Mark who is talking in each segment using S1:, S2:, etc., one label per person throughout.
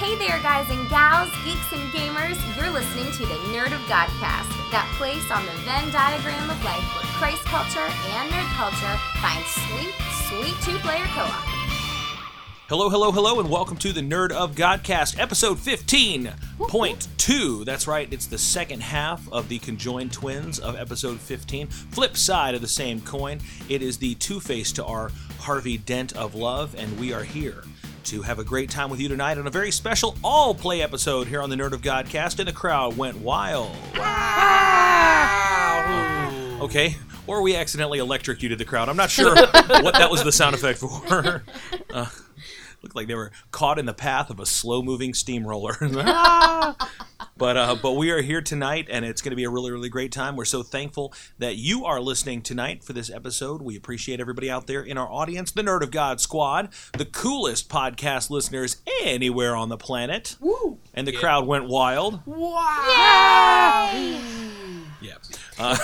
S1: Hey there, guys and gals, geeks and gamers. You're listening to the Nerd of Godcast, that place on the Venn diagram of life where Christ culture and nerd culture find sweet, sweet two player co op.
S2: Hello, hello, hello, and welcome to the Nerd of Godcast, episode 15.2. That's right, it's the second half of the conjoined twins of episode 15. Flip side of the same coin, it is the two face to our Harvey Dent of love, and we are here to have a great time with you tonight on a very special all play episode here on the Nerd of Godcast, and the crowd went wild. Okay. Or we accidentally electrocuted the crowd. I'm not sure what that was the sound effect for. Uh, looked like they were caught in the path of a slow-moving steamroller. but uh, but we are here tonight, and it's going to be a really really great time. We're so thankful that you are listening tonight for this episode. We appreciate everybody out there in our audience, the Nerd of God Squad, the coolest podcast listeners anywhere on the planet. Woo! And the crowd went wild. Yeah. Uh,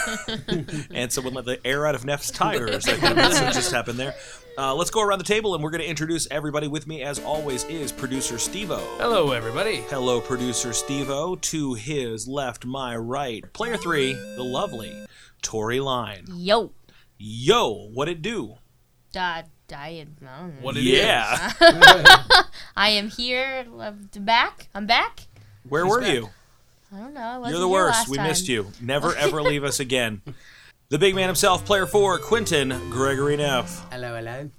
S2: and someone let the air out of Neff's tires. That's what just happened there. Uh, let's go around the table and we're going to introduce everybody with me, as always, is producer Stevo.
S3: Hello, everybody.
S2: Hello, producer Stevo. To his left, my right. Player three, the lovely Tori Line.
S4: Yo,
S2: Yo, what it do?
S4: da, diet. I don't know.
S3: What it is?
S2: yeah.
S4: I am here. I'm back. I'm back.
S2: Where were you?
S4: I don't know. I wasn't
S2: You're the
S4: here
S2: worst.
S4: last
S2: We
S4: time.
S2: missed you. Never, ever leave us again. The big man himself, player four, Quentin Gregory Neff.
S5: Hello, hello.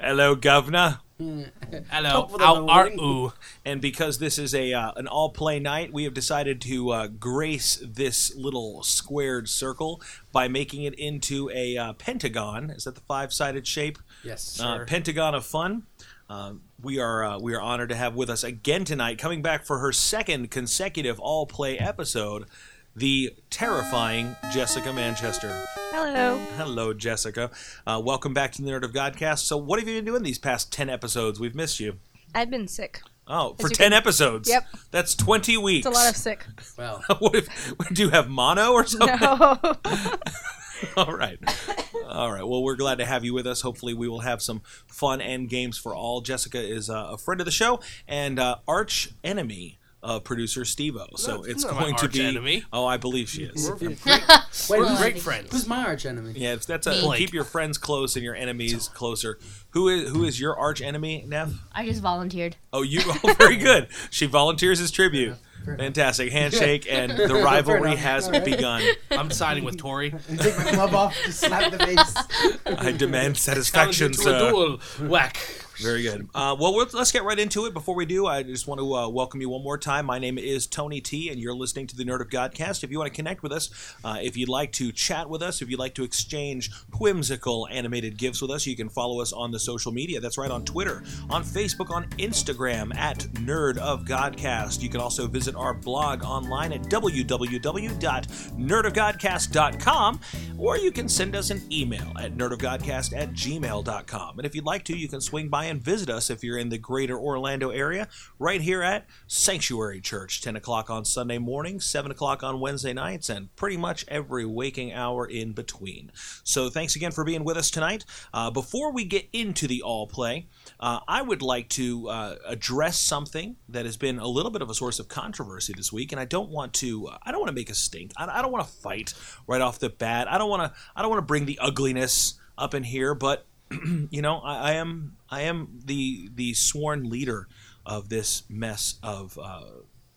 S2: Hello, Governor.
S3: Hello.
S5: of the
S3: Ow, ar,
S5: morning.
S3: ooh.
S2: And because this is a uh, an all play night, we have decided to uh, grace this little squared circle by making it into a uh, pentagon. Is that the five sided shape?
S5: Yes,
S2: Uh,
S5: sir.
S2: pentagon of fun. Uh, we are uh, we are honored to have with us again tonight, coming back for her second consecutive all play episode, the terrifying Jessica Manchester.
S6: Hello.
S2: Hello, Jessica. Uh, welcome back to the Nerd of Godcast. So, what have you been doing these past ten episodes? We've missed you.
S6: I've been sick.
S2: Oh, for
S6: you
S2: ten
S6: can-
S2: episodes.
S6: Yep.
S2: That's twenty weeks.
S6: It's a lot of sick.
S5: Well,
S2: what if do you have mono or something?
S6: No.
S2: All right. All right. Well, we're glad to have you with us. Hopefully, we will have some fun and games for all. Jessica is uh, a friend of the show and uh, arch enemy of producer Stevo. So
S3: That's
S2: it's
S3: not my
S2: going to
S3: arch
S2: be.
S3: enemy.
S2: Oh, I believe she is.
S5: we're great, wait,
S3: We're
S5: who's,
S3: great friends.
S5: who's my arch enemy?
S2: Yeah, it's, that's a
S3: Blake.
S2: keep your friends close and your enemies closer. Who is who is your arch enemy, Nev?
S4: I just volunteered.
S2: Oh, you. Oh, very good. She volunteers as tribute. Fantastic handshake, and the rivalry
S5: enough.
S2: has
S5: All right.
S2: begun.
S3: I'm siding with Tori.
S5: And take my glove off to slap the face.
S2: I demand
S3: Challenge
S2: satisfaction,
S3: you to a
S2: sir.
S3: duel. Whack.
S2: Very good. Uh, well, we'll- let's get right into it. Before we do, I just want to uh, welcome you one more time. My name is Tony T, and you're listening to the Nerd of Godcast. If you want to connect with us, uh, if you'd like to chat with us, if you'd like to exchange whimsical animated gifs with us, you can follow us on the social media. That's right, on Twitter, on Facebook, on Instagram at Nerd of Godcast. You can also visit our blog online at www.nerdofgodcast.com, or you can send us an email at nerdofgodcast at gmail.com. And if you'd like to, you can swing by and visit us if you're in the greater Orlando area, right here at Sanctuary Church, 10 o'clock on Sunday morning, 7 o'clock on Wednesday nights, and pretty much every waking hour in between. So thanks again for being with us tonight. Uh, before we get into the all play, uh, I would like to uh, address something that has been a little bit of a source of controversy this week, and I don't want to. I don't want to make a stink. I, I don't want to fight right off the bat. I don't want to. I don't want to bring the ugliness up in here. But you know, I, I am. I am the the sworn leader of this mess of uh,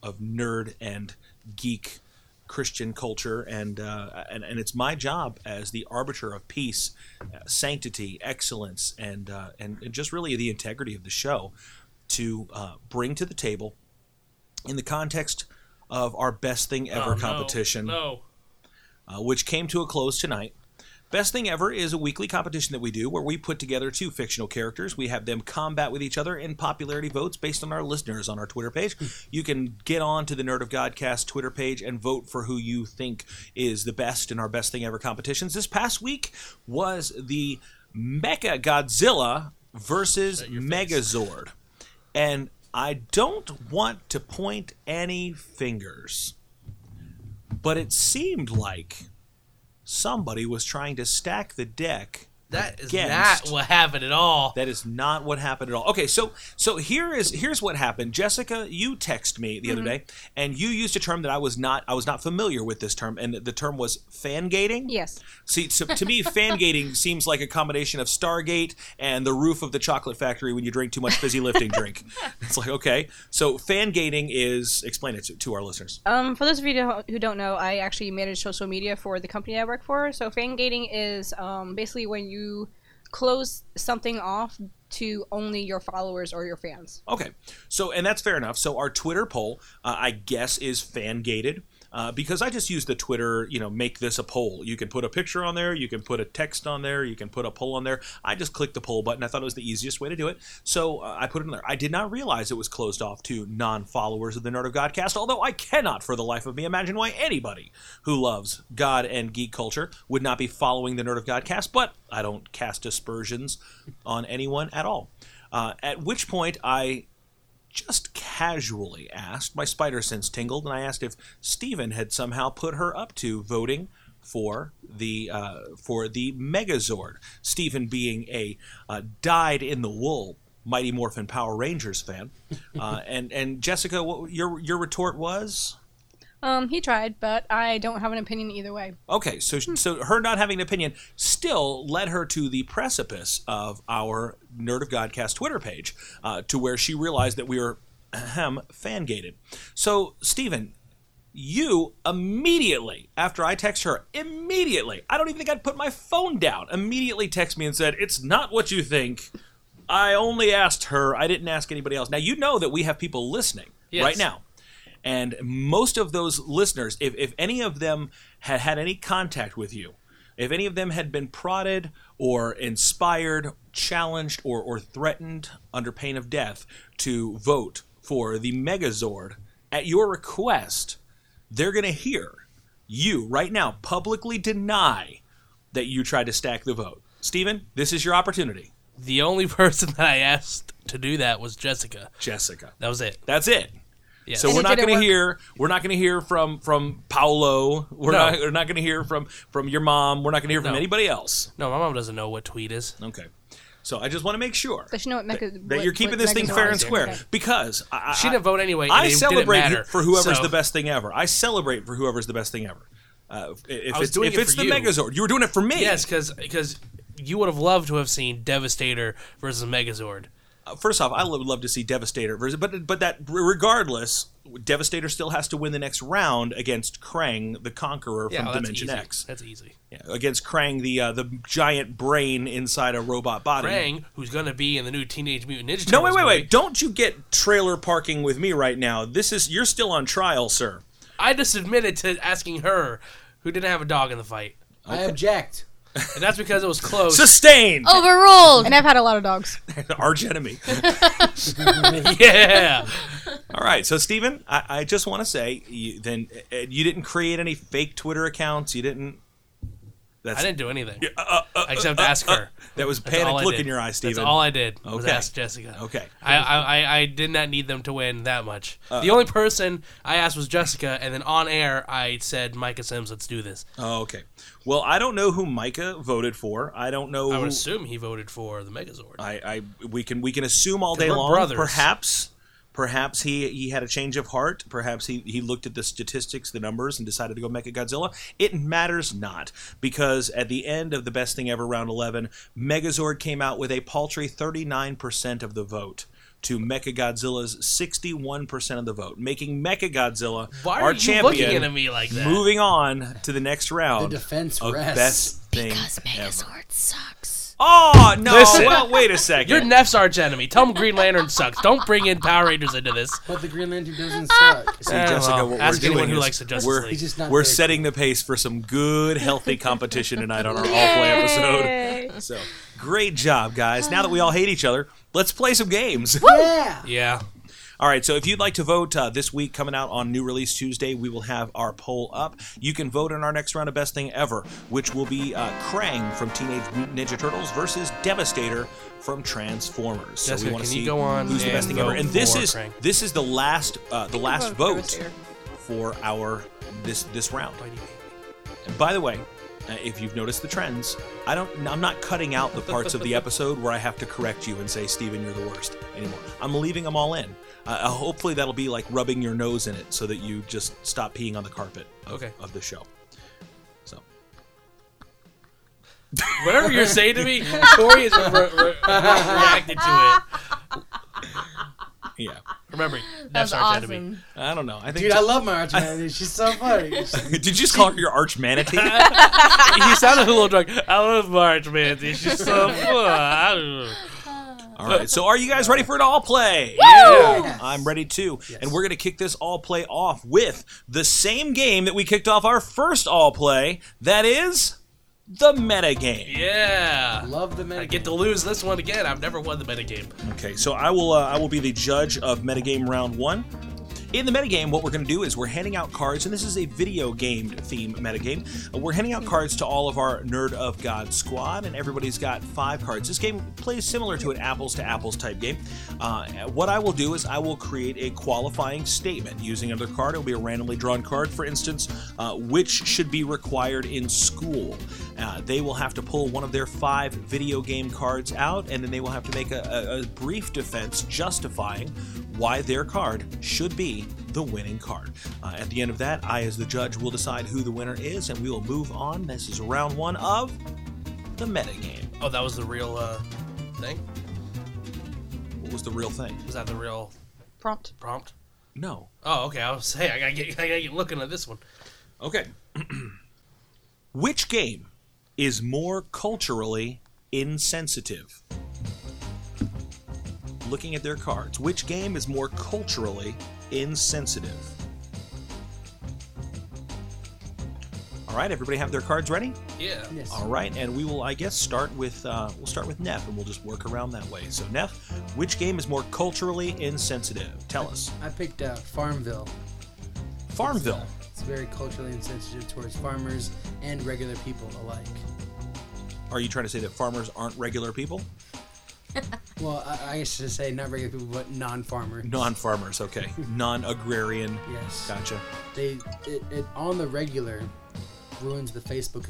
S2: of nerd and geek Christian culture, and, uh, and and it's my job as the arbiter of peace, uh, sanctity, excellence, and, uh, and and just really the integrity of the show to uh, bring to the table in the context of our best thing ever
S3: Oh, no,
S2: competition
S3: No.
S2: uh, which came to a close tonight. Best Thing Ever is a weekly competition that we do where we put together two fictional characters. We have them combat with each other in popularity votes based on our listeners on our Twitter page. You can get on to the Nerd of Godcast Twitter page and vote for who you think is the best in our Best Thing Ever competitions. This past week was the Mecha Godzilla versus Megazord. And I don't want to point any fingers but it seemed like somebody was trying to stack the deck
S3: That is
S2: Against.
S3: not what happened at all.
S2: That is not what happened at all. Okay, so so here is here's what happened. Jessica, you text me the other day, and you used a term that I was not I was not familiar with this term, and the term was fangating.
S6: Yes.
S2: See, so to me, fangating seems like a combination of Stargate and the roof of the chocolate factory when you drink too much fizzy lifting drink. It's like okay, so fangating is explain it to, to our listeners.
S6: Um, for those of you who- who don't know, I actually manage social media for the company I work for. So fangating is um, basically when you close something off to only your followers or your fans.
S2: Okay, so and that's fair enough. So our Twitter poll, uh, I guess, is fangated. Uh, because I just use the Twitter, you know, make this a poll. You can put a picture on there, you can put a text on there, you can put a poll on there. I just clicked the poll button. I thought it was the easiest way to do it, so uh, I put it in there. I did not realize it was closed off to non-followers of the Nerd of Godcast. Although I cannot, for the life of me, imagine why anybody who loves God and geek culture would not be following the Nerd of Godcast. But I don't cast aspersions on anyone at all. Uh, at which point I just casually asked, my spider sense tingled, and I asked if Steven had somehow put her up to voting for the uh, for the Megazord. Steven being a uh, dyed in the wool Mighty Morphin Power Rangers fan, uh, and and Jessica, what, your your retort was.
S6: Um, he tried, but I don't have an opinion either way.
S2: Okay, so so her not having an opinion still led her to the precipice of our Nerd of Godcast Twitter page, uh, to where she realized that we were ahem, fangated. So Stephen, you immediately after I text her, immediately, I don't even think I'd put my phone down. Immediately text me and said, "It's not what you think." I only asked her. I didn't ask anybody else. Now you know that we have people listening
S3: Yes.
S2: right now. And most of those listeners, if, if any of them had had any contact with you, if any of them had been prodded or inspired, challenged, or, or threatened under pain of death to vote for the Megazord at your request, they're going to hear you right now publicly deny that you tried to stack the vote. Steven, this is your opportunity.
S3: The only person that I asked to do that was Jessica.
S2: Jessica.
S3: That was it.
S2: That's it.
S3: Yes.
S2: So we're
S6: it
S2: not
S6: didn't
S2: going to
S6: work.
S2: hear we're not going to hear from from Paolo. We're
S3: No.
S2: not we're not going to hear from from your mom. We're not going to hear from
S3: No.
S2: anybody else.
S3: no, my mom doesn't know what tweet is.
S2: Okay. So I just want to make sure
S6: They should know what Mecha.
S2: that
S6: what-
S2: you're keeping
S6: what
S2: this thing
S6: Megazord
S2: fair
S6: is.
S2: and square
S6: Okay.
S2: because I, I,
S3: She didn't vote anyway. and
S2: I
S3: it didn't matter,
S2: celebrate for whoever's
S3: so-
S2: the best thing ever. I celebrate for whoever's the best thing ever. Uh, if
S3: I was
S2: it's,
S3: doing
S2: if
S3: it
S2: it's
S3: for
S2: the
S3: you.
S2: Megazord, you were doing it for me.
S3: Yes, because you would have loved to have seen Devastator versus Megazord.
S2: Uh, First off, I would love to see Devastator versus, but but that regardless, Devastator still has to win the next round against Krang, the Conqueror from
S3: well, Oh, that's
S2: Dimension
S3: easy.
S2: X.
S3: That's easy.
S2: Yeah, against Krang, the uh, the giant brain inside a robot body.
S3: Krang, who's gonna be in the new Teenage Mutant Ninja Turtles.
S2: No, wait, wait,
S3: movie.
S2: wait! Don't you get trailer parking with me right now? This is you're still on trial, sir.
S3: I just admitted to asking her, who didn't have a dog in the fight,
S5: I object.
S3: and that's because it was close.
S2: Sustained.
S3: Oh.
S4: Overruled.
S6: And I've had a lot of dogs.
S2: Arch enemy.
S3: yeah,
S2: All right, so Steven, I, I just want to say you, then uh, you didn't create any fake Twitter accounts. You didn't. That's
S3: I didn't do anything
S2: uh,
S3: except ask her.
S2: that was a
S3: That's all I
S2: uh, panic look
S3: did.
S2: in your eye, Steven.
S3: That's all I did was
S2: Okay.
S3: ask Jessica.
S2: Okay.
S3: I, I, I- I did not need them to win that much.
S2: Uh.
S3: the only person I asked was Jessica, and then on air I said, "Micah Sims, let's do this."
S2: oh, okay. Well, I don't know who Micah voted for. I don't know.
S3: I
S2: who-
S3: would assume he voted for the Megazord.
S2: I, I we can we can assume all day
S3: we're
S2: long.
S3: brothers.
S2: Perhaps perhaps he he had a change of heart. Perhaps he he looked at the statistics, the numbers, and decided to go Mecha Godzilla. It matters not because at the end of the best thing ever round eleven, Megazord came out with a paltry thirty nine percent of the vote. To Mechagodzilla's 61% of the vote, making Mechagodzilla
S3: Why
S2: our
S3: are you
S2: champion.
S3: looking at me like that?
S2: Moving on to the next round.
S5: defense
S2: of
S5: rests.
S2: best thing
S4: Because
S2: ever.
S4: Megazord sucks.
S2: Oh no!
S3: Listen.
S2: well, wait a second.
S3: You're Neff's arch enemy. Tell him Green Lantern sucks. Don't bring in Power Rangers into this.
S5: But the Green Lantern doesn't suck.
S2: See,
S3: Eh,
S2: Jessica,
S3: well,
S2: what
S3: ask
S2: we're
S3: anyone
S2: doing
S3: who
S2: is
S3: likes the Justice
S2: we're,
S3: League.
S5: He's just not
S2: we're
S5: very
S2: setting the pace for some good, healthy competition tonight on our all play episode.
S6: Yay.
S2: So, great job, guys. Now that we all hate each other, let's play some games.
S5: Yeah.
S3: Yeah.
S2: All right, so if you'd like to vote uh, this week, coming out on New Release Tuesday, we will have our poll up. You can vote in our next round of Best Thing Ever, which will be uh, Krang from Teenage Mutant Ninja Turtles versus Devastator from Transformers. So
S3: Jessica,
S2: we want to
S3: can you
S2: see
S3: go on
S2: who's the
S3: and
S2: best thing ever.
S3: vote
S2: And this
S3: for
S2: is
S3: Krang?
S2: this is the last uh, the last
S6: vote for
S2: vote
S6: Devastator.
S2: for our this this round. And by the way, uh, if you've noticed the trends, I don't. I'm not cutting out the parts of the episode where I have to correct you and say, "Steven, you're the worst" anymore. I'm leaving them all in. Uh, hopefully, that'll be like rubbing your nose in it so that you just stop peeing on the carpet. Of,
S3: Okay.
S2: Of the show. So
S3: Whatever you're saying to me, Corey is re- re- re- reacted to it.
S2: yeah,
S3: Remember,
S4: That
S3: that's
S4: was
S3: our
S4: awesome.
S3: enemy.
S2: I don't know. I think.
S5: Dude, I love my arch manatee. She's so funny. She's-
S2: Did you just call her your arch manatee?
S3: You sounded a little drunk. I love March, man. She's so fun.
S2: all right. So, are you guys ready for an all play?
S5: Yeah.
S2: I'm ready too. And we're going to kick this all play off with the same game that we kicked off our first all play. That is the meta game.
S3: Yeah.
S5: Love the
S3: I
S5: man.
S3: get to lose this one again. I've never won the metagame.
S2: Okay, so I will uh, I will be the judge of metagame round one. In the metagame, what we're going to do is we're handing out cards, and this is a video game theme metagame. Uh, We're handing out cards to all of our Nerd of God squad, and everybody's got five cards. This game plays similar to an apples to apples type game. Uh, what I will do is I will create a qualifying statement using another card. It will be a randomly drawn card, for instance, uh, which should be required in school. Uh, they will have to pull one of their five video game cards out, and then they will have to make a, a, a brief defense justifying why their card should be the winning card. Uh, at the end of that, I, as the judge, will decide who the winner is, and we will move on. This is round one of the metagame.
S3: Oh, that was the real uh, thing?
S2: What was the real thing?
S3: Was that the real
S6: Prompt.
S3: prompt?
S2: No.
S3: Oh, okay. I was hey, I gotta get, I gotta get looking at this one.
S2: Okay. Which game is more culturally insensitive? Looking at their cards, which game is more culturally insensitive? All right, everybody have their cards ready?
S3: Yeah.
S5: Yes.
S2: All right, and we will, I guess, start with uh, we'll start with Neff, and we'll just work around that way. So, Neff, which game is more culturally insensitive? Tell us.
S5: I picked uh, Farmville.
S2: Farmville.
S5: It's very culturally insensitive towards farmers and regular people alike.
S2: Are you trying to say that farmers aren't regular people?
S5: Well, I, I should say not regular people, but non-farmer.
S2: Non-farmers, okay. Non-agrarian.
S5: Yes.
S2: Gotcha.
S5: They it, it on the regular ruins the Facebook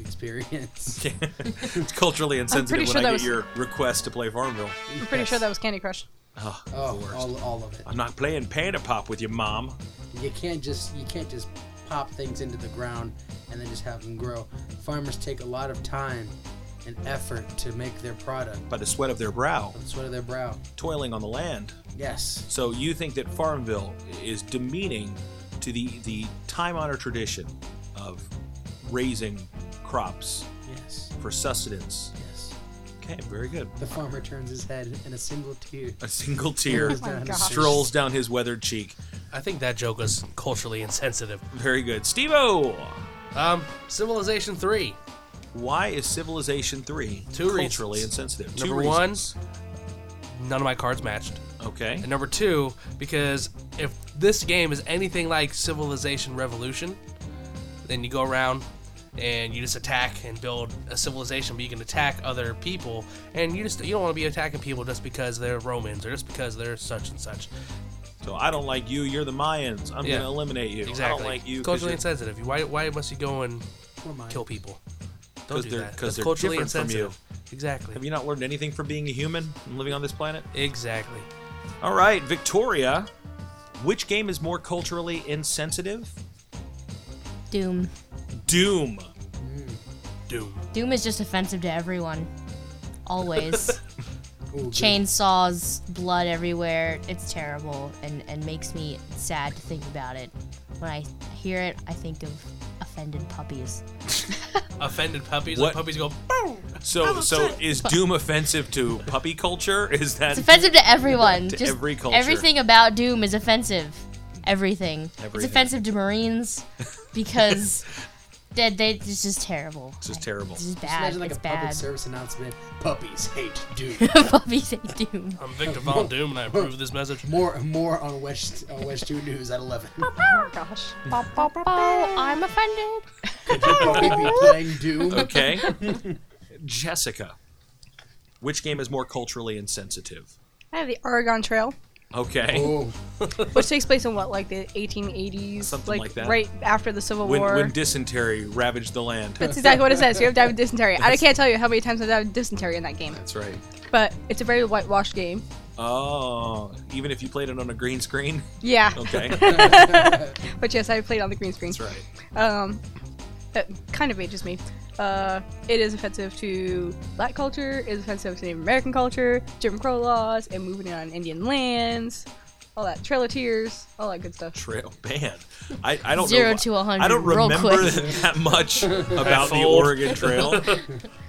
S5: experience.
S2: it's culturally insensitive
S6: pretty
S2: when
S6: sure
S2: I
S6: that
S2: get
S6: was-
S2: your request to play Farmville.
S6: I'm pretty sure that was Candy Crush.
S2: Oh, the
S5: Oh,
S2: worst.
S5: all, all of it.
S2: I'm not playing Panda Pop with your mom.
S5: You can't just you can't just pop things into the ground and then just have them grow. Farmers take a lot of time and effort to make their product.
S2: By the sweat of their brow,
S5: The sweat of their brow.
S2: toiling on the land.
S5: Yes.
S2: So you think that Farmville is demeaning to the the time-honored tradition of raising crops
S5: Yes.
S2: for sustenance?
S5: Yes.
S2: Okay, very good.
S5: The farmer turns his head and a single tear.
S2: A single tear
S5: rolls down his
S6: Oh gosh.
S5: cheek.
S2: strolls down his weathered cheek.
S3: I think that joke was culturally insensitive.
S2: Very good, Steve-O!
S3: Um, Civilization 3.
S2: Why is Civilization 3
S3: Two
S2: culturally
S3: reasons.
S2: insensitive? Two
S3: Number one,
S2: reasons.
S3: none of my cards matched.
S2: Okay.
S3: And number two, because if this game is anything like Civilization Revolution, then you go around and you just attack and build a civilization, but you can attack other people, and you just you don't want to be attacking people just because they're Romans or just because they're such and such.
S2: So I don't like you, you're the Mayans. I'm
S3: Yeah.
S2: going to eliminate you.
S3: Exactly.
S2: I don't like you
S3: culturally
S2: because
S3: insensitive. Why why must you go and
S5: Poor mine.
S3: kill people? Don't do
S2: they're,
S3: that.
S2: 'cause
S3: That's
S2: they're
S3: culturally
S2: different from you.
S3: insensitive. Exactly.
S2: Have you not learned anything from being a human and living on this planet?
S3: Exactly.
S2: All right, Victoria. Which game is more culturally insensitive?
S4: Doom.
S2: Doom.
S3: Doom.
S4: Doom is just offensive to everyone. Always.
S5: Ooh, good.
S4: Chainsaws, blood everywhere. It's terrible and, and makes me sad to think about it. When I hear it, I think of offended puppies.
S3: Offended puppies.
S2: What-
S3: Like puppies go.
S4: Oh,
S2: So so is Doom offensive to puppy culture? Is that
S4: It's offensive to everyone.
S2: To
S4: Just
S2: every culture.
S4: Everything about Doom is offensive. Everything. It's
S2: Everything.
S4: offensive to Marines because they, they, it's just terrible.
S2: This is terrible.
S4: It's just
S5: Just
S4: bad.
S5: imagine like
S4: it's
S5: a public
S4: bad.
S5: service announcement. Puppies hate Doom.
S4: puppies hate Doom.
S3: I'm Victor Von Doom, and I approve of this message.
S5: more more on West on West Two News at eleven.
S6: Oh gosh. Ba, ba, ba, ba.
S4: Oh, I'm offended.
S5: Probably be playing Doom.
S2: Okay. Jessica. Which game is more culturally insensitive?
S6: I have the Oregon Trail.
S2: Okay.
S5: Oh,
S6: which takes place in what, like the 1880s,
S2: Something like that.
S6: right after the Civil
S2: When,
S6: War.
S2: when dysentery ravaged the land.
S6: That's exactly what it says. You have to have dysentery. I can't tell you how many times I've had dysentery in that game,
S2: That's right.
S6: but it's a very whitewashed game.
S2: Oh, even if you played it on a green screen?
S6: Yeah,
S2: Okay.
S6: but yes, I played on the green screen.
S2: That's right.
S6: Um, that kind of ages me. Uh, it is offensive to black culture. It is offensive to Native American culture, Jim Crow laws, and moving in on Indian lands, all that Trail of Tears, all that good stuff.
S2: Trail band. I, I don't
S4: Zero
S2: know. wh-
S4: to a hundred
S2: I don't
S4: real
S2: remember
S4: quick.
S2: that much about the
S3: fold.
S2: Oregon Trail.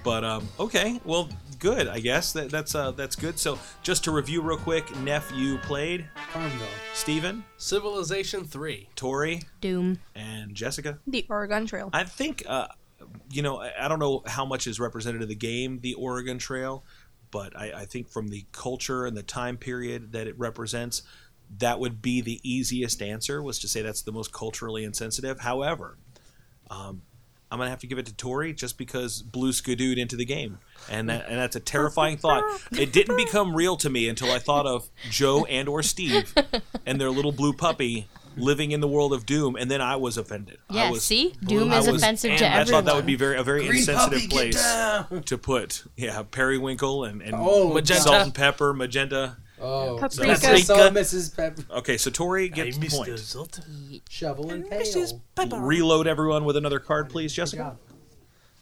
S2: but um, okay, well, good. I guess that, that's uh, that's good. So just to review real quick, Neff, you played
S5: Farmville.
S2: Steven,
S3: Civilization 3.
S2: Tori,
S4: Doom.
S2: and Jessica.
S6: The Oregon Trail.
S2: I think uh, you know I I don't know how much is represented in the game, the Oregon Trail, but I, I think from the culture and the time period that it represents, that would be the easiest answer was to say that's the most culturally insensitive. However, um, I'm gonna have to give it to Tori just because Blue skidooed into the game. And, that, and that's a terrifying thought. It didn't become real to me until I thought of Joe and or Steve and their little blue puppy living in the world of Doom, and then I was offended. I
S4: Yeah,
S2: was,
S4: see? Doom
S2: I
S4: is
S2: was-
S4: offensive
S3: and
S4: to
S2: I
S4: everyone.
S2: thought that would be very a very
S5: Green puppy,
S2: insensitive
S5: get
S2: place
S5: down.
S2: to put yeah periwinkle and, and
S5: Oh,
S3: Magenta.
S2: salt and pepper magenta.
S5: Oh,
S6: Paprika.
S5: so I saw Mrs. Pepper.
S2: Okay, so Tori gets the point.
S5: Shovel and pail.
S2: Reload everyone with another card, please, Jessica.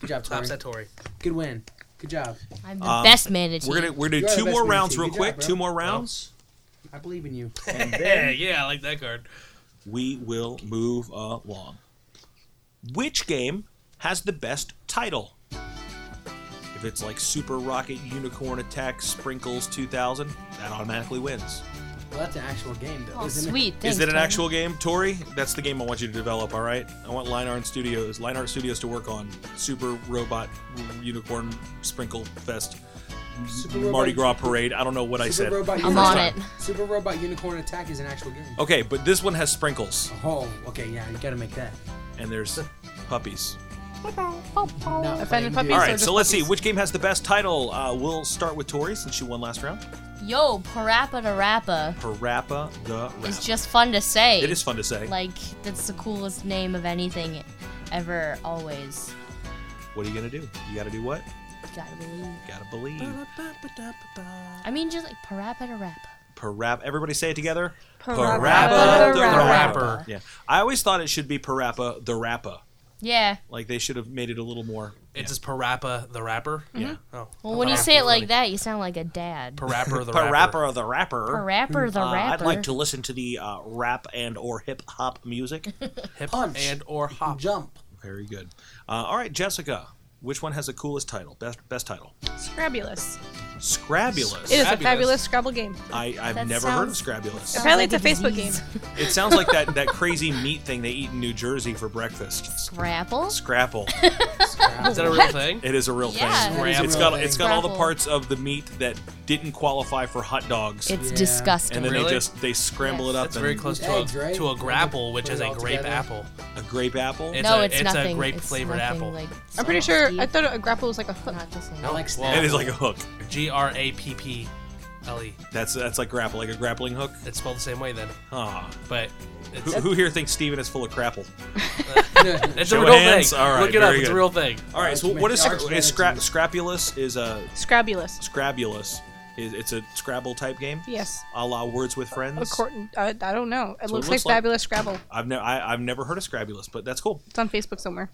S5: Good job, Tori.
S3: Tops at Tory.
S5: Good win. Good job.
S4: I'm the best manatee.
S2: Um, We're gonna we're gonna do
S5: You are
S2: two
S5: the
S2: more
S5: best man,
S2: rounds
S5: Steve.
S2: real
S5: Good
S2: quick.
S5: job, bro.
S2: two more rounds.
S5: I believe in you.
S3: Yeah, yeah, I like that card.
S2: We will move along. Which game has the best title? If it's like Super Rocket Unicorn Attack Sprinkles 2000, that automatically wins.
S5: Well, that's an actual game, though.
S4: Oh,
S5: isn't it?
S4: sweet.
S2: Is
S4: thanks,
S2: it an
S4: Tyler.
S2: actual game, Tori? That's the game I want you to develop. All right, I want Line Art Studios, Line Art Studios, to work on Super Robot Unicorn Sprinkle Fest
S5: Super
S2: Mardi Gras
S5: Robot-
S2: Parade. I don't know what I
S5: Super
S2: said.
S5: Robot
S4: I'm
S5: Unicorn-
S4: on it.
S5: Super Robot Unicorn Attack is an actual game.
S3: Oh.
S2: Okay, but this one has sprinkles
S5: Oh, okay, yeah, you gotta make that.
S2: and there's puppies.
S5: Not
S6: Offended
S5: playing
S6: puppies
S2: All
S5: Duke.
S6: are
S2: right,
S6: just
S2: so let's see which game has the best title. Uh, we'll start with Tori since she won last round.
S4: Yo, parappa to rappa.
S2: Parappa the
S4: It's
S2: Rappa.
S4: just fun to say.
S2: It is fun to say.
S4: Like, that's the coolest name of anything ever, always.
S2: what are you gonna do? You gotta do what?
S4: Gotta believe.
S2: Gotta believe.
S4: I mean, just like parappa to rappa.
S2: Parappa. Everybody say it together.
S6: Parappa
S2: Parappa
S6: the
S3: Rapper.
S2: Yeah, I always thought it should be Parappa the Rappa.
S4: Yeah.
S2: Like they should have made it a little more.
S3: It's just Parappa the Rapper.
S2: Yeah.
S3: Oh.
S4: Mm-hmm. Well, when you
S3: Parappa
S4: say it
S3: the
S4: like
S3: Rapper.
S4: that, you sound like a dad.
S3: Parappa the Rapper.
S2: Parappa the rapper.
S4: Parappa the
S2: Uh, I'd
S4: rapper.
S2: like to listen to the uh, rap and or hip hop music.
S3: Hip
S5: Punch.
S3: and or hop.
S5: Jump.
S2: Very good. Uh, all right, Jessica, which one has the coolest title? Best best title?
S6: Scrabulous.
S2: Scrabulous.
S6: It is a
S3: Fabulous.
S6: fabulous Scrabble game.
S2: I, I've
S4: That
S2: never
S4: sounds-
S2: heard of Scrabulous.
S4: Sounds
S6: Apparently
S4: like
S6: it's a Facebook
S4: disease.
S2: It sounds like that, that crazy meat thing they eat in New Jersey for breakfast.
S4: Scrapple?
S2: Scrapple.
S3: Is that a real thing?
S2: It is a real
S4: Yeah.
S2: thing.
S5: It is a
S2: It's
S5: real
S2: got
S5: thing.
S2: it's got all the
S4: Scrapple.
S2: parts of the meat that didn't qualify for hot dogs.
S4: It's
S5: Yeah.
S4: disgusting.
S2: and then
S3: Really?
S2: they just they scramble
S4: Yes.
S2: it up
S3: That's
S2: and
S3: very close to,
S5: Eggs,
S3: a,
S5: right?
S3: to a grapple, which
S5: Put
S3: is
S5: it
S3: a
S5: all
S3: grape
S5: together.
S3: apple.
S2: a grape apple.
S3: It's
S4: no,
S3: a,
S4: it's,
S3: it's
S4: nothing.
S3: a grape
S4: It's
S3: flavored
S4: nothing
S3: apple.
S4: Like,
S6: I'm pretty sure I
S4: salty.
S6: thought a grapple was like a hook.
S4: Not the same.
S5: I like
S3: well,
S5: snap.
S2: It is like a hook.
S3: G R A P P L E.
S2: That's that's like grapple, like a grappling hook.
S3: It's spelled the same way then,
S2: Ah,
S3: but it's,
S2: who, who here thinks Steven is full of crapple?
S3: it's
S2: Show
S3: a
S2: of
S3: real
S2: hands?
S3: thing.
S2: All right,
S3: Look it up.
S2: very
S3: It's a
S2: good.
S3: real thing.
S2: All right, so
S5: Archman-
S2: what is, scra-
S5: Archman-
S2: is scra- scrapulous? Is a
S6: Scrabulous.
S2: scrabulous? Is it's a Scrabble type game?
S6: Yes.
S2: A la Words with Friends.
S6: According, uh, I don't know. It
S2: So it
S6: looks,
S2: looks
S6: like
S2: like-
S6: fabulous Scrabble.
S2: I've never I, I've never heard of scrabulous, but that's cool.
S6: It's on Facebook somewhere.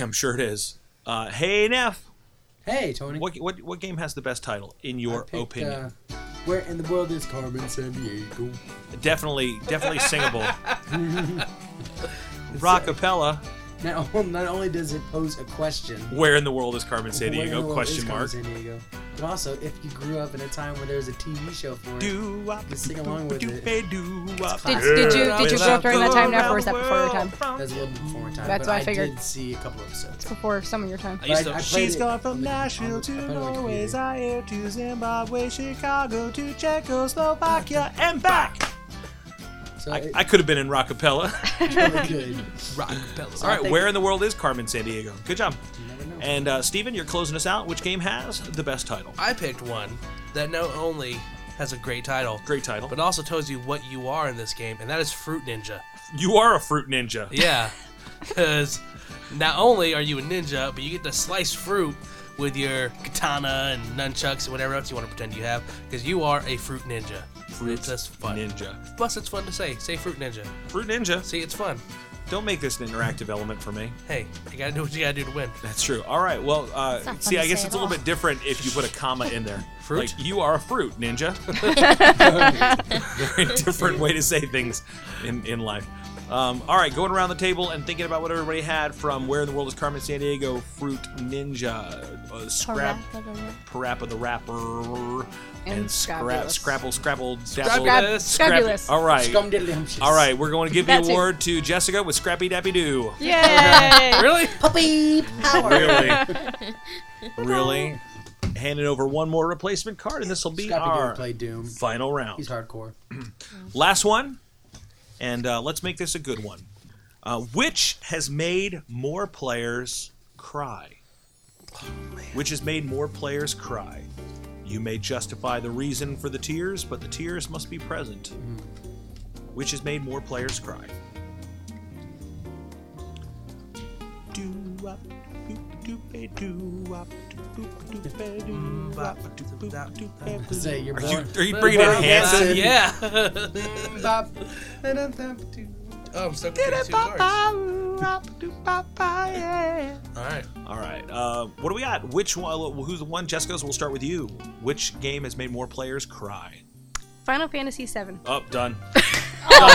S2: I'm sure it is. Uh, hey Neff,
S5: Hey, Tony.
S2: what what what game has the best title in your
S5: I picked,
S2: opinion?
S5: uh, where in the world is Carmen Sandiego?
S2: Definitely definitely singable.
S5: uh,
S2: Rockapella.
S5: Now, not only does it pose a question,
S2: Where in the world is Carmen
S5: where in the
S2: Sandiego?
S5: world
S2: Question
S5: is
S2: mark.
S5: Carmen Sandiego? But also, if you grew up in a time where there was a TV show for it,
S2: Do
S5: Just sing along with it.
S6: Did, did you did you grow up during that time now, or is that before your time?
S5: that's a little bit before my time.
S6: That's
S5: but
S6: what I
S5: I
S6: figured.
S5: did see a couple episodes.
S6: Before some of your time.
S3: I used
S5: But
S3: to.
S5: I- played
S2: She's
S5: it
S2: gone
S5: on
S2: from
S5: the-
S2: Nashville
S5: on the-
S2: to
S5: I played it on the
S2: Norway,
S5: computer.
S2: Zaire to Zimbabwe, Chicago to Czechoslovakia, and back.
S5: So
S2: I,
S5: it-
S2: I could have been in Rockapella.
S5: it's really good.
S3: rock
S2: All right,
S5: think-
S2: where in the world is Carmen Sandiego? Good job.
S5: You never know.
S2: And uh, Steven, you're closing us out. Which game has the best title?
S3: I picked one that not only has a great title,
S2: Great title.
S3: but also tells you what you are in this game, and that is Fruit Ninja.
S2: you are a fruit ninja.
S3: Yeah, because not only are you a ninja, but you get to slice fruit with your katana and nunchucks and whatever else you want to pretend you have, because you are a fruit ninja.
S2: Fruit
S3: it's just fun.
S2: ninja.
S3: Plus, it's fun to say. Say fruit ninja.
S2: Fruit ninja.
S3: See, it's fun.
S2: Don't make this an interactive element for me.
S3: Hey, you gotta do what you gotta do to win.
S2: That's true. All right. Well, uh,
S4: not
S2: see,
S4: fun
S2: I guess
S4: to say
S2: it's a
S4: at
S2: little
S4: all.
S2: bit different if you put a comma in there.
S3: Fruit?
S2: Like, you are a fruit ninja. Very different way to say things in, in life. Um, all right, going around the table and thinking about what everybody had from Where in the World is Carmen San Diego, Fruit Ninja, uh, Scrap, Parappa the Rapper, and,
S6: And
S2: Scrap,
S6: Scrabulous.
S2: Scrabble, Scrabble, Dabble.
S3: Scrab-
S6: Scrab-
S2: Scrabby.
S6: Scrabulous.
S2: All right.
S5: Scumdiddlyumptious.
S2: All right, we're going to give the
S6: That too.
S2: award to Jessica with Scrappy Dappy Doo.
S6: Yay!
S3: Really?
S5: Puppy power.
S2: Really? really? Handing over one more replacement card, and this will be
S5: Scrappy Doo
S2: our
S5: play Doom.
S2: final
S5: He's
S2: round.
S5: hardcore.
S2: Last one, and uh, let's make this a good one. Uh, which has made more players cry? Which has made more players cry? You may justify the reason for the tears, but the tears must be present. Which has made more players cry? Doo-wop, doop-doop-a, doo-wop, doop-doop-a, doo-wop, doop-doop-doop-a, doo-wop.
S5: Say you're
S2: Are you,
S5: born.
S2: are you bringing in Hanson?
S5: Hanson.
S3: Yeah.
S5: Bop.
S3: oh, I'm stuck between two cards. All right.
S2: All right. Uh, what do we got? Which one? uh, Who's the one? Jessica's. We'll start with you. Which game has made more players cry?
S6: Final Fantasy VII.
S2: Up, Oh, done. Done.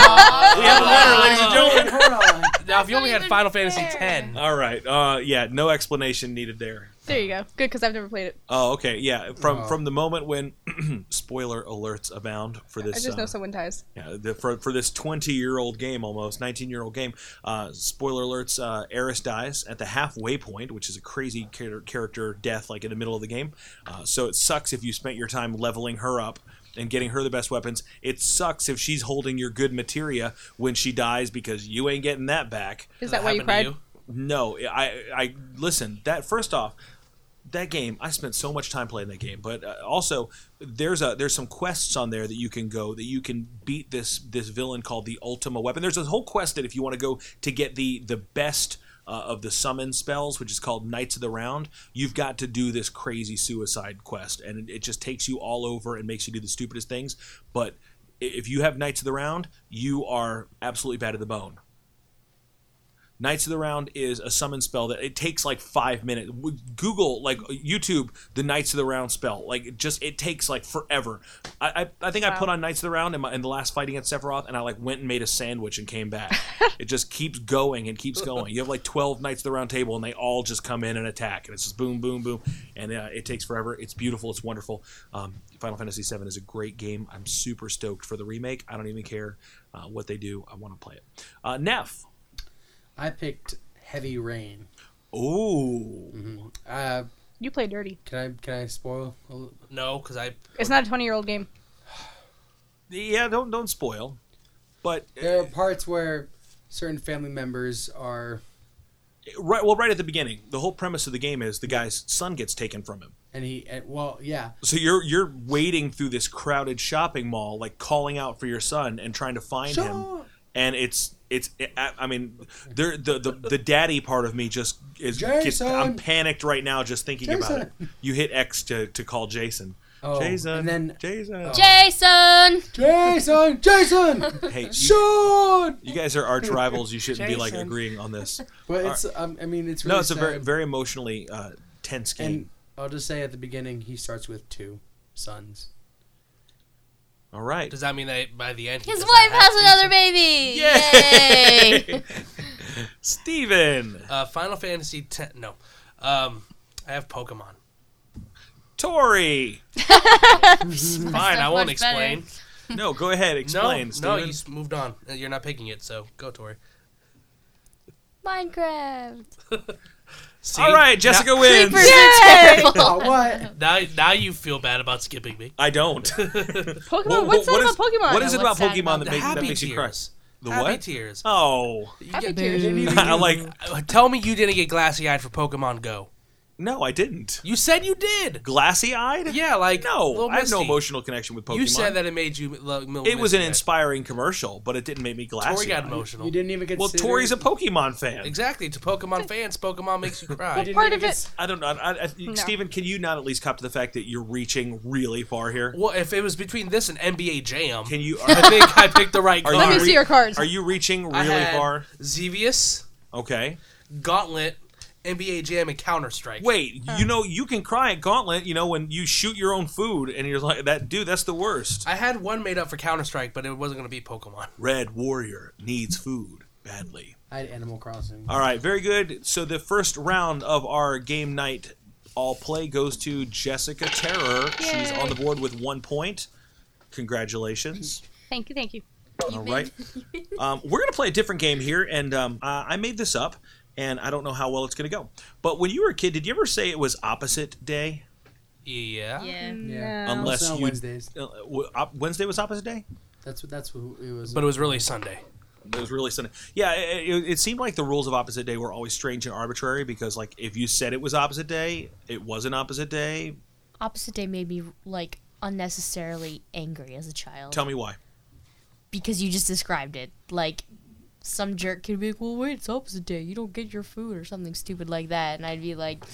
S2: we have a winner, ladies and gentlemen.
S5: Hold on.
S3: Now, if you only had
S4: even
S3: Final Fantasy
S4: fair.
S3: X,
S2: All right. Uh, yeah. No explanation needed there.
S6: There you go. Good, because I've never played it.
S2: Oh, okay. Yeah. From
S5: Oh.
S2: from the moment when spoiler alerts abound for this.
S6: I just
S2: uh,
S6: know someone dies.
S2: Yeah, the, for, for this 20 year old game, almost 19 year old game, uh, spoiler alerts uh, Eris dies at the halfway point, which is a crazy char- character death, like in the middle of the game. Uh, so it sucks if you spent your time leveling her up and getting her the best weapons. It sucks if she's holding your good materia when she dies because you ain't getting that back.
S6: Is that why you cried?
S2: No, I, I listen. That first off, that game. I spent so much time playing that game, but uh, also there's a there's some quests on there that you can go that you can beat this this villain called the Ultima Weapon. There's a whole quest that if you want to go to get the the best. Uh, of the summon spells, which is called Knights of the Round, you've got to do this crazy suicide quest, and it, it just takes you all over and makes you do the stupidest things. But i- if you have Knights of the Round, you are absolutely bad to the bone. Knights of the Round is a summon spell that it takes like five minutes. W- Google, like YouTube, the Knights of the Round spell. Like it just it takes like forever. I I, I think I put on Knights of the Round in, my, in the last fight against Sephiroth, and I like went and made a sandwich and came back. it just keeps going and keeps going. You have like twelve Knights of the Round table, and they all just come in and attack, and it's just boom, boom, boom, and uh, it takes forever. It's beautiful. It's wonderful. Um, Final Fantasy VII is a great game. I'm super stoked for the remake. I don't even care uh, what they do. I want to play it. Uh, Neff.
S5: I picked Heavy Rain.
S2: Ooh.
S5: Uh,
S6: You play dirty.
S5: can I can I spoil? a little-
S3: No, because I.
S6: It's not a 20 year old game.
S2: Yeah, don't don't spoil. But uh,
S5: There are parts where certain family members are,
S2: right, well, right at the beginning, the whole premise of the game is the guy's son gets taken from him.
S5: and he and, well, yeah,
S2: So you're you're wading through this crowded shopping mall, like calling out for your son and trying to find him.
S5: Sean.
S2: And it's it's I I mean, there the, the the daddy part of me just is gets, I'm
S5: Jason.
S2: panicked right now just thinking about it.
S5: Jason.
S2: You hit X to, to call Jason.
S5: Oh,
S2: Jason.
S5: and then-
S2: Jason.
S4: Jason!
S5: Jason, Jason,
S2: hey, you,
S5: Sean.
S2: you guys are arch rivals. You shouldn't be like agreeing on this.
S5: But it's um, I mean it's really
S2: No, it's a very
S5: sad.
S2: very emotionally uh, tense game.
S5: and I'll just say at the beginning he starts with two sons.
S2: All right.
S3: Does that mean that by the end? he
S4: His
S3: does
S4: wife
S3: not have to?
S4: has another baby! Yay!
S2: Steven,
S3: Uh, Final Fantasy X. No. Um, I have Pokemon.
S2: Tori.
S3: Fine, I won't
S4: much better.
S3: explain.
S2: No, go ahead. Explain,
S3: no, no,
S2: Steven.
S3: you s- moved on. Uh, You're not picking it, so go, Tori.
S4: Minecraft!
S3: See?
S2: All right, Jessica wins.
S4: Creepers are terrible!
S5: Oh, what?
S3: Now, now you feel bad about skipping me.
S2: I don't.
S6: Pokemon?
S2: Well,
S6: what's
S2: what
S6: that
S2: is-
S6: about Pokemon?
S2: What is it
S4: what's
S2: about
S4: sad
S2: Pokemon
S4: about
S2: that,
S4: that?
S2: make, that
S3: Happy
S2: makes you cry?
S3: tears.
S2: The
S3: Happy
S2: what?
S3: tears.
S2: Oh,
S6: Happy
S3: You get-
S6: Tears.
S2: I like.
S3: Uh, Tell me you didn't get glassy eyed for Pokemon Go.
S2: No, I didn't.
S3: You said you did.
S2: Glassy eyed?
S3: Yeah, like
S2: No,
S3: Little
S2: I have no
S3: Misty.
S2: emotional connection with Pokemon.
S3: You said that it made you love Little
S2: It was an
S3: Misty.
S2: inspiring commercial, but it didn't make me glassy.
S3: Tori
S2: eyed.
S3: got emotional.
S5: You didn't even consider.
S2: Well, Tori's a Pokemon fan.
S3: Exactly. To Pokemon fans, Pokemon makes you
S5: you
S3: cry.
S5: didn't
S6: Part
S5: even
S6: of it-
S5: cons-
S2: I don't know. I, I, Steven, can you not at least cop to the fact that you're reaching really far here?
S3: well, if it was between this and NBA Jam,
S2: Can you?
S3: I
S2: Are,
S3: think I picked the right
S2: are
S3: card.
S6: Let
S2: you
S6: me see your cards.
S2: Are you reaching
S3: I
S2: really
S3: had
S2: far?
S3: Xevious,
S2: Okay.
S3: Gauntlet, NBA Jam, and Counter Strike.
S2: Wait, you know you can cry at Gauntlet. You know when you shoot your own food and you're like that dude. That's the worst.
S3: I had one made up for Counter Strike, but it wasn't going to be Pokemon.
S2: Red Warrior needs food badly.
S5: I had Animal Crossing.
S2: All right, very good. So the first round of our game night all play goes to Jessica Terror. She's on the board with one point. Congratulations.
S6: Thank you, thank you.
S2: All right. Um, we're going to play a different game here, and um, uh, I made this up, and I don't know how well it's going to go. But when you were a kid, did you ever say it was opposite day?
S3: Yeah.
S4: Yeah.
S5: Yeah.
S6: No.
S2: Unless
S5: It's on
S2: you.
S5: Wednesdays.
S2: Uh, w- op- Wednesday was opposite day?
S5: That's what. That's what it was.
S3: But it was really Sunday.
S2: It was really Sunday. Yeah, it, it, it seemed like the rules of opposite day were always strange and arbitrary because, like, if you said it was opposite day, it was an opposite day.
S4: Opposite day made me like unnecessarily angry as a child
S2: Tell me why.
S4: because you just described it. Like some jerk could be like, "Well, wait, it's opposite day. You don't get your food or something stupid like that," and I'd be like,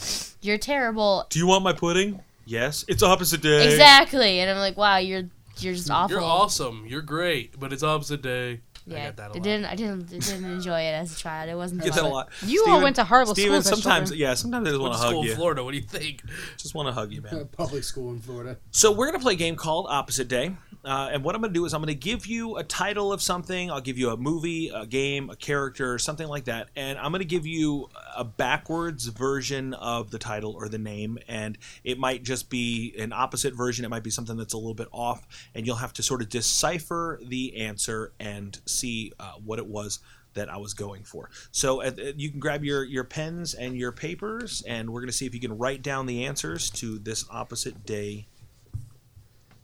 S4: "You're terrible."
S2: Do you want my pudding? Yes. It's opposite day.
S4: Exactly, and I'm like, "Wow, you're you're just awful."
S3: You're awesome. You're great, but it's opposite day. I
S4: Yeah,
S3: got that a
S4: I
S3: lot.
S4: didn't I didn't I didn't enjoy it as a child. It wasn't.
S2: Get that
S4: fun.
S2: a lot.
S6: You all went to horrible
S2: Steven,
S6: schools as
S2: sometimes,
S6: children.
S2: yeah, sometimes I just
S3: Went
S2: want
S3: to
S2: to
S3: school
S2: hug
S3: in
S2: you.
S3: Florida. What do you think?
S2: Just want to hug you, man.
S5: public school in Florida.
S2: So we're gonna play a game called Opposite Day, uh, and what I'm gonna do is I'm gonna give you a title of something. I'll give you a movie, a game, a character, something like that, and I'm gonna give you a backwards version of the title or the name, and it might just be an opposite version. It might be something that's a little bit off, and you'll have to sort of decipher the answer and see uh, what it was that I was going for. So uh, uh, you can grab your your pens and your papers, and we're gonna see if you can write down the answers to this opposite day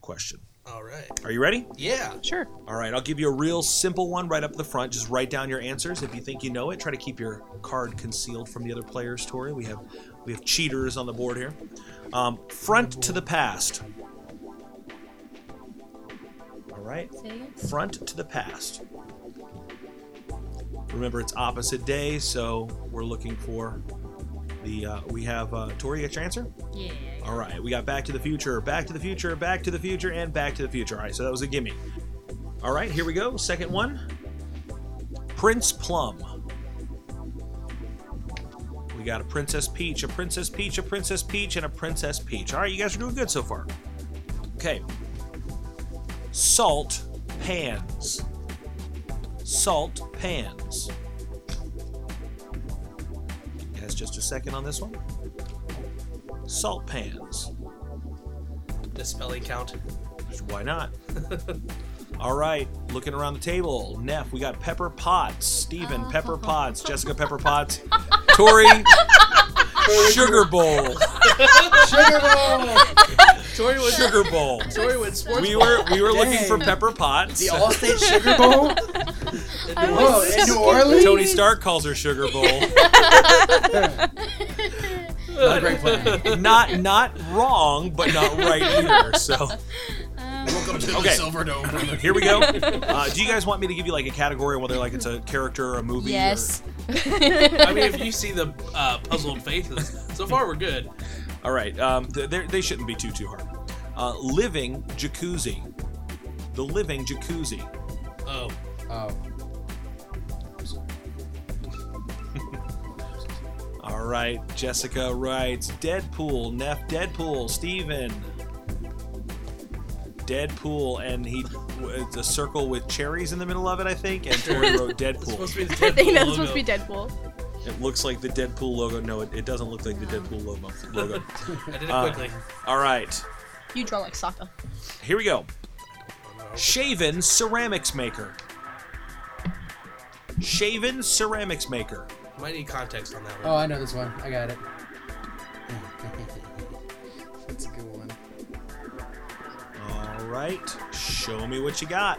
S2: question.
S3: All right.
S2: Are you ready?
S3: Yeah.
S6: Sure.
S2: All right, I'll give you a real simple one right up the front. Just write down your answers. If you think you know it, try to keep your card concealed from the other players, Tori. We have we have cheaters on the board here. Um, front to the past. All right. Front to the past. Remember, it's opposite day, so we're looking for the. Uh, we have uh, Tori. Get your answer.
S4: Yeah.
S2: All right, we got Back to the Future, Back to the Future, Back to the Future, and Back to the Future. All right, so that was a gimme. All right, here we go. Second one Prince Plum. We got a Princess Peach, a Princess Peach, a Princess Peach, and a Princess Peach. All right, you guys are doing good so far. Okay. Salt pans. Salt pans. Guys, just a second on this one. Salt pans.
S3: The spelling count.
S2: Why not? All right, looking around the table. Neff, we got Pepper Potts, Steven,
S3: Oh.
S2: Pepper Potts, Jessica Pepper Potts, Tori, Sugar Bowl,
S3: Tori was
S2: Sugar Bowl.
S3: Tori was sports.
S2: We were we were looking for
S5: Dang.
S2: Pepper Potts.
S5: The Allstate Sugar Bowl.
S4: I
S5: Whoa,
S4: was
S5: in New Orleans.
S2: Tony Stark calls her Sugar Bowl.
S5: Not a great plan.
S2: Not not wrong, but not right either. So
S7: Welcome to
S2: Okay.
S7: the Silver Dome. brother.
S2: here we go. Uh, do you guys want me to give you like a category, whether like it's a character or a movie? or-
S4: yes.
S3: I mean, if you see the uh, puzzled faces, so far we're good.
S2: All right, um, th- they're- they shouldn't be too too hard. Uh, living jacuzzi, the living jacuzzi.
S3: Oh,
S5: Oh,
S2: All right, Jessica writes Deadpool, Neff, Deadpool, Steven. Deadpool, and he it's a circle with cherries in the middle of it, I think. And Tori wrote
S3: supposed
S2: Deadpool.
S3: to be the
S6: I
S3: Deadpool
S6: think that's
S3: logo.
S6: supposed to be Deadpool.
S2: It looks like the Deadpool logo. No, it, it doesn't look like the Deadpool logo. logo.
S3: I did it
S2: Uh,
S3: quickly.
S2: All right,
S6: You draw like Sokka.
S2: here we go. Shaven ceramics maker. Shaven ceramics maker.
S3: Might need context on that
S5: oh,
S3: one.
S5: I know this one. I got it. That's a good one.
S2: All right, show me what you got.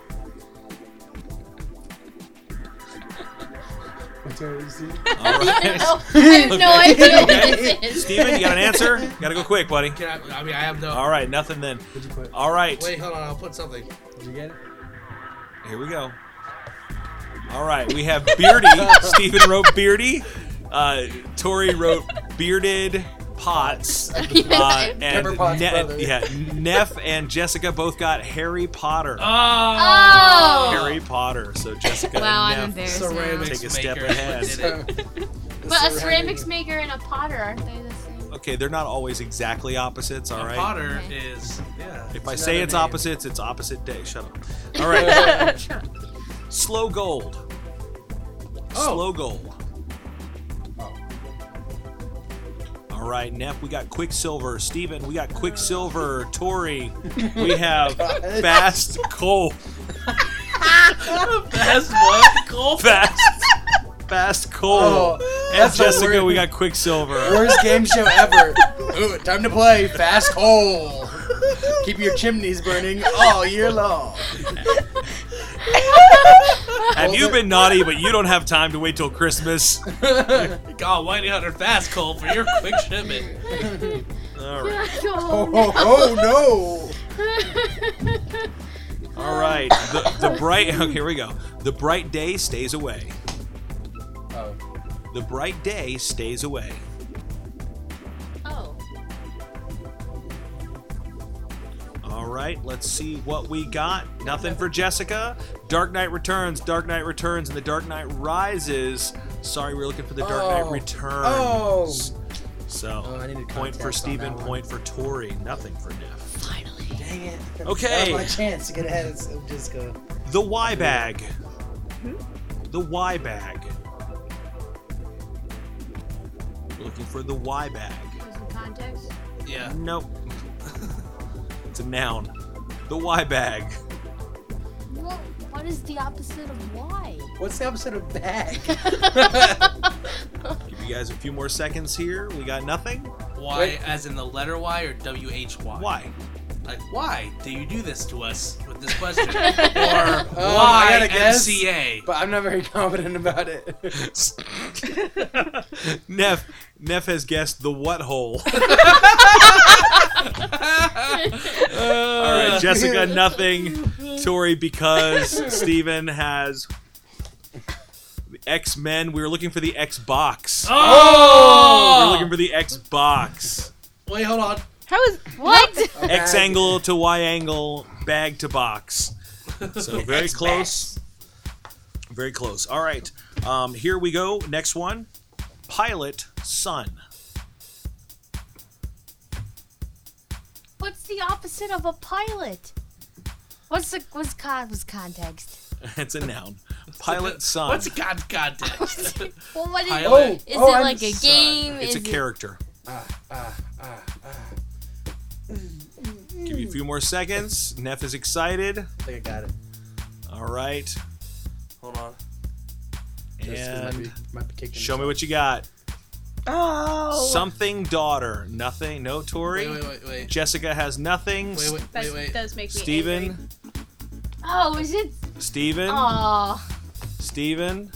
S5: What's commentary. See?
S2: All right.
S4: Oh, I have no idea what
S2: Okay.
S4: this is.
S2: Steven, you got an answer? Gotta go quick, buddy.
S3: Can I, I mean, I have no.
S2: All right, nothing then.
S5: Did you put?
S2: All right,
S3: Wait, hold on. I'll put something.
S5: Did you get it?
S2: here we go. All right, we have Beardy. Steven wrote Beardy. Uh, Tori wrote Bearded Potts. Uh,
S5: Pepper Potts' brother.
S2: yeah, Neff and Jessica both got Harry Potter.
S4: Oh.
S2: Harry Potter. So Jessica
S4: Wow, I'm
S2: and Neff
S3: Ceramics
S4: embarrassed now.
S2: take a step
S3: maker.
S2: ahead.
S3: Did it.
S4: But a ceramics maker and a potter, aren't they the same?
S2: Okay, they're not always exactly opposites, all right?
S3: Potter
S4: Okay.
S3: is yeah.
S2: If I say
S5: another
S2: it's
S5: name.
S2: opposites, it's opposite day. Shut up. All right. Slow gold.
S3: Oh.
S2: Slow gold.
S5: Oh.
S2: All right, Neff, we got Quicksilver. Steven, we got Quicksilver. Tori, we have Fast Coal.
S3: That's what cool.
S2: Fast. Fast Coal.
S5: Oh,
S2: and
S5: that's a
S2: Jessica,
S5: word.
S2: we got Quicksilver.
S5: Worst game show ever. Ooh, time to play fast hole. Keep your chimneys burning all year long.
S2: Have you been naughty, but you don't have time to wait till Christmas?
S3: God, white hunter fast coal for your quick shipment.
S2: All right.
S5: Oh, oh, oh no!
S2: All right. The, the bright. Okay, here we go. The bright day stays away.
S5: Oh,
S2: The bright day stays away.
S4: Oh.
S2: All right. Let's see what we got. Nothing for Jessica. Dark Knight Returns. Dark Knight Returns, and the Dark Knight Rises. Sorry, we are looking for the Dark Knight
S5: Oh.
S2: Returns. So,
S5: Oh, I needed
S2: point
S5: context
S2: for
S5: on
S2: Steven,
S5: that one.
S2: point for Tori. Nothing for Neff.
S5: dang it.
S2: Okay.
S5: That was my chance to get ahead of of Disco.
S2: The Y bag. The Y bag. Looking for the Y bag. Uh,
S4: context.
S3: Yeah.
S2: Nope. it's a noun. The Y bag.
S4: What, what is the opposite of why?
S5: What's the opposite of bag?
S2: Give you guys a few more seconds here. We got nothing.
S3: Y
S5: Wait.
S3: as in the letter Y or W H Y?
S2: Why?
S3: Like why do you do this to us with this question? or why
S5: I gotta guess.
S3: MCA?
S5: But I'm not very confident about it.
S2: Neff Neff has guessed the what hole. All right, Jessica, nothing. Tori, because Steven has X Men. We were looking for the X box. We were
S3: Oh!
S2: looking for the X box.
S3: Wait, hold on.
S6: How is
S4: What?
S2: X angle to Y angle, bag to box. So very close. Very close. All right. Um, here we go. Next one Pilot Sun.
S4: What's the opposite of a pilot? What's the what's con what's context?
S2: It's a noun. Pilot Sun.
S3: What's God context?
S4: Well, what is,
S3: Pilot.
S5: Oh,
S4: is
S5: oh,
S4: it
S5: I'm
S4: like a
S5: sorry.
S4: game?
S2: it's
S4: is
S2: a character. Give you a few more seconds. Neff is excited.
S5: I think I got it.
S2: All right.
S3: hold on.
S5: Just 'cause might
S2: And
S5: be, might be kicking
S2: show me what you got.
S6: oh
S2: Something daughter. Nothing. No, Tori.
S3: Wait, wait, wait, wait.
S2: Jessica has nothing.
S3: Wait, wait,
S6: that
S3: wait, wait.
S6: does make me angry.
S2: Steven.
S4: Oh, is it?
S2: Steven.
S4: Oh,
S2: Steven.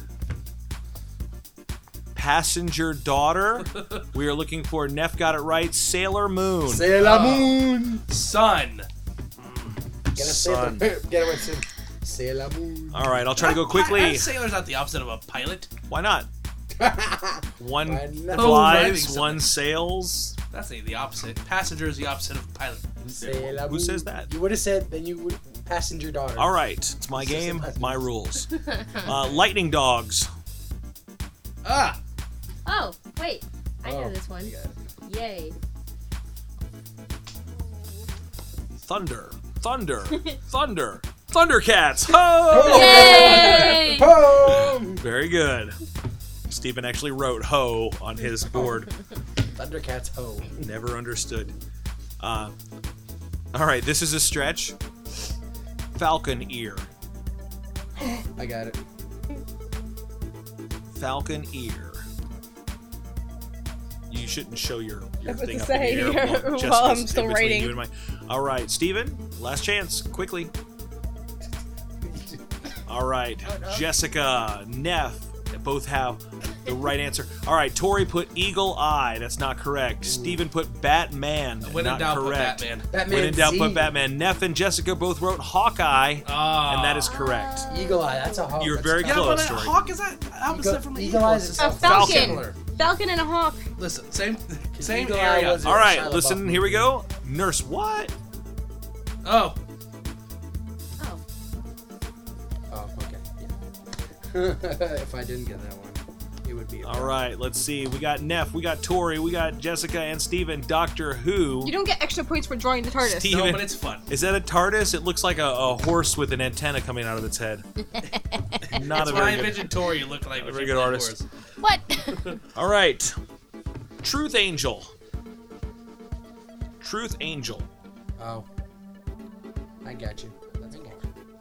S2: Passenger daughter. we are looking for Neff got it right. Sailor Moon.
S5: Say la moon.
S3: Sun.
S5: Gotta say
S2: Ah, Son.
S5: the Gotta wait, say- Say la moon.
S2: All right, I'll try to go
S3: How- how
S2: quickly.
S3: is sailor's not the opposite of a pilot.
S2: Why not? One
S5: Why not?
S3: Writing
S2: flies,
S3: something.
S2: one sails.
S3: That's the the opposite. Passenger is the opposite of pilot.
S5: Say la
S2: Who says
S5: moon.
S2: that?
S5: You would have said then you would passenger daughter.
S2: All right, it's my game, my rules. Uh, lightning dogs.
S3: Ah,
S4: oh, wait, I know
S5: Oh,
S4: this one.
S5: got it.
S4: Yay!
S2: Thunder, thunder, thunder, Thundercats!
S5: Oh.
S2: Ho!
S4: Yay!
S5: Boom!
S2: Very good. Stephen actually wrote "ho" on his board.
S5: Thundercats ho.
S2: Never understood. Uh, all right, this is a stretch. Falcon ear.
S5: I got it.
S2: Falcon ear. You shouldn't show your, your
S6: was
S2: thing
S6: to
S2: up in the
S6: say,
S2: air
S6: yeah,
S2: while- just
S6: while I'm
S2: in
S6: still
S2: between
S6: writing.
S2: you and my- All right, Steven, last chance, quickly. All right, Jessica, Neff, both have the right answer. All right, Tori put eagle eye. That's not correct. Steven put Batman.
S3: When
S2: not
S3: in doubt, put
S2: correct.
S3: Batman.
S5: Batman
S2: When in doubt,
S5: Z.
S2: put Batman. Neff and Jessica both wrote Hawkeye,
S3: Ah.
S2: and that is correct.
S5: Eagle Eye. That's a hawk.
S2: You're
S5: that's
S2: very
S5: a-
S3: Oh, Yeah, but
S2: Close,
S3: a
S2: Tori.
S3: hawk is that opposite
S5: Eagle-
S3: from the
S5: eagle
S3: eagle.
S5: eyes
S3: It's
S5: is
S3: so-
S6: A falcon.
S3: similar.
S6: Falcon and a hawk.
S3: Listen, same same
S5: Eagle Eye
S3: area.
S5: was-
S2: All right,
S5: Shia LaBeouf.
S2: listen, here we go. Nurse what?
S3: Oh,
S1: Oh,
S5: Oh, okay. Yeah. if I didn't get that one, it would be. a
S2: All right, let's see. We got Neff, we got Tori, we got Jessica and Steven. Doctor Who.
S6: You don't get extra points for drawing the TARDIS.
S2: Steve-
S3: no,
S2: Even-
S3: but it's fun.
S2: Is that a TARDIS? It looks like a, a horse with an antenna coming out of its head. Not
S3: That's
S2: a
S3: what I
S2: very good.
S3: envisioned Tori look like. when
S2: very
S3: she
S2: good
S3: played
S2: artist.
S3: horse.
S4: What?
S2: All right. Truth Angel. Truth Angel.
S5: Oh. I got you. That's cool.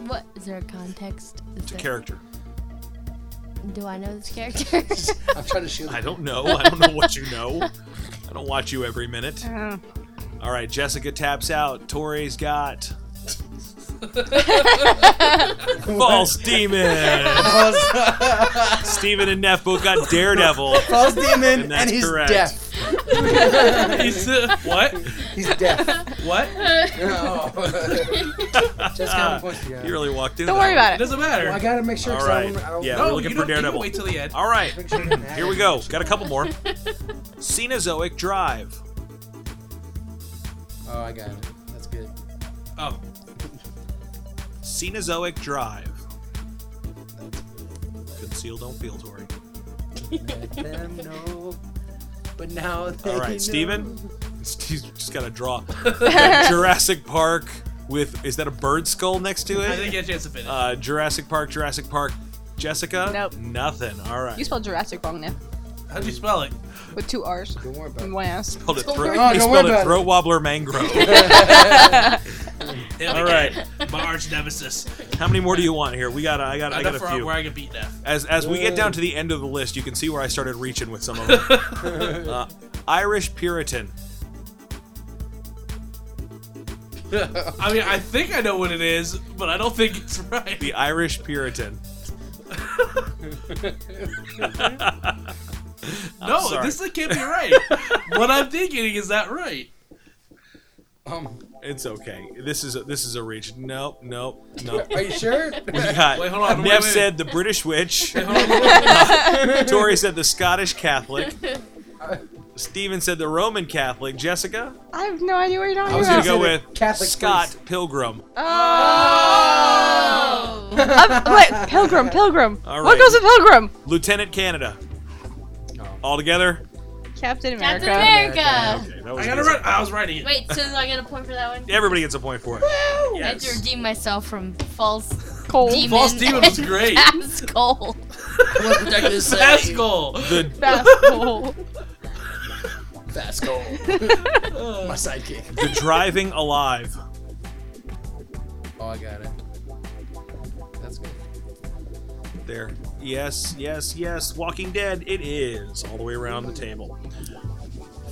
S4: what? Is there a context? Is
S2: It's a
S4: there-
S2: character.
S4: Do I know this character?
S5: I'm trying to shoot.
S2: I don't know. I don't know what you know. I don't watch you every minute.
S6: Uh,
S2: All right, Jessica taps out. Tori's got. False Demon.
S5: False,
S2: Steven and Neff both got Daredevil.
S5: false demon, and,
S2: that's
S5: he's
S2: correct.
S5: deaf.
S3: He's, uh, what?
S5: He's deaf.
S3: What?
S5: no. Oh. Just got points for
S2: You
S5: you.
S2: really walked in.
S6: don't worry about
S3: It
S6: it.
S3: doesn't
S5: Well, I
S3: matter.
S5: gotta make sure. 'cause I
S2: Alright,
S5: don't- I don't-
S2: yeah.
S3: No,
S2: We're looking
S3: you
S2: for
S3: don't- you can
S2: Daredevil.
S3: Wait till the end.
S2: All right,
S5: make sure I didn't add
S2: here we
S5: it.
S2: go. Got a couple more. Cenozoic Drive.
S5: Oh, I got it. That's good.
S3: Oh,
S2: Cenozoic Drive.
S5: That's
S2: Conceal, don't feel, Tori.
S5: good. Let them know. But now. They
S2: All right,
S5: know.
S2: Steven. He's just got to draw. Jurassic Park with, is that a bird skull next to
S3: I
S2: it?
S3: didn't get a chance to finish.
S2: Uh, Jurassic Park, Jurassic Park. Jessica?
S6: Nope.
S2: Nothing. All right.
S6: You spelled Jurassic wrong now.
S3: How'd you spell it?
S6: With two R's
S5: Don't worry about
S6: and
S5: it.
S6: one S.
S2: spelled it, thro-
S5: worry about
S2: he
S5: it.
S2: spelled it
S5: Don't worry
S2: throat wobbler mangrove.
S3: All
S2: right.
S3: my arch nemesis.
S2: How many more do you want here? We got. I got. I got
S3: Enough
S2: a
S3: for
S2: few.
S3: where I can beat Neff.
S2: As as we get down to the end of the list, you can see where I started reaching with some of them. uh, Irish Puritan.
S3: I mean, I think I know what it is, but I don't think it's right.
S2: The Irish Puritan.
S3: no,
S2: sorry.
S3: this can't be right. what I'm thinking is that right.
S5: Um,
S2: It's okay. This is a, this is a reach. Nope. Nope. Nope.
S5: are you sure?
S2: We got.
S3: Wait, hold on, wait,
S2: Neff
S3: wait.
S2: said the British witch. Tori said the Scottish Catholic. Steven said the Roman Catholic. Jessica,
S6: I have no idea where you're talking
S5: I was
S2: I'm
S6: about.
S2: gonna go
S5: say the
S2: with
S5: Catholic
S2: Scott Pilgrim.
S6: Oh! Uh, What? Pilgrim, Pilgrim.
S2: All
S6: What
S2: right.
S6: goes in Pilgrim?
S2: Lieutenant Canada.
S3: Oh.
S5: No.
S2: All together.
S6: Captain
S4: Captain
S6: America.
S4: America.
S2: Okay, that was
S3: I gotta
S2: easy.
S3: run. I was writing it.
S4: Wait, so do I get a point for that one?
S2: Everybody gets a point for it.
S4: I had to redeem myself from false
S6: Cold.
S4: demon.
S3: False demon was great.
S4: Asshole.
S3: Pascal.
S2: The
S6: Asshole.
S5: Fast My sidekick.
S2: the driving alive.
S5: Oh, I got it. That's good.
S2: There. Yes, yes, yes. Walking Dead. It is all the way around the table.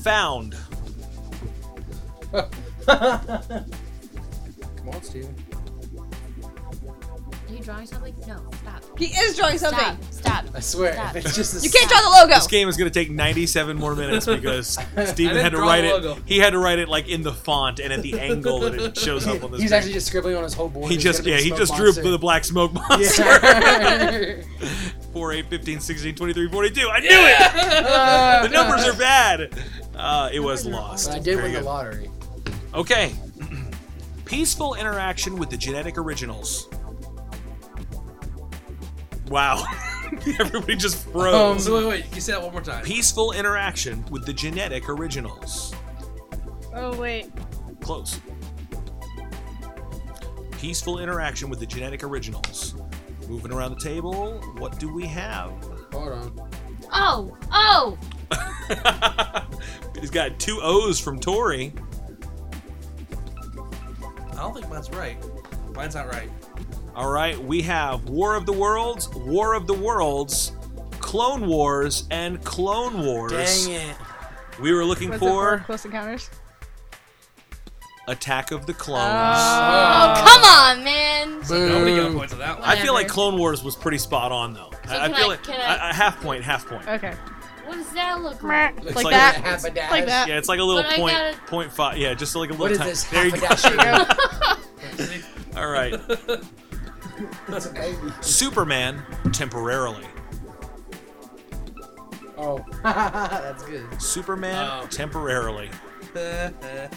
S2: Found.
S5: Come on, Steven.
S4: Are you drawing something? No, stop.
S6: he is drawing
S4: Stop.
S6: something.
S4: Stop.
S5: I swear,
S4: Stop.
S5: if it's just a
S6: You can't draw the logo.
S2: This game is gonna take 97 more minutes because Steven
S3: didn't
S2: had to
S3: draw
S2: write
S3: the
S2: it.
S3: logo.
S2: He had to write it like in the font and at the angle that it shows up on this.
S5: He's
S2: page.
S5: actually just scribbling on his whole board.
S2: he
S5: It's
S2: just
S5: gonna
S2: yeah
S5: be
S2: he
S5: smoke
S2: just
S5: monster.
S2: drew the black smoke monster.
S5: Yeah.
S2: 4, 8, 15, 16, 23, 42. I knew it. The numbers are bad. Uh, it was lost.
S5: I did
S2: Very
S5: win the
S2: good.
S5: lottery.
S2: Okay. Peaceful interaction with the genetic originals. Wow. Everybody just
S5: Um,
S2: froze.
S3: So wait, wait. Can you say that one more time?
S2: Peaceful interaction with the genetic originals.
S6: Oh wait.
S2: Close. Peaceful interaction with the genetic originals. Moving around the table, what do we have?
S5: Hold on.
S4: Oh, oh.
S2: He's got two O's from Tori.
S3: I don't think mine's right. Mine's not right.
S2: All right, we have War of the Worlds, War of the Worlds, Clone Wars, and Clone Wars.
S5: it.
S2: We were looking
S6: Was it for
S2: for
S6: Close Encounters?
S2: Attack of the Clones.
S4: Oh, come on, man.
S2: Uh,
S3: Nobody got points on that one.
S2: I feel like Clone Wars was pretty spot on, though. I
S4: So
S2: I, I
S4: can
S2: feel
S4: I-
S2: like
S4: can I-
S2: a- a half point, half point.
S6: Oh! Okay.
S4: What does that look like?
S6: Like,
S2: like
S6: that.
S5: Half a dash.
S6: Like that.
S2: Yeah, it's like a little
S4: But I
S2: point,
S4: gotta-
S2: point five. Yeah, just like a little.
S5: What is
S2: ti-
S5: this?
S2: There you go.
S5: half a dash.
S2: All right,
S5: It's an eighty.
S2: Superman temporarily.
S5: Oh, that's good.
S2: Superman
S3: Oh.
S2: temporarily.
S6: Oh,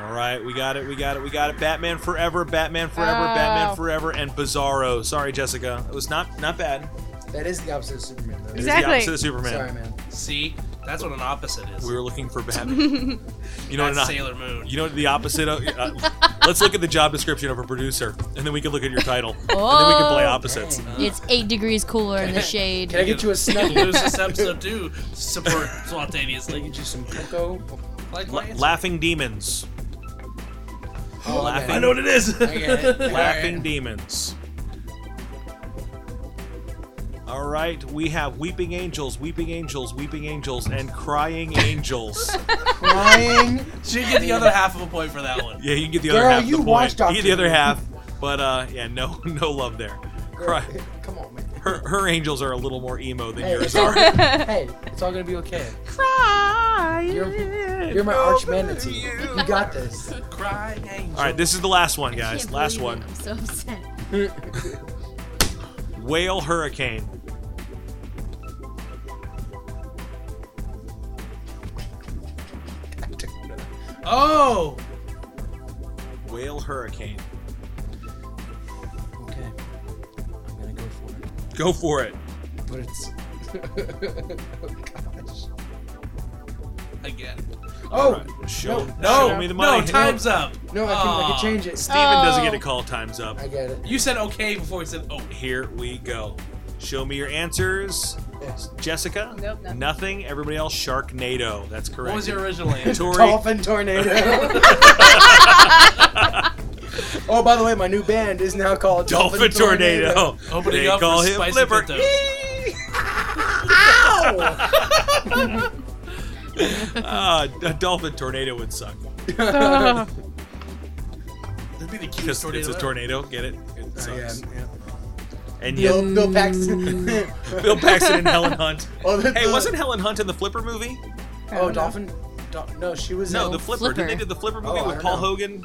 S2: All right, we got it, we got it, we got it. Batman Forever, Batman Forever, Batman
S6: Oh.
S2: Forever, and Bizarro. Sorry, Jessica, it was not not bad.
S5: That is the opposite of Superman, though.
S2: It is
S6: Exactly.
S2: the opposite of Superman.
S5: Sorry, man.
S3: See, that's what an opposite is.
S2: We were looking for Batman. you know,
S3: That's
S2: not,
S3: Sailor Moon.
S2: you know the opposite of. Uh, let's look at the job description of a producer, and then we can look at your title, and then we can play
S6: Oh.
S2: opposites.
S4: It's eight degrees cooler in the shade.
S5: Can I get you a
S3: You'll
S5: snuff?
S3: lose Uh, this episode too. Support
S5: Can I
S3: spontaneously.
S5: get you some cocoa?
S3: Like
S2: La-
S3: Lance.
S2: laughing demons.
S5: Oh,
S2: Laughing.
S3: I know what it is.
S5: I got it. I got
S2: Laughing
S5: it.
S2: demons. All right, we have weeping angels, weeping angels, weeping angels, and crying angels.
S5: Crying.
S3: Should get the other half of a point for that one.
S2: Yeah, you can get the
S5: Girl,
S2: other half. of
S5: you
S2: the point.
S5: watched
S2: You get the
S5: Doctor
S2: other
S5: Who.
S2: half, but uh, yeah, no, no love there. Cry.
S5: Come on, man.
S2: Her, her angels are a little more emo than
S5: Hey,
S2: yours
S5: it's
S2: are.
S5: all, hey, it's all gonna be okay. You're, you're my arch manatee. You got this.
S3: Crying angel.
S2: All right, this is the last one,
S4: I
S2: guys.
S4: can't
S2: Last one.
S4: believe it. I'm so upset.
S2: Whale hurricane.
S3: Oh,
S2: Whale hurricane.
S5: Okay. I'm gonna go for it.
S2: Go for it.
S5: But it's. oh,
S3: again.
S5: gosh. Oh!
S2: All right, show,
S3: No,
S2: show me the money.
S3: no, time's up.
S5: No, I can, I
S3: Aw.
S5: can change it.
S2: Steven doesn't get
S6: Oh.
S2: a call. Time's up.
S5: I get it.
S3: You said okay before he said oh.
S2: Here we go. Show me your answers.
S5: Yes.
S2: Jessica?
S6: Nope, nothing.
S2: Nothing. Everybody else, Sharknado. That's correct.
S3: What was your uh, original answer?
S2: Tori,
S5: Dolphin tornado. oh, by the way, my new band is now called
S2: Dolphin, Tornado.
S3: Opening
S2: they
S3: up
S2: call
S3: for
S2: him
S3: Spicy
S2: Flipper.
S3: Pinto.
S5: Ow!
S2: Ah, a Dolphin Tornado would suck.
S3: That'd be the cutest
S2: Because
S3: tornado.
S2: it's a
S3: ever.
S2: tornado. Get it? It
S5: Oh, yeah,
S2: sucks.
S5: yeah.
S2: And
S5: Bill,
S2: yet,
S5: Bill Paxton.
S2: Bill Paxton and Helen Hunt.
S5: Oh, the-
S2: hey,
S5: the-
S2: wasn't Helen Hunt in the Flipper movie?
S5: oh, Dolphin. Dol- no, she was.
S2: No,
S5: in-
S2: the Flipper. Didn't they do
S4: Flipper.
S2: the Flipper
S5: Oh,
S2: movie
S5: I
S2: with
S5: don't
S2: Paul
S5: know.
S2: Hogan?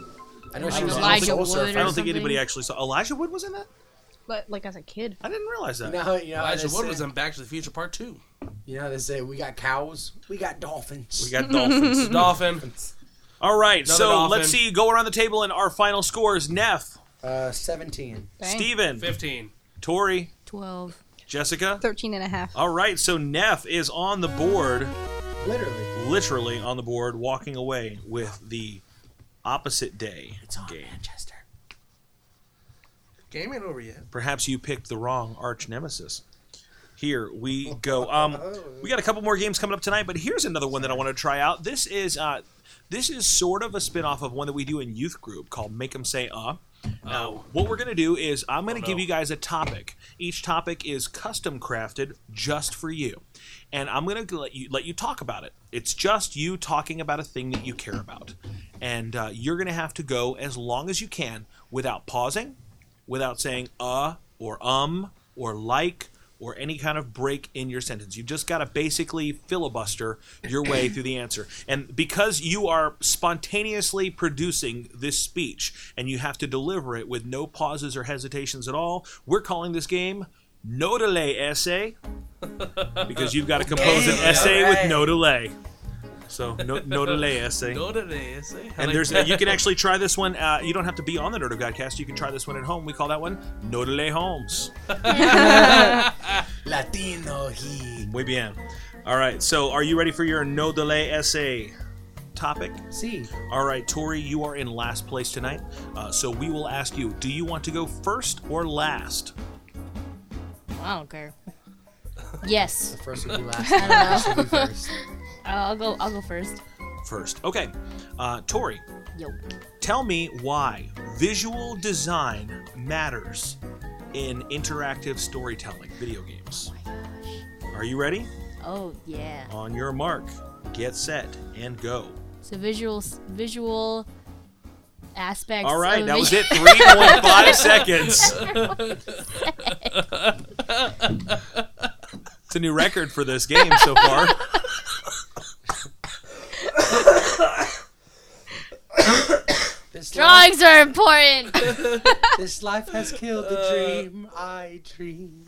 S5: I know she was
S4: Elijah
S5: in Soul
S4: Wood or
S5: Surfer.
S2: I don't think
S4: something.
S2: anybody actually saw. Elijah Wood was in that?
S6: But like as a kid.
S2: I didn't realize that.
S5: No, you know, how
S3: Elijah
S5: they
S3: Wood
S5: say-
S3: was in Back to the Future Part Two.
S5: You know, how they say we got cows, we got dolphins.
S2: We got dolphins.
S3: Dolphin.
S2: All right,
S3: Another
S2: so
S3: dolphin.
S2: let's see. Go around the table and our final scores: Neff,
S5: uh, seventeen.
S6: Dang.
S2: Steven,
S3: Fifteen.
S2: Tori,
S4: Twelve.
S2: Jessica.
S6: 13 and a half.
S2: All right, so Neff is on the board,
S5: Literally.
S2: literally on the board, walking away with the opposite day game.
S5: Manchester.
S3: Game ain't over yet.
S2: Perhaps you picked the wrong arch nemesis. Here we go. Um,
S5: Oh.
S2: we got a couple more games coming up tonight, but here's another one that I want to try out. This is uh, this is sort of a spin-off of one that we do in youth group called Make 'em Say Uh. Now, what we're going to do is I'm going to give
S3: no.
S2: you guys a topic. Each topic is custom crafted just for you. And I'm going to let you let you talk about it. It's just you talking about a thing that you care about. And uh, you're going to have to go as long as you can without pausing, without saying uh or um or like or any kind of break in your sentence. You've just got to basically filibuster your way through the answer. And because you are spontaneously producing this speech and you have to deliver it with no pauses or hesitations at all, we're calling this game No Delay Essay because you've got to compose an
S5: Okay,
S2: essay with
S5: alright.
S2: no delay. So, no, no delay essay.
S3: Go to this. eh? I
S2: And
S3: like
S2: there's
S3: that.
S2: you can actually try this one. Uh, you don't have to be on the Nerd of Godcast. You can try this one at home. We call that one No Delay Homes.
S5: Latino heat.
S2: Muy bien. All right. So are you ready for your No Delay essay topic?
S5: See,
S2: All right, Tori, you are in last place tonight. Uh, so we will ask you: Do you want to go first or last?
S4: I don't care. Yes,
S5: the first would be last. the last would be first.
S4: I'll go. I'll go first.
S2: First. Okay. Uh, Tori,
S4: Yo.
S2: tell me why visual design matters in interactive storytelling video games. Are you ready?
S4: Oh yeah.
S2: On your mark, get set, and go.
S4: So visual, visual aspects.
S2: All right,
S4: of
S2: that
S4: it.
S2: was it. 3.5 seconds. It's a new record for this game so far.
S5: This
S4: Drawings are important.
S5: Life, this life has killed
S2: Uh,
S5: the dream I dream.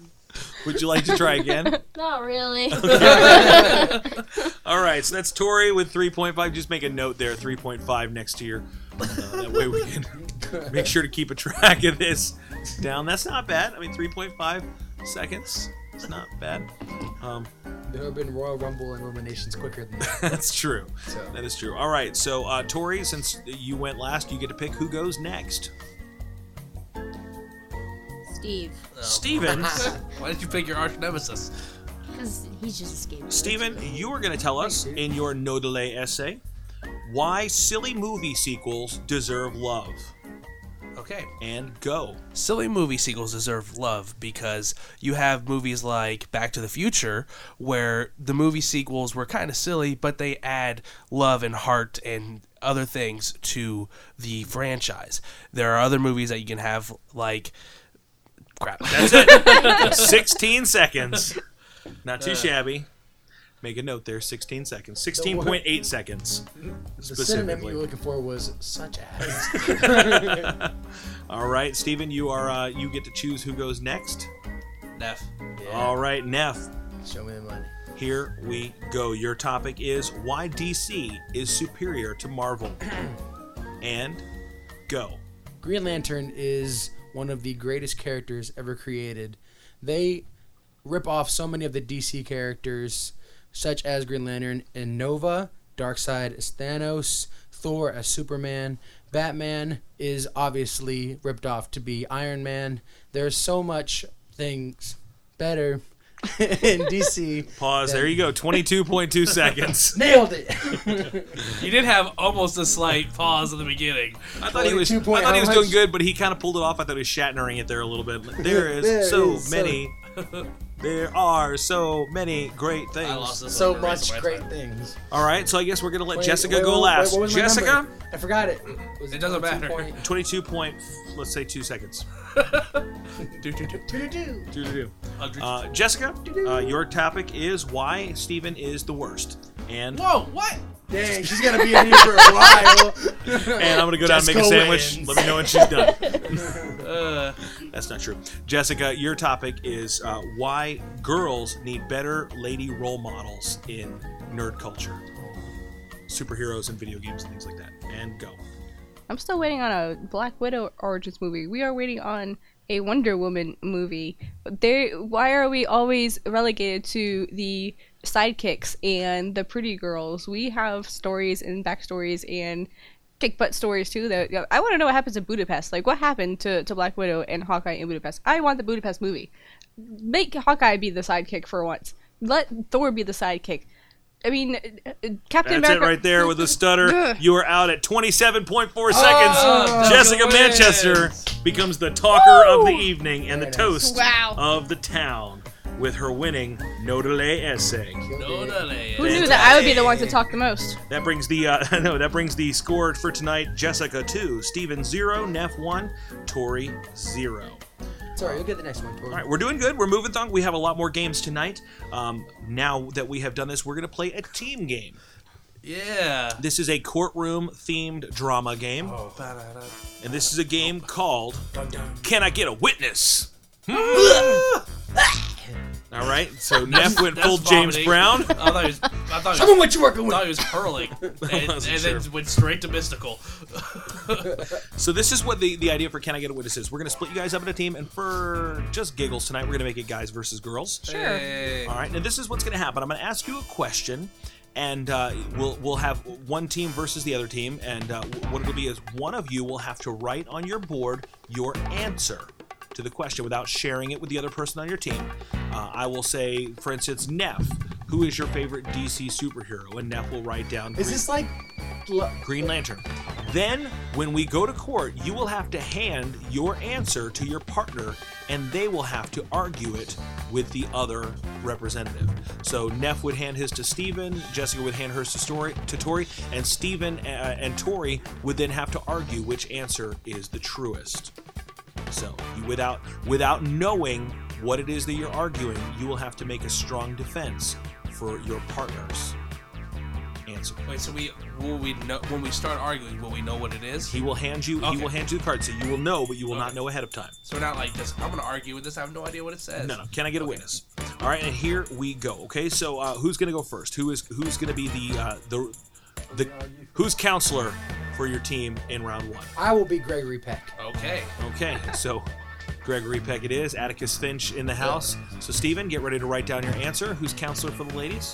S2: Would you like to try again?
S4: Not really.
S2: All right, so that's Tori with 3.5. Just make a note there, 3.5 next year. Uh, that way we can make sure to keep a track of this down. That's not bad. I mean, 3.5 seconds. It's not bad. Um,
S5: There have been Royal Rumble and eliminations quicker than that.
S2: that's true.
S5: So.
S2: That is true. All right, so uh, Tori, since you went last, you get to pick who goes next.
S4: Steve,
S2: Steven,
S3: Why did you pick your arch nemesis?
S4: because he's just escaped.
S2: Steven, you were going to tell us in your no delay essay why silly movie sequels deserve love.
S3: Okay.
S2: And go.
S3: silly movie sequels deserve love because you have movies like Back to the Future where the movie sequels were kind of silly, but they add love and heart and other things to the franchise. There are other movies that you can have like crap. That's it.
S2: 16 seconds. Not too shabby. Make a note there 16 seconds. 16.8 seconds.
S5: The synonym you were
S2: Specifically.
S5: looking for was such as.
S2: All right, Steven, you are uh, you get to choose who goes next.
S3: Neff.
S2: All right, Neff,
S5: Show me the money.
S2: here we go. Your topic is why DC is superior to Marvel. and go.
S5: Green Lantern is one of the greatest characters ever created. They rip off so many of the DC characters, such as Green Lantern and Nova, Darkseid as Thanos, Thor as Superman, Batman is obviously ripped off to be Iron Man. There's so much things better in DC.
S2: Pause. There you go. 22.2 seconds.
S5: Nailed it.
S3: You did have almost a slight pause at the beginning.
S2: I thought he was I
S5: 22 point oh
S2: thought he
S5: how
S2: was doing
S5: much?
S2: good, but he kind of pulled it off. I thought he was shattering it there a little bit. There is
S5: There
S2: so
S5: is so-
S2: many. there are so many great things.
S3: I lost this
S5: so
S3: one for a reason, but
S5: much great
S3: it's
S5: things.
S2: All right, so I guess we're gonna let
S5: Wait,
S2: Jessica
S5: wait,
S2: go
S5: wait,
S2: last.
S5: wait, what was my number?
S2: Jessica,
S5: I forgot it. Was
S3: It doesn't matter.
S5: 22.8?
S2: twenty-two point. Let's say two seconds.
S3: fine. Do, do, do.
S2: Doo-doo-doo.
S3: Hundred-
S2: Uh, Jessica, uh, your topic is why Steven is the worst, and
S3: Whoa, what?
S5: Dang, she's gonna be in here for a while.
S2: and I'm gonna go down and make a
S5: Jessica
S2: sandwich.
S5: wins.
S2: Let me know when she's done.
S3: Uh,
S2: That's not true. Jessica, your topic is uh, why girls need better lady role models in nerd culture, superheroes and video games and things like that. And go.
S6: I'm still waiting on a Black Widow origins movie. We are waiting on a Wonder Woman movie. They, why are we always relegated to the sidekicks and the pretty girls? We have stories and backstories and kick butt stories too. That I want to know what happens in Budapest. Like what happened to, to Black Widow and Hawkeye in Budapest? I want the Budapest movie. Make Hawkeye be the sidekick for once. Let Thor be the sidekick. I mean, uh, uh, Captain
S2: That's
S6: America.
S2: it right there with a stutter. you are out at 27.4 seconds.
S3: Oh,
S2: Jessica
S3: Jessica
S2: Manchester
S3: wins.
S2: becomes the talker of the
S6: Woo!
S2: evening and the
S5: Very nice.
S2: toast
S4: Wow.
S2: of the town with her winning no delay essay.
S3: no, no, no.
S6: Who knew that I would be the one to talk the most?
S2: That brings the uh, no. That brings the score for tonight. Jessica two, Steven zero, Neff one, Tori zero.
S5: Sorry, you'll get the next one. Tori.
S2: All right, we're doing good. We're moving on. We have a lot more games tonight. Um, now that we have done this, we're gonna play a team game.
S3: Yeah.
S2: This is a courtroom themed drama game, and this is a game called "Can I Get a Witness." All right, so Neff went
S3: That's
S2: full James
S3: vomiting.
S2: Brown.
S3: I thought he was. I thought he
S5: Tell
S3: was
S5: me what you're working with.
S3: thought he was hurling, and, and
S2: wasn't
S3: then
S2: sure.
S3: went straight to mystical.
S2: So this is what the, the idea for Can I Get a Witness is. We're gonna split you guys up into a team, and for just giggles tonight, we're gonna make it guys versus girls.
S6: Sure.
S3: Hey.
S2: All right, now this is what's gonna happen. I'm gonna ask you a question, and uh, we'll we'll have one team versus the other team, and uh, what it'll be is one of you will have to write on your board your answer to the question without sharing it with the other person on your team. Uh, I will say, for instance, Neff, who is your favorite DC superhero, and Neff will write down
S5: Is this like? Lo-
S2: Green Lantern. Then, when we go to court, you will have to hand your answer to your partner and they will have to argue it with the other representative. So Neff would hand his to Steven, Jessica would hand hers to, Story, to Tori, and Steven uh, and Tori would then have to argue which answer is the truest. So, you, without without knowing what it is that you're arguing, you will have to make a strong defense for your partner's answer.
S3: Wait, so we will we know when we start arguing? Will we know what it is?
S2: He will hand you. He
S3: Okay.
S2: will hand you the card, so you will know, but you will not
S3: Okay.
S2: know ahead of time.
S3: So we're not like this. I'm gonna argue with this. I have no idea what it says.
S2: No, no. Can I get a witness? All right, and here we go. Okay, so uh, who's gonna go first? Who is who's gonna be the uh, the the who's counselor for your team in round one?
S5: I will be Gregory Peck.
S3: Okay.
S2: Okay, so Gregory Peck it is. Atticus Finch in the house. So Steven, get ready to write down your answer. Who's counselor for the ladies?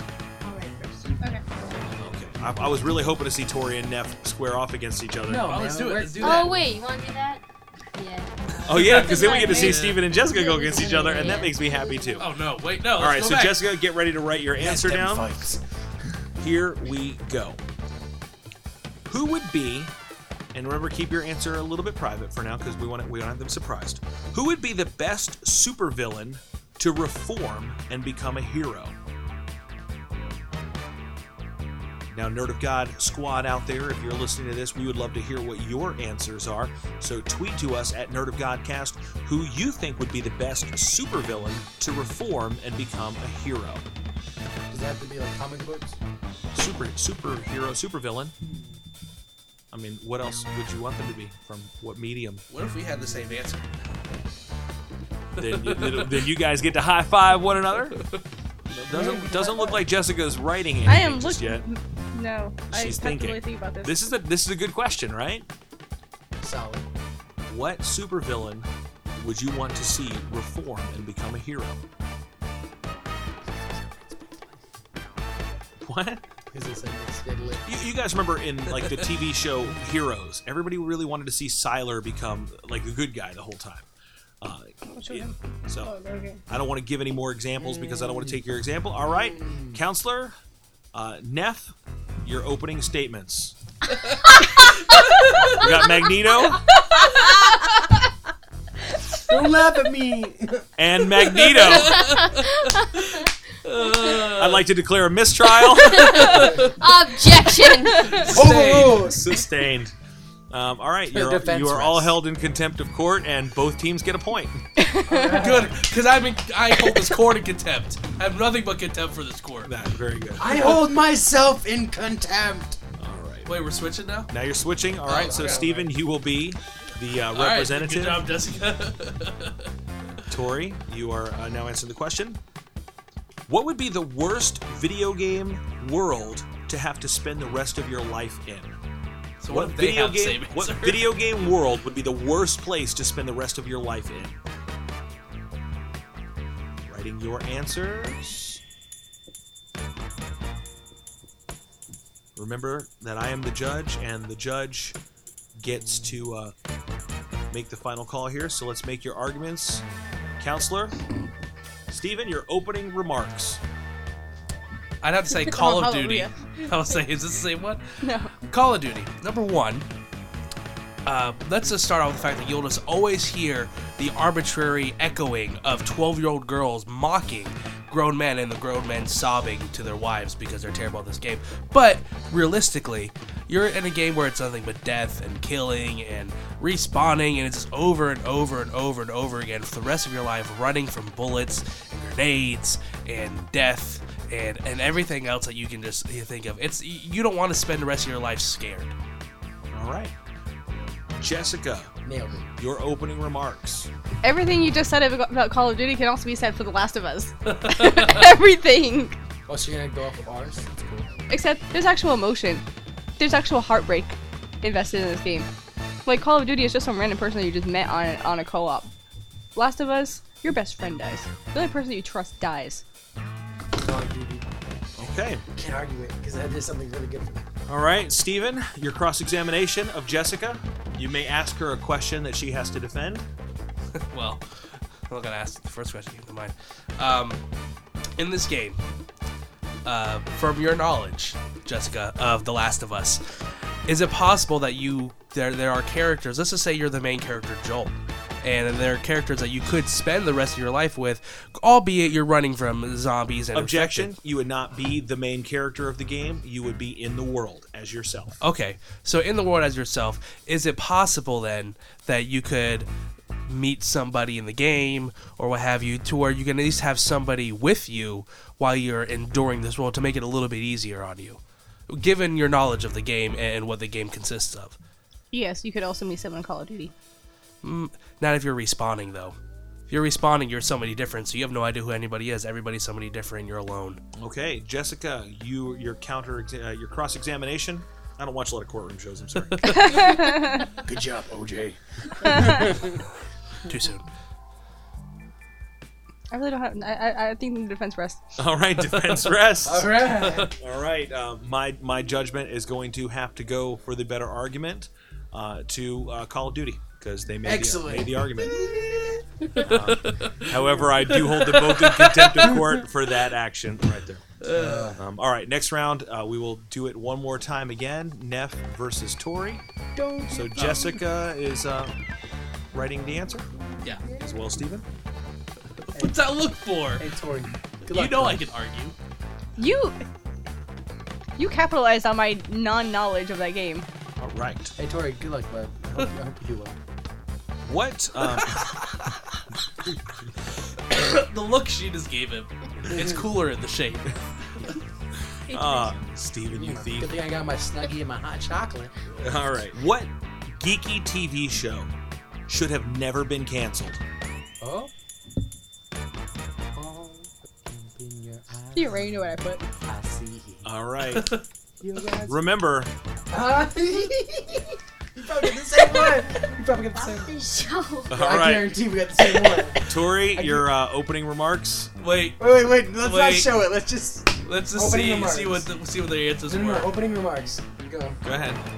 S6: Okay.
S2: Okay, I, I was really hoping to see Tori and Neff square off against each other.
S5: No,
S3: Well,
S5: man,
S3: let's do it.
S5: we're-
S3: Let's do that.
S4: Oh wait, you want to do that? Yeah.
S2: Oh yeah, because then we get to see
S4: Yeah.
S2: Steven and Jessica go against each other, and that makes me happy too.
S3: Oh no! Wait, no.
S2: All right, so Jessica, get ready to write your answer down. Here we go. Who would be? And remember, keep your answer a little bit private for now because we want it, we don't have them surprised. Who would be the best supervillain to reform and become a hero? Now, Nerd of God squad out there, if you're listening to this, we would love to hear what your answers are. So tweet to us at Nerd of Godcast who you think would be the best supervillain to reform and become a hero.
S5: Does that have to be like comic books?
S2: Super superhero, supervillain. I mean, what else would you want them to be? From what medium?
S3: What if we had the same answer?
S2: then, you, then- then you guys get to high five one another. Doesn't doesn't look like Jessica's writing anything
S6: I am
S2: just
S6: looking.
S2: yet.
S6: No, I
S2: She's
S6: have
S2: thinking.
S6: to really think about this.
S2: This is a this is a good question, right?
S5: Solid.
S2: What supervillain would you want to see reform and become a hero? What?
S5: Is this like steadily?
S2: You, you guys remember in like the TV show Heroes, everybody really wanted to see Siler become like the good guy the whole time. Uh,
S6: Show
S2: yeah.
S6: them. Oh,
S2: So
S6: okay.
S2: I don't want to give any more examples because I don't want to take your example. All right, counselor, uh, Neff, your opening statements. we got Magneto
S5: Don't laugh at me.
S2: and Magneto. I'd like to declare a mistrial.
S4: Objection.
S5: Overruled.
S2: Sustained. Um, all right, you're,
S5: Defense
S2: you are all
S5: rests.
S2: held in contempt of court, and both teams get a point.
S3: Good, because I've been I hold this court in contempt. I have nothing but contempt for this court.
S2: That very good.
S5: I hold myself in contempt.
S2: All right.
S3: Wait, we're switching now.
S2: Now you're switching. All right. so
S3: okay,
S2: Steven, you will be the uh,
S3: All right,
S2: representative.
S3: Good job, Jessica.
S2: Tori, you are uh, now answering the question. What would be the worst video game world to have to spend the rest of your life in?
S3: so
S2: What
S3: what, if they
S2: video
S3: have the
S2: game?
S3: same
S2: What
S3: answer?
S2: video game world would be the worst place to spend the rest of your life in? Writing your answers. Remember that I am the judge, and the judge gets to uh, make the final call here. So let's make your arguments, counselor. Steven, your opening remarks.
S3: I'd have to say Call of Duty.
S6: hallelujah.
S3: I'll say, is this the same one?
S6: No.
S3: Call of Duty. Number one. Uh, let's just start off with the fact that you'll just always hear the arbitrary echoing of 12 year old girls mocking grown men and the grown men sobbing to their wives because they're terrible at this game. But realistically, you're in a game where it's nothing but death and killing and respawning, and it's just over and over and over and over again for the rest of your life, running from bullets and grenades and death and, and everything else that you can just think of. It's You don't want to spend the rest of your life scared.
S2: All right. Jessica,
S5: Nailed it.
S2: your opening remarks.
S6: Everything you just said about Call of Duty can also be said for The Last of Us. Everything.
S5: Oh, so you're gonna go off of ours? That's cool.
S6: Except there's actual emotion. There's actual heartbreak invested in this game. Like Call of Duty is just some random person that you just met on on a co-op. Last of Us, your best friend dies. The only person you trust dies.
S5: Call of Duty.
S2: Okay.
S5: Can't argue it because I did something really good for me.
S2: All right, Steven, your cross examination of Jessica. You may ask her a question that she has to defend.
S3: well, I'm not gonna ask the first question. Keep in mind, um, in this game, uh, from your knowledge, Jessica, of The Last of Us, is it possible that you there there are characters? Let's just say you're the main character, Joel, and there are characters that you could spend the rest of your life with, albeit you're running from zombies and
S2: Objection:
S3: infected.
S2: You would not be the main character of the game. You would be in the world as yourself.
S3: Okay, so in the world as yourself, is it possible then that you could meet somebody in the game or what have you, to where you can at least have somebody with you while you're enduring this world to make it a little bit easier on you, given your knowledge of the game and what the game consists of?
S6: Yes, you could also meet someone in Call of Duty.
S3: Not if you're respawning though. If you're respawning, you're somebody different, so you have no idea who anybody is. Everybody's somebody different. You're alone.
S2: Okay, Jessica, you your counter uh, your cross examination. I don't watch a lot of courtroom shows. I'm sorry.
S7: Good job, OJ.
S3: Too soon.
S6: I really don't have. I, I, I think the defense rests.
S2: All right, defense rests.
S5: All right.
S2: All right, uh, my my judgment is going to have to go for the better argument uh, to uh, Call of Duty because they made the,
S5: Excellent.
S2: made the argument. Uh, however, I do hold them both in contempt of court for that action right there. Um, all right, next round uh, we will do it one more time again. Neff versus Tori. So Jessica is uh, writing the answer
S8: Yeah.
S2: as well, Stephen.
S8: What's that look for?
S5: Hey, Tori. Good
S8: You
S5: luck.
S8: know I can argue.
S6: You. You capitalized on my non-knowledge of that game.
S2: All right.
S5: Hey, Tori. Good luck, bud. I hope, I hope you do well.
S2: What? Um,
S8: The look she just gave him.
S3: It's cooler in the shade.
S2: uh, Stephen, you thief.
S5: Good thing I got my snuggie and my hot chocolate.
S2: All right. What geeky TV show should have never been canceled?
S5: Oh. Oh, in your eyes,
S6: You already knew what I put.
S5: I see
S2: All right.
S5: your eyes.
S2: Remember,
S5: you probably got the same one. You probably got the same. one.
S4: Show.
S2: all
S5: I
S2: right,
S5: guarantee we got the same one.
S2: Tori, your uh, opening remarks.
S3: Wait,
S5: Wait, wait, wait. Let's not
S3: Wait.
S5: show it. Let's just.
S3: let's just
S5: Opening
S3: see
S5: remarks.
S3: see what the, see what their answers
S5: No, no, no.
S3: were.
S5: Opening remarks. Go.
S2: Go ahead.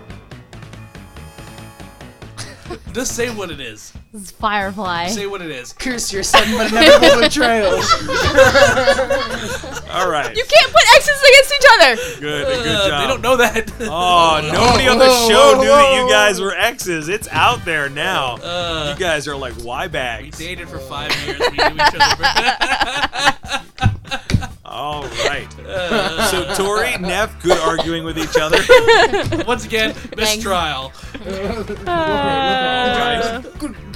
S3: Just say what it is.
S4: This is Firefly.
S3: Say what it is.
S5: Curse your son, but inevitable betrayal.
S2: All right.
S4: You can't put X's against each other.
S2: Good. Good
S3: Uh,
S2: job.
S3: They don't know that.
S2: Oh, nobody on the
S5: Whoa,
S2: show
S5: whoa,
S2: knew that you
S5: whoa.
S2: guys were exes. It's out there now.
S3: Uh,
S2: you guys are like why
S3: we
S2: bags.
S3: dated for five years. We knew each other.
S2: All right.
S3: Uh,
S2: so Tori, Neff, good arguing with each other.
S3: For, once again, mistrial.
S5: Uh,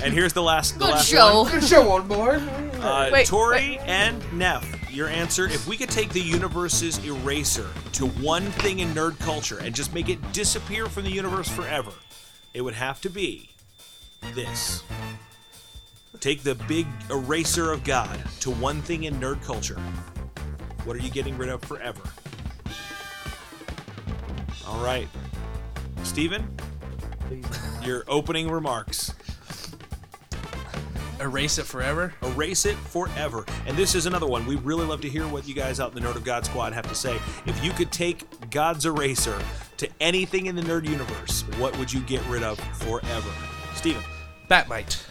S2: And here's the last. The
S4: Good
S2: last
S4: show.
S5: Good show on board.
S2: one. Uh,
S6: Wait,
S2: Tori and Neff, your answer. If we could take the universe's eraser to one thing in nerd culture and just make it disappear from the universe forever, it would have to be this. Take the big eraser of God to one thing in nerd culture. What are you getting rid of forever? All right. Steven, your opening remarks.
S3: Erase it forever.
S2: Erase it forever. And this is another one. We really love to hear what you guys out in the Nerd of God squad have to say. If you could take God's eraser to anything in the nerd universe, what would you get rid of forever? Steven,
S3: Batmite.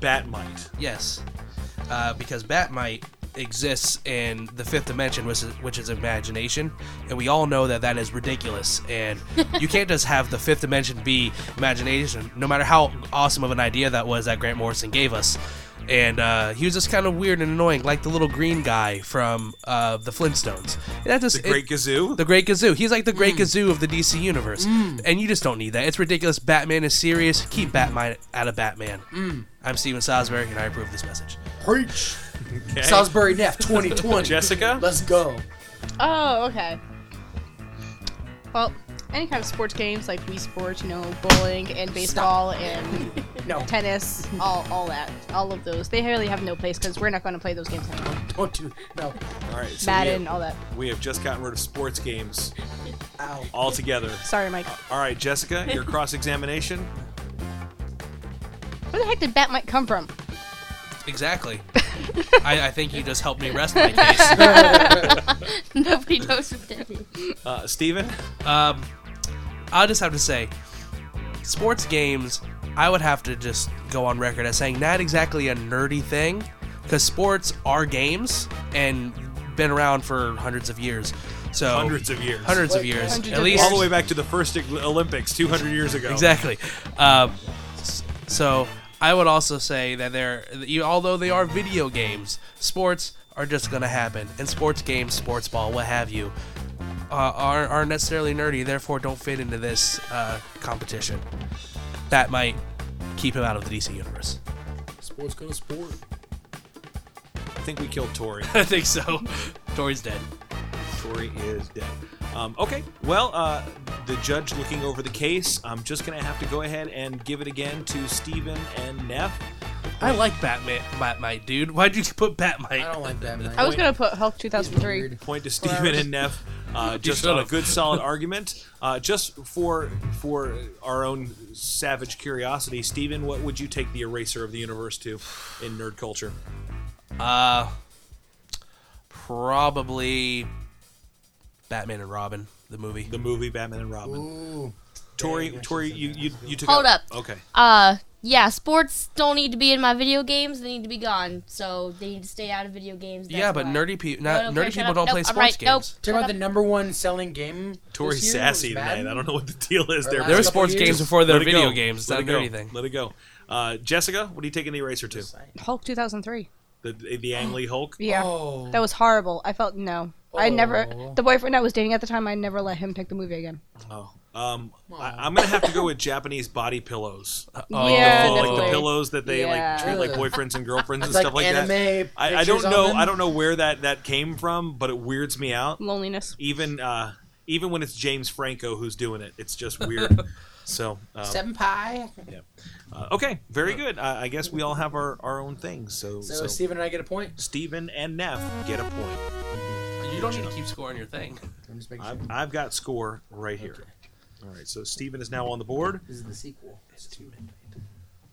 S2: Batmite.
S3: Yes, uh, because Batmite exists in the fifth dimension, which is, which is imagination, and we all know that that is ridiculous. And you can't just have the fifth dimension be imagination, no matter how awesome of an idea that was that Grant Morrison gave us. And uh, he was just kind of weird and annoying, like the little green guy from uh, the Flintstones. And that just
S2: The Great
S3: it-
S2: Gazoo.
S3: the Great Gazoo. He's like the Great Gazoo of the DC universe, and you just don't need that. It's ridiculous. Batman is serious. Keep Batman out of Batman. I'm Steven Salisbury, and I approve this message.
S5: Preach.
S2: Okay.
S5: Salisbury Neff 2020.
S2: Jessica?
S5: Let's go.
S6: Oh, okay. Well, any kind of sports games like Wii Sports, you know, bowling and baseball and
S5: No,
S6: tennis, all all that, all of those. They really have no place because we're not going to play those games anymore.
S5: don't do. No.
S2: All right. So
S6: Madden,
S2: We have,
S6: all that.
S2: we have just gotten rid of sports games
S5: Ow.
S2: altogether.
S6: Sorry, Mike.
S2: All right, Jessica, your cross examination.
S6: Where the heck did Bat might come from?
S3: Exactly. I, I think you just helped me rest my case.
S4: Nobody knows what that is.
S2: Uh, Steven?
S3: Um, I'll just have to say, sports games. I would have to just go on record as saying not exactly a nerdy thing, because sports are games and been around for hundreds of years. So
S2: Hundreds of years.
S3: Oh. hundreds of years,
S6: hundreds
S3: at
S6: of
S3: least
S2: All the way back to the first Olympics 200 years ago.
S3: exactly. Um, s- so I would also say that they're, you- although they are video games, sports are just gonna happen, and sports games, sports ball, what have you, uh, are aren't necessarily nerdy. Therefore, don't fit into this uh, competition. That might keep him out of the DC universe.
S5: Sports gonna sport.
S2: I think we killed Tori.
S3: I think so. Tori's dead.
S2: Tori is dead. Um, okay, well, uh, the judge looking over the case, I'm just going to have to go ahead and give it again to Steven and Neff.
S3: I like Batman, Batmite, dude. Why'd you put Batmite?
S5: I don't like that. Man.
S6: I was gonna put Hulk 2003.
S5: Weird.
S2: Point to Steven and Neff. Uh, just
S3: shut
S2: on a
S3: up.
S2: good, solid argument. Uh, just for for our own savage curiosity, Steven, what would you take the eraser of the universe to in nerd culture?
S3: Uh, probably Batman and Robin, the movie.
S2: The movie Batman and Robin.
S5: Ooh.
S2: Tori, Tori, you, you you took
S4: Hold
S2: out-
S4: up.
S2: Okay,
S4: Uh, yeah, sports don't need to be in my video games. They need to be gone. So they need to stay out of video games.
S3: yeah,
S4: that's
S3: but
S4: why.
S3: nerdy people,
S4: No,
S3: not
S4: no,
S3: nerdy
S4: shut
S3: people
S4: up.
S3: don't
S4: Nope,
S3: play
S4: I'm
S3: sports
S4: right. Nope.
S3: games.
S5: Talk about the number one selling game.
S2: Tori's
S5: this year
S2: sassy
S5: was
S2: tonight. I
S5: Madden?
S2: don't know what the deal is there.
S5: Or
S3: There were
S5: last couple
S3: sports
S5: years.
S3: games before there
S2: Let
S3: were
S2: it
S3: video
S2: go.
S3: games. It's
S2: Let
S3: not
S2: it
S3: good
S2: go.
S3: anything.
S2: Let it go. Uh, Jessica, what are you taking the eraser to?
S6: Hulk 2003.
S2: The the Ang Lee Hulk.
S6: Yeah.
S5: Oh.
S6: That was horrible. I felt no. I never.
S5: Oh.
S6: The boyfriend I was dating at the time, I never let him pick the movie again.
S2: Oh, um, I, I'm gonna have to go with Japanese body pillows, Uh,
S6: yeah,
S2: like the
S6: definitely.
S2: pillows that they
S6: Yeah.
S2: like treat like
S5: Ugh.
S2: boyfriends and girlfriends and
S5: It's like
S2: stuff like that.
S5: anime
S2: I, I don't
S5: pictures on
S2: know.
S5: them.
S2: I don't know where that that came from, but it weirds me out.
S6: Loneliness.
S2: Even uh, even when it's James Franco who's doing it, it's just weird. so um,
S5: Senpai.
S2: uh, okay, very good. Uh, I guess we all have our, our own things. So,
S5: So, Steven and I get a point.
S2: Steven and Neff get a point.
S3: You don't need to keep scoring your thing.
S5: I'm just making sure.
S2: I've, I've got score right here. All right, so Steven is now on the board.
S5: This is the sequel.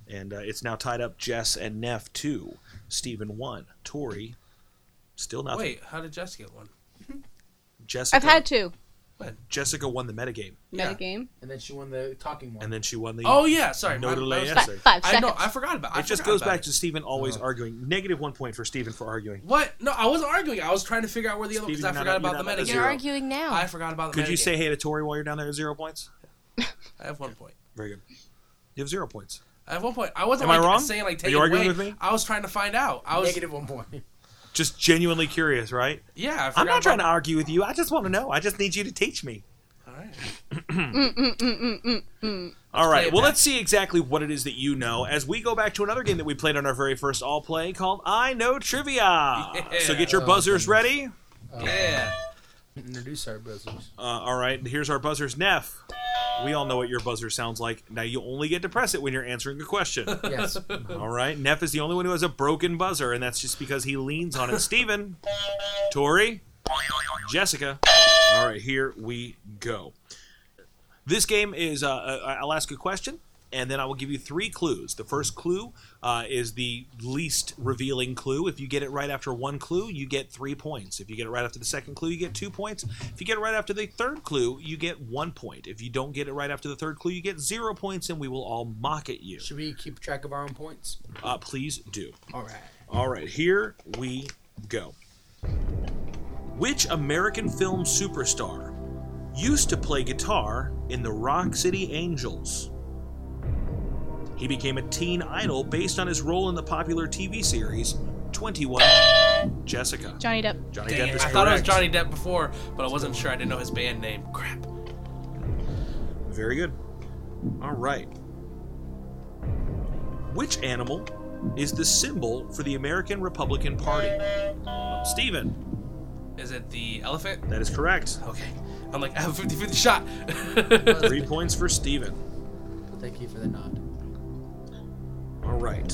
S2: And uh, it's now tied up Jess and Neff 2. Steven 1. Tori, still nothing.
S3: Wait, how did Jess get one?
S2: Jessica,
S6: I've had two.
S2: Jessica won the metagame.
S3: Yeah.
S6: Metagame.
S5: And then she won the talking one.
S2: And then she won the.
S3: Oh yeah, sorry.
S2: No
S3: my-
S2: delay
S3: my-
S2: answer.
S4: Fi- Five
S3: I
S4: seconds.
S3: know. I forgot about. I
S2: It just
S3: forgot
S2: goes
S3: about
S2: back
S3: it. Uh-huh.
S2: to Steven always arguing. Negative one point for Steven for arguing.
S3: what? No, I wasn't arguing. I was trying to figure out where the other one
S2: Steven,
S3: because I
S2: you're
S3: forgot
S2: not-
S3: about the
S2: you're not a
S3: metagame.
S4: You're
S2: zero.
S4: arguing now.
S3: I forgot about the.
S2: Could you
S3: metagame.
S2: say hey to Tori while you're down there at zero points?
S3: I have one point.
S2: Very good. You have zero points.
S3: I have one point. I wasn't.
S2: Am I
S3: like,
S2: wrong?
S3: Saying like
S2: Are
S3: take
S2: you
S3: it
S2: arguing
S3: away.
S2: with me?
S3: I was trying to find out. I was.
S5: Negative one point.
S2: Just genuinely curious, right?
S3: Yeah, I forgot
S2: I'm not trying to
S3: about-
S2: argue with you. I just want to know. I just need you to teach me.
S3: All right.
S2: All right.
S3: it
S2: Well,
S3: back.
S2: let's see exactly what it is that you know as we go back to another game that we played on our very first all play called I Know Trivia. So get your
S5: Oh,
S2: buzzers
S5: goodness.
S2: ready.
S3: Yeah.
S5: Introduce our brothers.
S2: Uh, all right. Here's our buzzers, Neff. We all know what your buzzer sounds like. Now you only get to press it when you're answering a question.
S5: Yes.
S2: all right. Neff is the only one who has a broken buzzer, and that's just because he leans on it. Steven, Tori, Jessica. All right. Here we go. This game is uh, uh, I'll ask a question, and then I will give you three clues. The first clue uh, is the least revealing clue. If you get it right after one clue, you get three points. If you get it right after the second clue, you get two points. If you get it right after the third clue, you get one point. If you don't get it right after the third clue, you get zero points, and we will all mock at you.
S5: Should we keep track of our own points?
S2: Uh, please do.
S5: All right.
S2: All right, here we go. Which American film superstar used to play guitar in the Rock City Angels? He became a teen idol based on his role in the popular TV series 21 Jessica.
S6: Johnny Depp.
S2: Johnny
S3: Dang
S2: Depp
S3: it.
S2: is
S3: I thought it was
S2: correct.
S3: Johnny Depp before, but I wasn't sure. I didn't know his band name. Crap.
S2: Very good. All right. Which animal is the symbol for the American Republican Party? Steven,
S3: Is it the elephant?
S2: that is correct.
S3: Okay. I'm like, I have a 50 50 shot.
S2: Three points for Steven.
S5: Thank you for the nod.
S2: All right.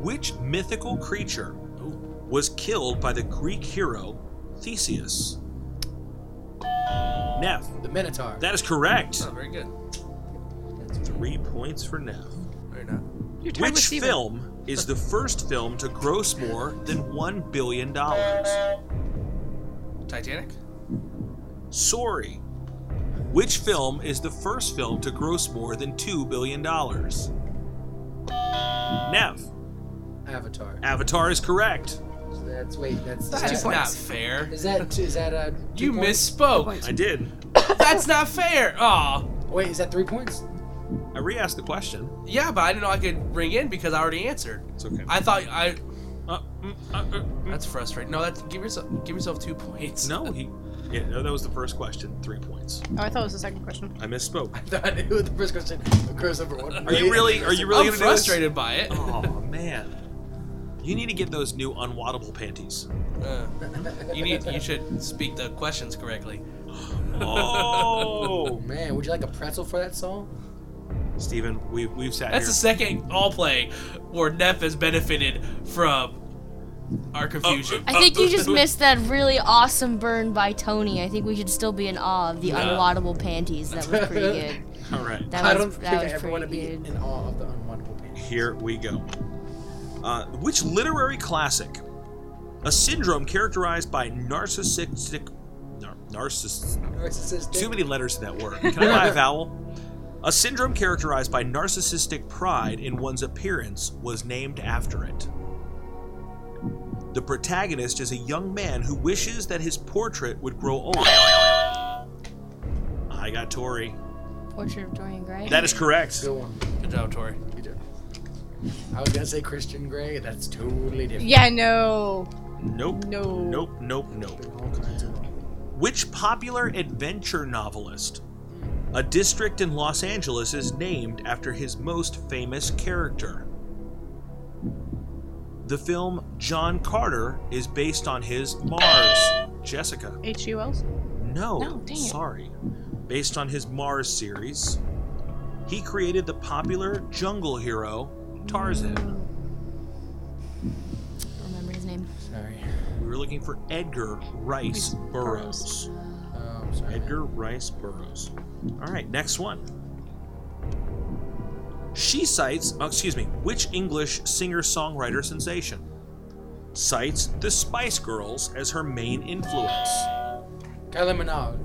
S2: Which mythical creature
S3: Oh,
S2: was killed by the Greek hero Theseus? Neff.
S5: The Minotaur.
S2: That is correct.
S3: oh, very good.
S2: Three points for Neff.
S3: Or not.
S6: You're tied with
S2: Which
S6: Steven.
S2: film is the first film to gross more than $1 billion? dollars?
S3: Titanic?
S2: Sorry. Which film is the first film to gross more than $2 billion? dollars? Neff.
S5: Avatar.
S2: Avatar is correct.
S5: So that's wait. That's
S3: That's
S5: is that,
S3: not fair.
S5: is that is that uh? two
S3: You
S5: points?
S3: misspoke.
S7: I did.
S3: That's not fair. Aw.
S5: Wait, is that three points?
S2: I re asked the question.
S3: Yeah, but I didn't know I could ring in because I already answered.
S2: It's okay.
S3: I thought I.
S2: Uh, mm, uh, uh, mm.
S3: That's frustrating. No, that's give yourself give yourself two points.
S2: No, he. Yeah, no, that was the first question. Three points.
S6: Oh, I thought it was the second question.
S2: I misspoke.
S5: That it was the first question. Gross over one.
S2: Are you really? Are you really
S3: I'm
S2: gonna
S3: frustrated by it.
S2: Do this? Oh man. You need to get those new unwattable panties.
S3: Uh, you need you should speak the questions correctly.
S2: Oh,
S5: Man, would you like a pretzel for that song?
S2: Steven, we we've sat
S3: That's the
S2: here.
S3: second all play where Neff has benefited from
S2: Oh.
S3: our confusion.
S4: I think you just missed that really awesome burn by Tony. I think we should still be in awe of the unwattable panties. That was pretty good.
S2: All right.
S4: That
S5: I
S4: was,
S5: don't
S4: that
S5: think
S4: was
S5: I ever want to be
S4: pretty good.
S5: in awe of the unwantable pain.
S2: Here we go. Uh, which literary classic? A syndrome characterized by narcissistic. Nar- narciss.
S5: Narcissistic.
S2: Too many letters in that word. Can I buy a vowel? A syndrome characterized by narcissistic pride in one's appearance was named after it. The protagonist is a young man who wishes that his portrait would grow old. I got Tori.
S4: Portrait of Dorian Gray.
S2: That is correct.
S5: Good one.
S3: Good job, Tori.
S5: You do. I was gonna say Christian Grey. That's totally different.
S6: Yeah, no.
S2: Nope.
S6: No.
S2: Nope. Nope. Nope.
S5: All kinds of
S2: Which popular adventure novelist? A district in Los Angeles is named after his most famous character. The film John Carter is based on his Mars. Jessica.
S6: H. G. Wells.
S2: No.
S6: No, dang it.
S2: sorry. Based on his Mars series. He created the popular jungle hero Tarzan.
S4: I don't remember his name.
S5: Sorry.
S2: We were looking for Edgar Rice Burroughs.
S5: Oh, I'm sorry.
S2: Edgar Rice Burroughs. All right, next one. She cites, oh, excuse me, which English singer songwriter sensation? Cites the Spice Girls as her main influence.
S5: Kylie Minogue.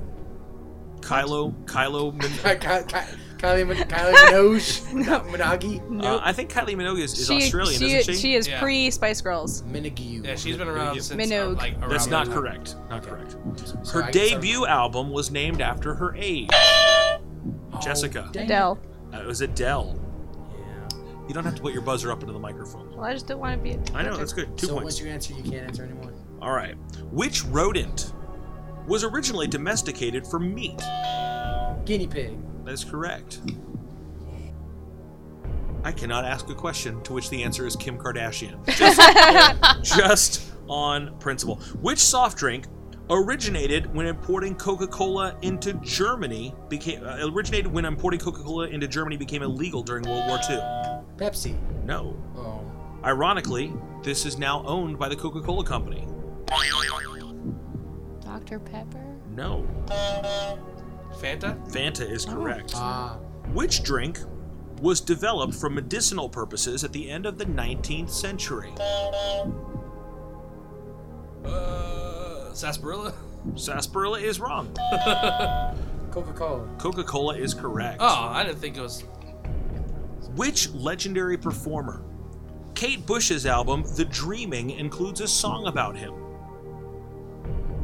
S2: Kylo, Kylo, Min-
S5: Ky- Ky- Ky- Kylie, Min- Kylie Minogue. no. Minogue.
S2: uh, I think Kylie Minogue is, is Australian,
S6: she,
S2: isn't she?
S6: she is
S3: Yeah.
S6: pre Spice Girls.
S5: Minogue.
S3: Yeah, she's been around
S2: Minogue.
S3: since uh, like around
S2: That's
S3: that
S2: not
S3: time.
S2: correct. Not correct.
S5: So
S2: Her
S5: I guess I-
S2: debut album was named after her age. Jessica.
S5: Oh, dang.
S6: Adele.
S2: Uh, it was Adele. You don't have to put your buzzer up into the microphone.
S6: Well, I just don't want to be.
S2: I know, that's good. Two
S5: so
S2: points.
S5: once you answer, you can't answer anymore.
S2: All right. Which rodent was originally domesticated for meat?
S5: Guinea pig.
S2: That is correct. I cannot ask a question to which the answer is Kim Kardashian. Just, just on principle. Which soft drink originated when importing Coca-Cola into Germany became uh, originated when importing Coca-Cola into Germany became illegal during World War II?
S5: Pepsi.
S2: No.
S5: Oh.
S2: Ironically, this is now owned by the Coca-Cola company.
S4: Dr. Pepper?
S2: No.
S3: Fanta?
S2: Fanta is correct.
S5: Ah.
S2: Which drink was developed for medicinal purposes at the end of the 19th century?
S3: Uh, sarsaparilla?
S2: Sarsaparilla is wrong.
S5: Coca Cola.
S2: Coca Cola is correct.
S3: Oh, I didn't think it was.
S2: Which legendary performer? Kate Bush's album, The Dreaming, includes a song about him.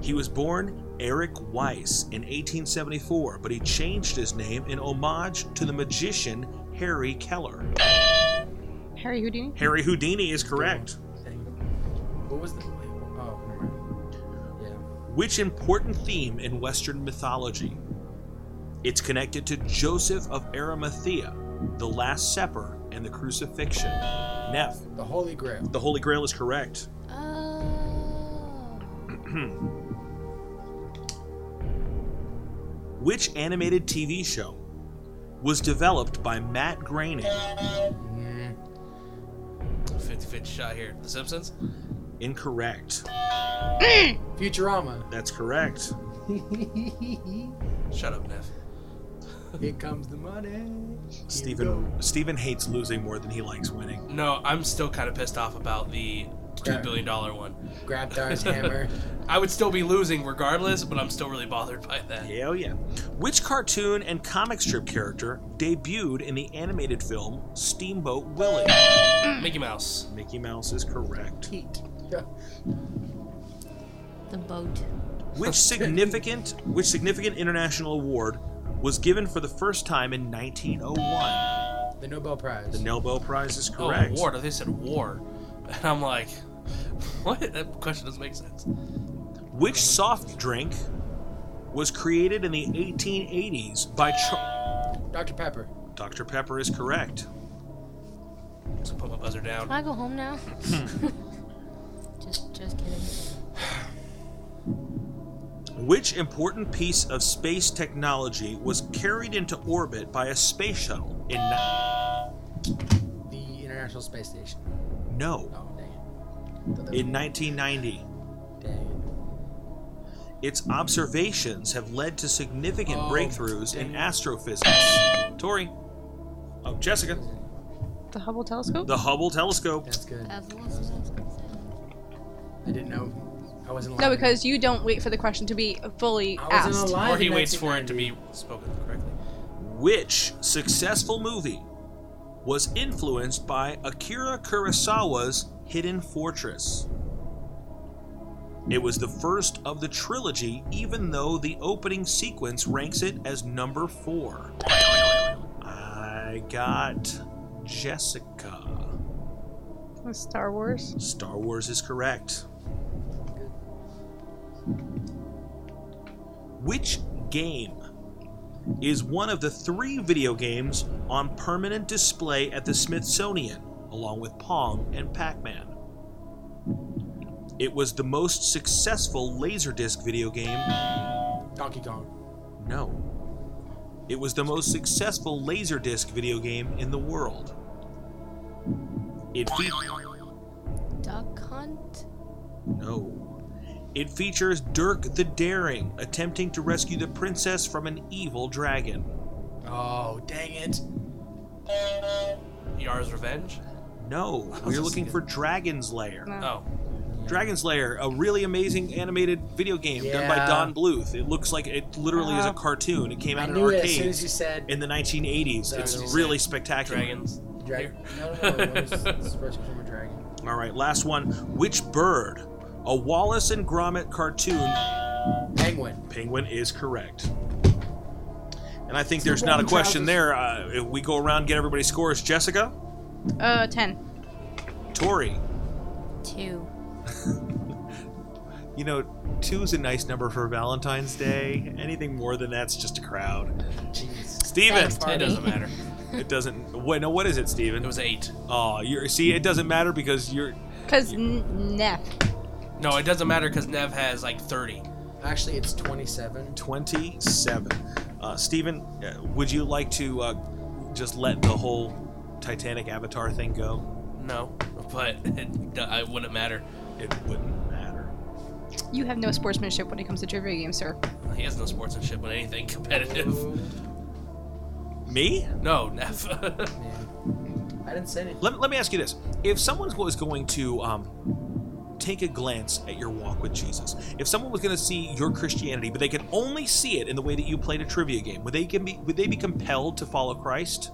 S2: He was born Eric Weiss in 1874, but he changed his name in homage to the magician Harry Keller.
S6: Harry Houdini.
S2: Harry Houdini is correct.
S5: Dang. What was the. Oh, never mind. Yeah.
S2: Which important theme in Western mythology? It's connected to Joseph of Arimathea, the Last Supper, and the crucifixion. Neff,
S5: The Holy Grail.
S2: the Holy Grail is correct.
S4: Uh, Oh.
S2: Which animated TV show was developed by Matt Groening?
S3: 50 50 shot here. The Simpsons?
S2: Incorrect.
S5: Futurama.
S2: That's correct.
S3: Shut up, Neff.
S5: Here comes the money. Here you
S2: Stephen Stephen hates losing more than he likes winning.
S3: No, I'm still kind of pissed off about the $2 billion one.
S5: go. grabbed Dar's hammer.
S3: I would still be losing regardless, but I'm still really bothered by that.
S2: Hell yeah. Which cartoon and comic strip character debuted in the animated film Steamboat Willie?
S3: Mickey Mouse.
S2: Mickey Mouse is correct.
S5: Heat.
S4: The boat.
S2: Which significant which significant international award was given for the first time in 1901?
S5: The Nobel Prize.
S2: The Nobel Prize is
S3: Oh,
S2: correct.
S3: war. They said war, and I'm like, what? That question doesn't make sense.
S2: Which soft drink was created in the 1880s by Char-
S5: Dr. Pepper.
S2: Dr. Pepper is correct.
S3: So put my buzzer down.
S4: Can I go home now? just, just kidding.
S2: Which important piece of space technology was carried into orbit by a space shuttle in ni-
S5: The International Space Station.
S2: No,
S5: Oh, dang it. Thought that
S2: in 1990?
S5: was- dang
S2: Its observations have led to significant
S5: Oh,
S2: breakthroughs in
S5: dang.
S2: astrophysics. Tori. Oh, Jessica.
S6: The Hubble telescope?
S2: The Hubble
S5: it.
S2: telescope.
S5: That's good.
S4: That's the last one I was gonna say.
S5: I didn't know. I wasn't
S6: no,
S5: lying.
S6: because you don't wait for the question to be fully
S5: I wasn't
S6: asked.
S5: alive
S3: Or he
S5: in
S3: waits for it to be spoken correctly.
S2: Which successful movie was influenced by Akira Kurosawa's Hidden Fortress? It was the first of the trilogy, even though the opening sequence ranks it as number four. I got Jessica.
S6: Star Wars.
S2: Star Wars is correct. Which game is one of the three video games on permanent display at the Smithsonian, along with Pong and Pac Man? It was the most successful Laserdisc video game.
S5: Donkey Kong.
S2: No. It was the most successful Laserdisc video game in the world. It featured.
S4: Duck hunt?
S2: No. It features Dirk the Daring attempting to rescue the princess from an evil dragon.
S5: Oh, dang it.
S3: Yara's revenge.
S2: No, we're looking for Dragon's Lair.
S6: No.
S3: Oh,
S2: Dragon's Lair, a really amazing animated video game done by
S5: Yeah.
S2: Don Bluth. It looks like it literally is a
S6: Wow.
S2: cartoon. It came
S5: I
S2: out in
S5: knew it as soon as
S2: arcades
S5: you said
S2: in the 1980s.
S5: Sorry,
S2: It's
S5: you
S2: really spectacular.
S3: dragons.
S5: dragon. No, no, no. It was, it was Rescue from a Dragon.
S2: All right, last one. Which bird? A Wallace and Gromit cartoon
S5: Penguin.
S2: Penguin is correct. And I think there's not a question there. Uh, if we go around, get everybody's scores. Jessica,
S6: Uh, ten.
S2: Tori.
S4: Two.
S2: You know, two is a nice number for Valentine's Day. Anything more than that's just a crowd.
S5: Jeez.
S2: Steven.
S4: Thanks,
S3: It doesn't matter.
S2: It doesn't. What? No. What is it, Steven?
S3: It was eight.
S2: Oh, you're. See, it doesn't matter because you're.
S6: Because n- Neff.
S3: No, it doesn't matter because Nev has like thirty.
S5: Actually, it's 27.
S2: 27. Uh, Steven, uh, would you like to uh, just let the whole Titanic Avatar thing go?
S3: No, but it, it wouldn't matter.
S2: It wouldn't matter.
S6: You have no sportsmanship when it comes to trivia games, sir.
S3: He has no sportsmanship on anything competitive.
S2: Me?
S3: No, Nev.
S5: Man. I didn't say anything.
S2: Let, let me ask you this. If someone was going to um, take a glance at your walk with Jesus, if someone was going to see your Christianity, but they could only see it in the way that you played a trivia game, would they can be would they be compelled to follow Christ?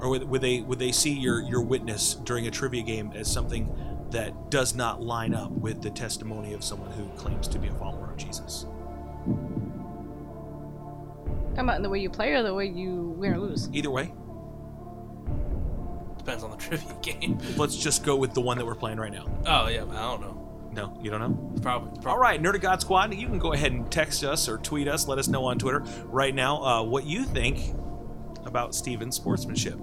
S2: Or would, would they would they see your, your witness during a trivia game as something that does not line up with the testimony of someone who claims to be a follower of Jesus?
S6: Talking about in the way you play or the way you win or lose.
S2: Either way,
S3: Depends on the trivia game.
S2: let's just go with the one that we're playing right now.
S3: Oh yeah, I don't know.
S2: No, you don't know?
S3: Probably. probably.
S2: All right, Nerd of God Squad, you can go ahead and text us or tweet us. Let us know on Twitter right now uh, what you think about Steven's sportsmanship.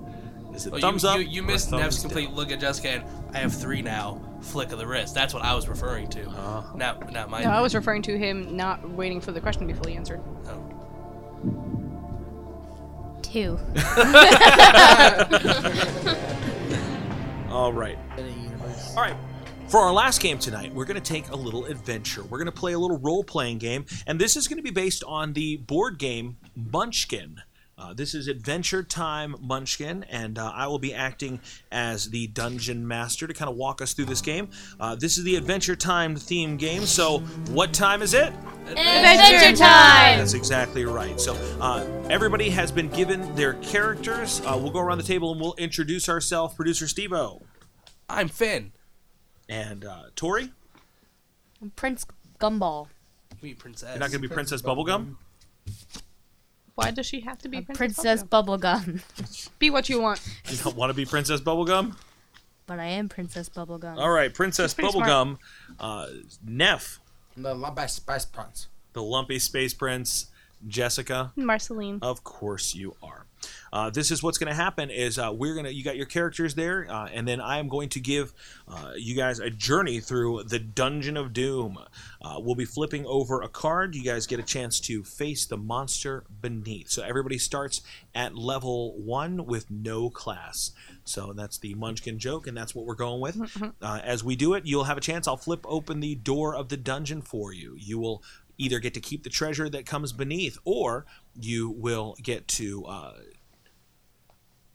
S2: Is it
S3: Well, Oh, you-
S2: thumbs
S3: you,
S2: up?
S3: You,
S2: or
S3: missed
S2: thumbs
S3: Nev's
S2: down?
S3: complete look at Jessica, and I have three now. Flick of the wrist. That's what I was referring to.
S2: Ah.
S3: Not not mine.
S6: No, I was referring to him not waiting for the question to be fully answered.
S3: Oh.
S4: Two.
S2: All right.
S5: In a universe.
S2: All right. For our last game tonight, we're going to take a little adventure. We're going to play a little role playing game, and this is going to be based on the board game Munchkin. Uh, this is Adventure Time Munchkin, and uh, I will be acting as the dungeon master to kind of walk us through this game. Uh, this is the Adventure Time theme game, so what time is it?
S4: Adventure time!
S2: That's exactly right. So uh, everybody has been given their characters. Uh, we'll go around the table and we'll introduce ourselves. Producer Stevo
S3: I'm Finn.
S2: And uh, Tori, you're
S4: I'm Prince Gumball.
S3: We princess.
S2: not going to be Princess Bubblegum?
S6: Why does she have to be
S4: I'm
S6: Princess?
S4: Princess
S6: Bubblegum?
S4: Bubblegum.
S6: Be what you want.
S2: You don't want to be Princess Bubblegum?
S4: but I am Princess Bubblegum.
S2: All right, Princess
S6: pretty
S2: Bubblegum, uh, Neff,
S5: The Lumpy Spice Prawns.
S2: the lumpy space prince, Jessica.
S6: Marceline.
S2: Of course you are. Uh, this is what's going to happen is uh, we're going to you got your characters there uh, and then i am going to give uh, you guys a journey through the dungeon of doom uh, we'll be flipping over a card you guys get a chance to face the monster beneath so everybody starts at level one with no class so that's the munchkin joke and that's what we're going with uh, as we do it you'll have a chance i'll flip open the door of the dungeon for you you will either get to keep the treasure that comes beneath or you will get to uh,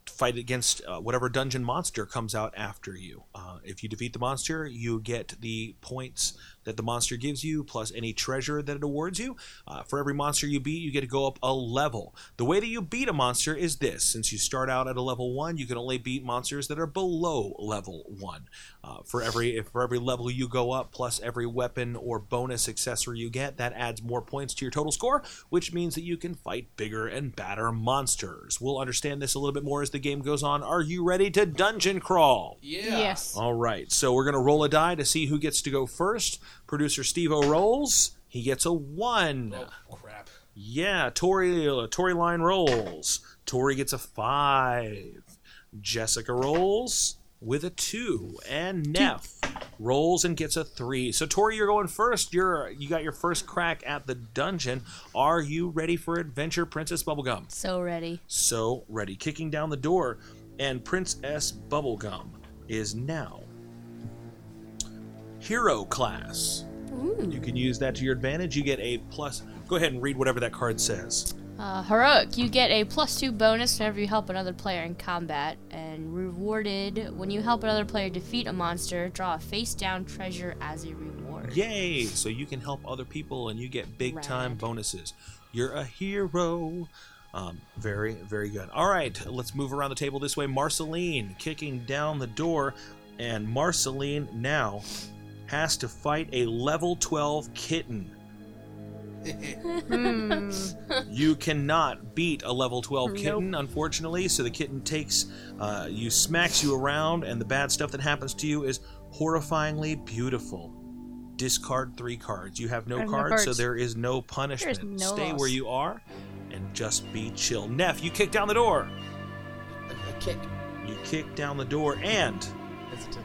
S2: fight against uh, whatever dungeon monster comes out after you. Uh, if you defeat the monster, you get the points that the monster gives you, plus any treasure that it awards you. Uh, for every monster you beat, you get to go up a level. The way that you beat a monster is this since you start out at a level one, you can only beat monsters that are below level one. Uh, for every if for every level you go up, plus every weapon or bonus accessory you get, that adds more points to your total score, which means that you can fight bigger and badder monsters. We'll understand this a little bit more as the game goes on. Are you ready to dungeon crawl?
S8: Yeah.
S6: Yes.
S2: All right, so we're gonna roll a die to see who gets to go first. Producer Steve O rolls. He gets a one.
S8: Oh, crap.
S2: Yeah, Tori uh, Tori line rolls. Tori gets a five. Jessica rolls with a two, and Neff rolls and gets a three. So Tori, you're going first. You're you got your first crack at the dungeon. Are you ready for adventure, Princess Bubblegum?
S4: So ready.
S2: So ready, kicking down the door, and Princess Bubblegum is now hero class. You can use that to your advantage. You get a plus. Go ahead and read whatever that card says.
S4: Uh, heroic. You get a plus two bonus whenever you help another player in combat, and rewarded when you help another player defeat a monster. Draw a face down treasure as a reward.
S2: Yay! So you can help other people and you get big time
S4: Rad.
S2: bonuses. You're a hero. Um, very, very good. All right, let's move around the table this way. Marceline kicking down the door, and Marceline now has to fight a level 12 kitten. you cannot beat a level 12 kitten, unfortunately. So the kitten takes uh, you, smacks you around, and the bad stuff that happens to you is horrifyingly beautiful. Discard three cards. You have no
S6: I have
S2: cards,
S6: no
S2: so
S6: cards.
S2: there is no punishment.
S6: no
S2: Stay
S6: loss.
S2: where you are and just be chill. Neff, you kick down the door.
S5: A, a kick.
S2: You kick down the door, and
S5: That's a tip.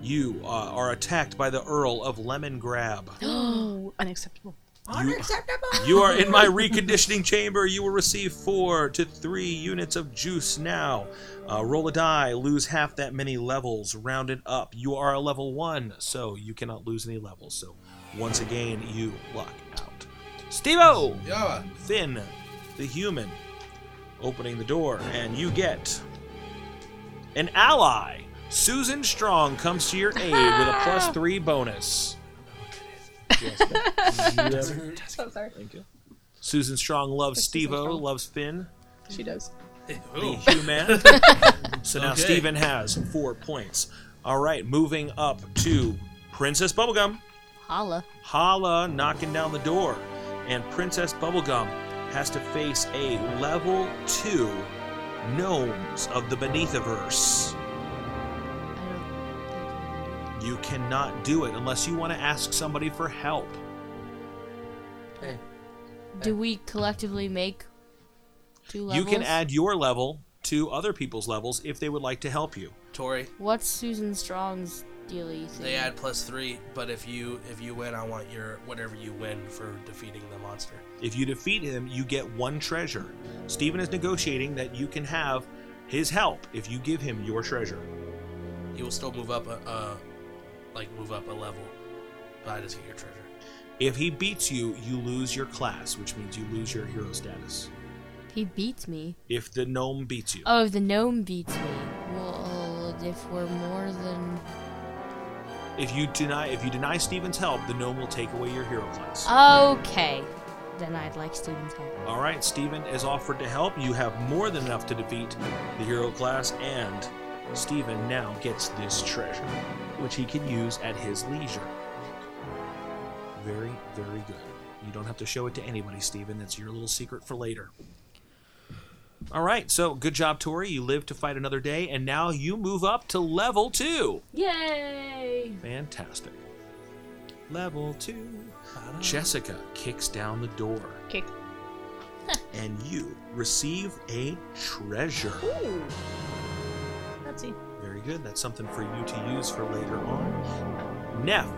S2: you uh, are attacked by the Earl of Lemon Grab.
S6: Ooh, unacceptable.
S2: You are in my reconditioning chamber. You will receive four to three units of juice now. Uh, roll a die, lose half that many levels, round it up. You are a level one, so you cannot lose any levels. So once again, you luck out. Steve O!
S9: Yeah.
S2: Finn, the human, opening the door, and you get an ally. Susan Strong comes to your aid with a plus three bonus. Yes, ma'am.
S6: So sorry.
S2: Thank you. Susan Strong loves
S6: Susan
S2: Steve O,
S6: Strong.
S2: loves Finn,
S6: She does.
S2: the
S8: Ooh.
S2: human. so now
S8: Okay.
S2: Steven has four points. All right, moving up to Princess Bubblegum.
S4: Holla.
S2: Hala knocking down the door, and Princess Bubblegum has to face a level two gnomes of the Beneathiverse.
S4: I don't.
S2: You cannot do it unless you want to ask somebody for help.
S5: Hey,
S4: Do we collectively make two levels?
S2: You can add your level to other people's levels if they would like to help you.
S3: Tori,
S4: What's Susan Strong's dealy thing?
S3: they add plus three, but if you if you win, I want your whatever you win for defeating the monster.
S2: If you defeat him, you get one treasure. Steven is negotiating that you can have his help if you give him your treasure.
S3: You will still move up a, a like move up a level, but I just get your treasure.
S2: If he beats you, you lose your class, which means you lose your hero status.
S4: He beats me.
S2: If the gnome beats you.
S4: Oh, the gnome beats me. Well, if we're more than.
S2: If you deny if you deny Steven's help, the gnome will take away your hero class.
S4: Okay. Then I'd like Steven's help.
S2: All right, Steven is offered to help. You have more than enough to defeat the hero class and Stephen now gets this treasure, which he can use at his leisure. Very, very good. You don't have to show it to anybody, Stephen. That's your little secret for later. All right, so good job, Tori. You live to fight another day, and now you move up to level two.
S4: Yay!
S2: Fantastic. Level two. Jessica kicks down the door,
S6: Kick.
S2: and you receive a treasure.
S6: Ooh. Let's see.
S2: Very good. That's something for you to use for later on. Neff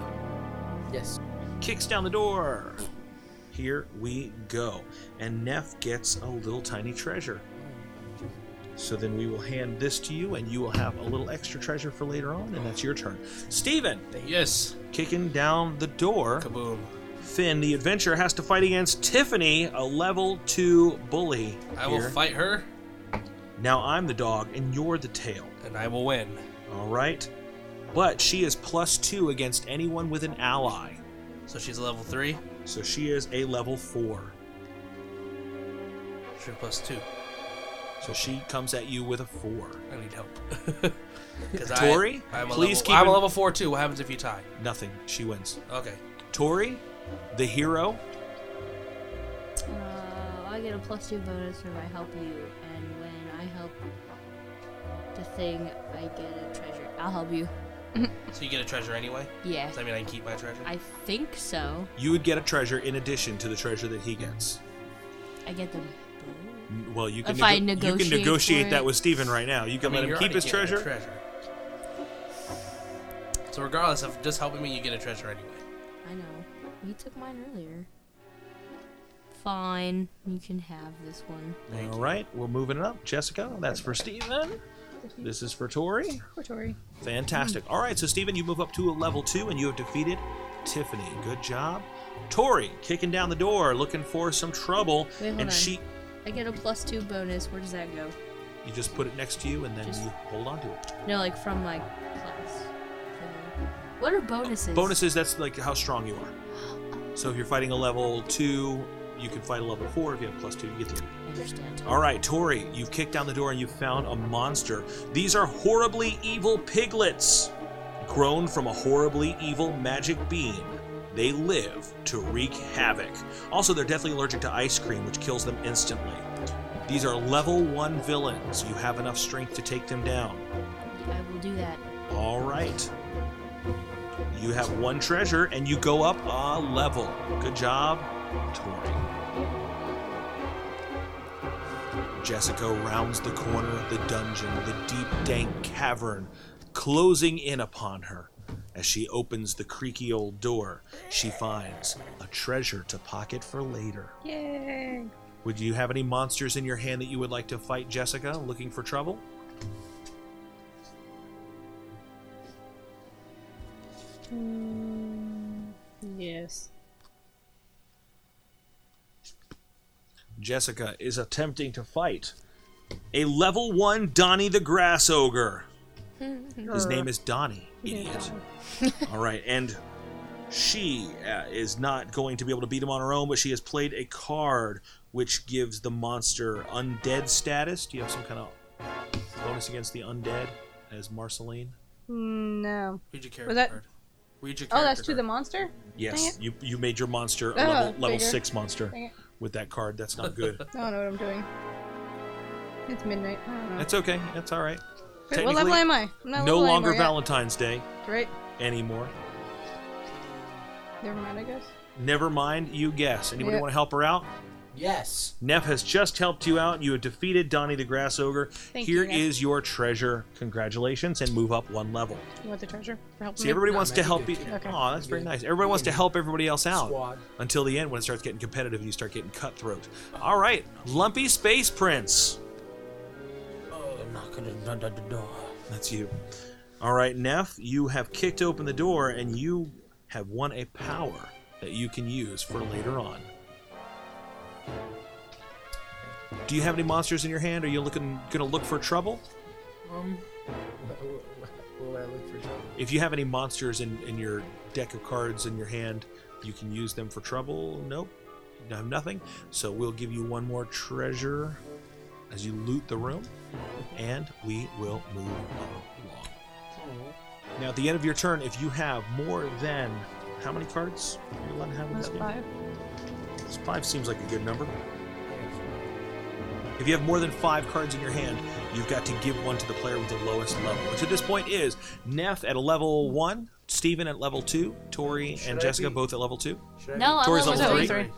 S5: Yes.
S2: kicks down the door. Here we go. And Neff gets a little tiny treasure. So then we will hand this to you, and you will have a little extra treasure for later on, and that's your turn. Steven
S3: Yes.
S2: kicking down the door.
S3: Kaboom.
S2: Finn, the adventurer, has to fight against Tiffany, a level two bully.
S3: I will
S2: here.
S3: fight her
S2: Now I'm the dog, and you're the tail.
S3: and I will win.
S2: All right. But she is plus two against anyone with an ally.
S3: So she's level three.
S2: So she is a level four.
S3: She's plus two.
S2: So she comes at you with a four.
S3: I need help. Because
S2: Tori,
S3: I, I'm a
S2: please
S3: level,
S2: keep
S3: I'm a
S2: in-
S3: level four too. What happens if you tie?
S2: Nothing. She wins.
S3: Okay.
S2: Tori, the hero.
S4: Uh, I get a plus two bonus when I help you, and when I help the thing, I get a treasure. I'll help you.
S3: So you get a treasure anyway.
S4: Yeah,
S3: Does that mean I can keep my treasure?
S4: I think so.
S2: You would get a treasure in addition to the treasure that he gets.
S4: I get the.
S2: N- Well, you can,
S4: If I
S2: you
S4: negotiate
S2: can negotiate
S4: for
S2: that
S4: it.
S2: with Steven right now. You can
S3: mean,
S2: let
S3: you're
S2: him keep
S3: already
S2: his
S3: getting a
S2: treasure.
S3: treasure. So regardless of just helping me, you get a treasure anyway.
S4: I know. He took mine earlier. Fine, you can have this one.
S2: All right, we're moving it up. Jessica, that's for Steven. This is for Tori.
S6: Poor Tori.
S2: Fantastic. All right, so Steven, you move up to a level two and you have defeated Tiffany. Good job. Tori kicking down the door, looking for some trouble,
S4: Wait, hold
S2: and
S4: on.
S2: she
S4: I get a plus two bonus. Where does that go?
S2: you just put it next to you and then
S4: Just-
S2: you hold on to it.
S4: No, like from my class. What are bonuses?
S2: Bonuses, that's like how strong you are. So if you're fighting a level two, you can fight a level four. If you have plus two, you get the
S4: I understand.
S2: All right, Tori, you've kicked down the door and you've found a monster. These are horribly evil piglets, grown from a horribly evil magic bean. They live to wreak havoc. Also, they're deathly allergic to ice cream, which kills them instantly. These are level one villains. You have enough strength to take them down.
S4: I will do that.
S2: All right. You have one treasure and you go up a level. Good job, Tori. Jessica rounds the corner of the dungeon, the deep, dank cavern closing in upon her. As she opens the creaky old door, she finds a treasure to pocket for later.
S6: Yay.
S2: Would you have any monsters in your hand that you would like to fight, Jessica, looking for trouble?
S6: Yes.
S2: Jessica is attempting to fight a level one Donnie the Grass Ogre. His name is Donnie, idiot. All right, and she uh, is not going to be able to beat him on her own, but she has played a card which gives the monster undead status. Do you have some kind of bonus against the undead as Marceline?
S6: No.
S3: Read your character
S6: Was that-
S3: card. Read your
S6: Oh,
S3: character
S6: that's to
S3: card.
S6: the monster.
S2: Yes, you you made your monster a
S6: Oh,
S2: level, level
S6: figure.
S2: six monster
S6: Dang it.
S2: with that card. That's not good.
S6: I don't know what I'm doing. It's midnight. I don't know.
S2: That's okay. That's all right.
S6: Wait, what level
S2: Technically,
S6: am I? I'm not
S2: no
S6: level
S2: longer
S6: anymore
S2: Valentine's Day
S6: yet. Right.
S2: anymore.
S6: Never mind. I guess.
S2: Never mind, you guess. Anybody
S6: Yeah.
S2: want to help her out?
S5: Yes.
S2: Neff has just helped you out. You have defeated Donnie the Grass Ogre. Here is
S6: Thank you, Neff.
S2: your treasure. Congratulations, and move up one level.
S6: You want the treasure for helping
S2: See,
S6: me?
S2: everybody
S5: No,
S2: wants
S5: man,
S2: to
S5: you
S2: help you.
S5: did
S6: good. Okay.
S2: Aw, that's very
S5: You did.
S2: nice. Everybody wants to help everybody else out
S5: Squad.
S2: until the end when it starts getting competitive and you start getting cutthroat. All right, Lumpy Space Prince.
S5: Uh,
S2: That's you. All right, Neff, you have kicked open the door and you have won a power that you can use for later on. Do you have any monsters in your hand? Are you looking going to look for trouble?
S5: Will I look for trouble?
S2: If you have any monsters in, in your deck of cards in your hand, you can use them for trouble. Nope. You have nothing. So we'll give you one more treasure. as you loot the room, and we will move along. Now, at the end of your turn, if you have more than how many cards are you allowed to have in this game? So Five seems like a good number. If you have more than five cards in your hand, you've got to give one to the player with the lowest level, which at this point is Neff at a level one, Steven at level two, Tori
S5: Should
S2: and
S5: I
S2: Jessica
S5: be-
S2: both at level two.
S5: Should I
S4: No, I'm
S2: Tori's
S4: level
S2: level
S4: three.
S2: three.
S5: Be,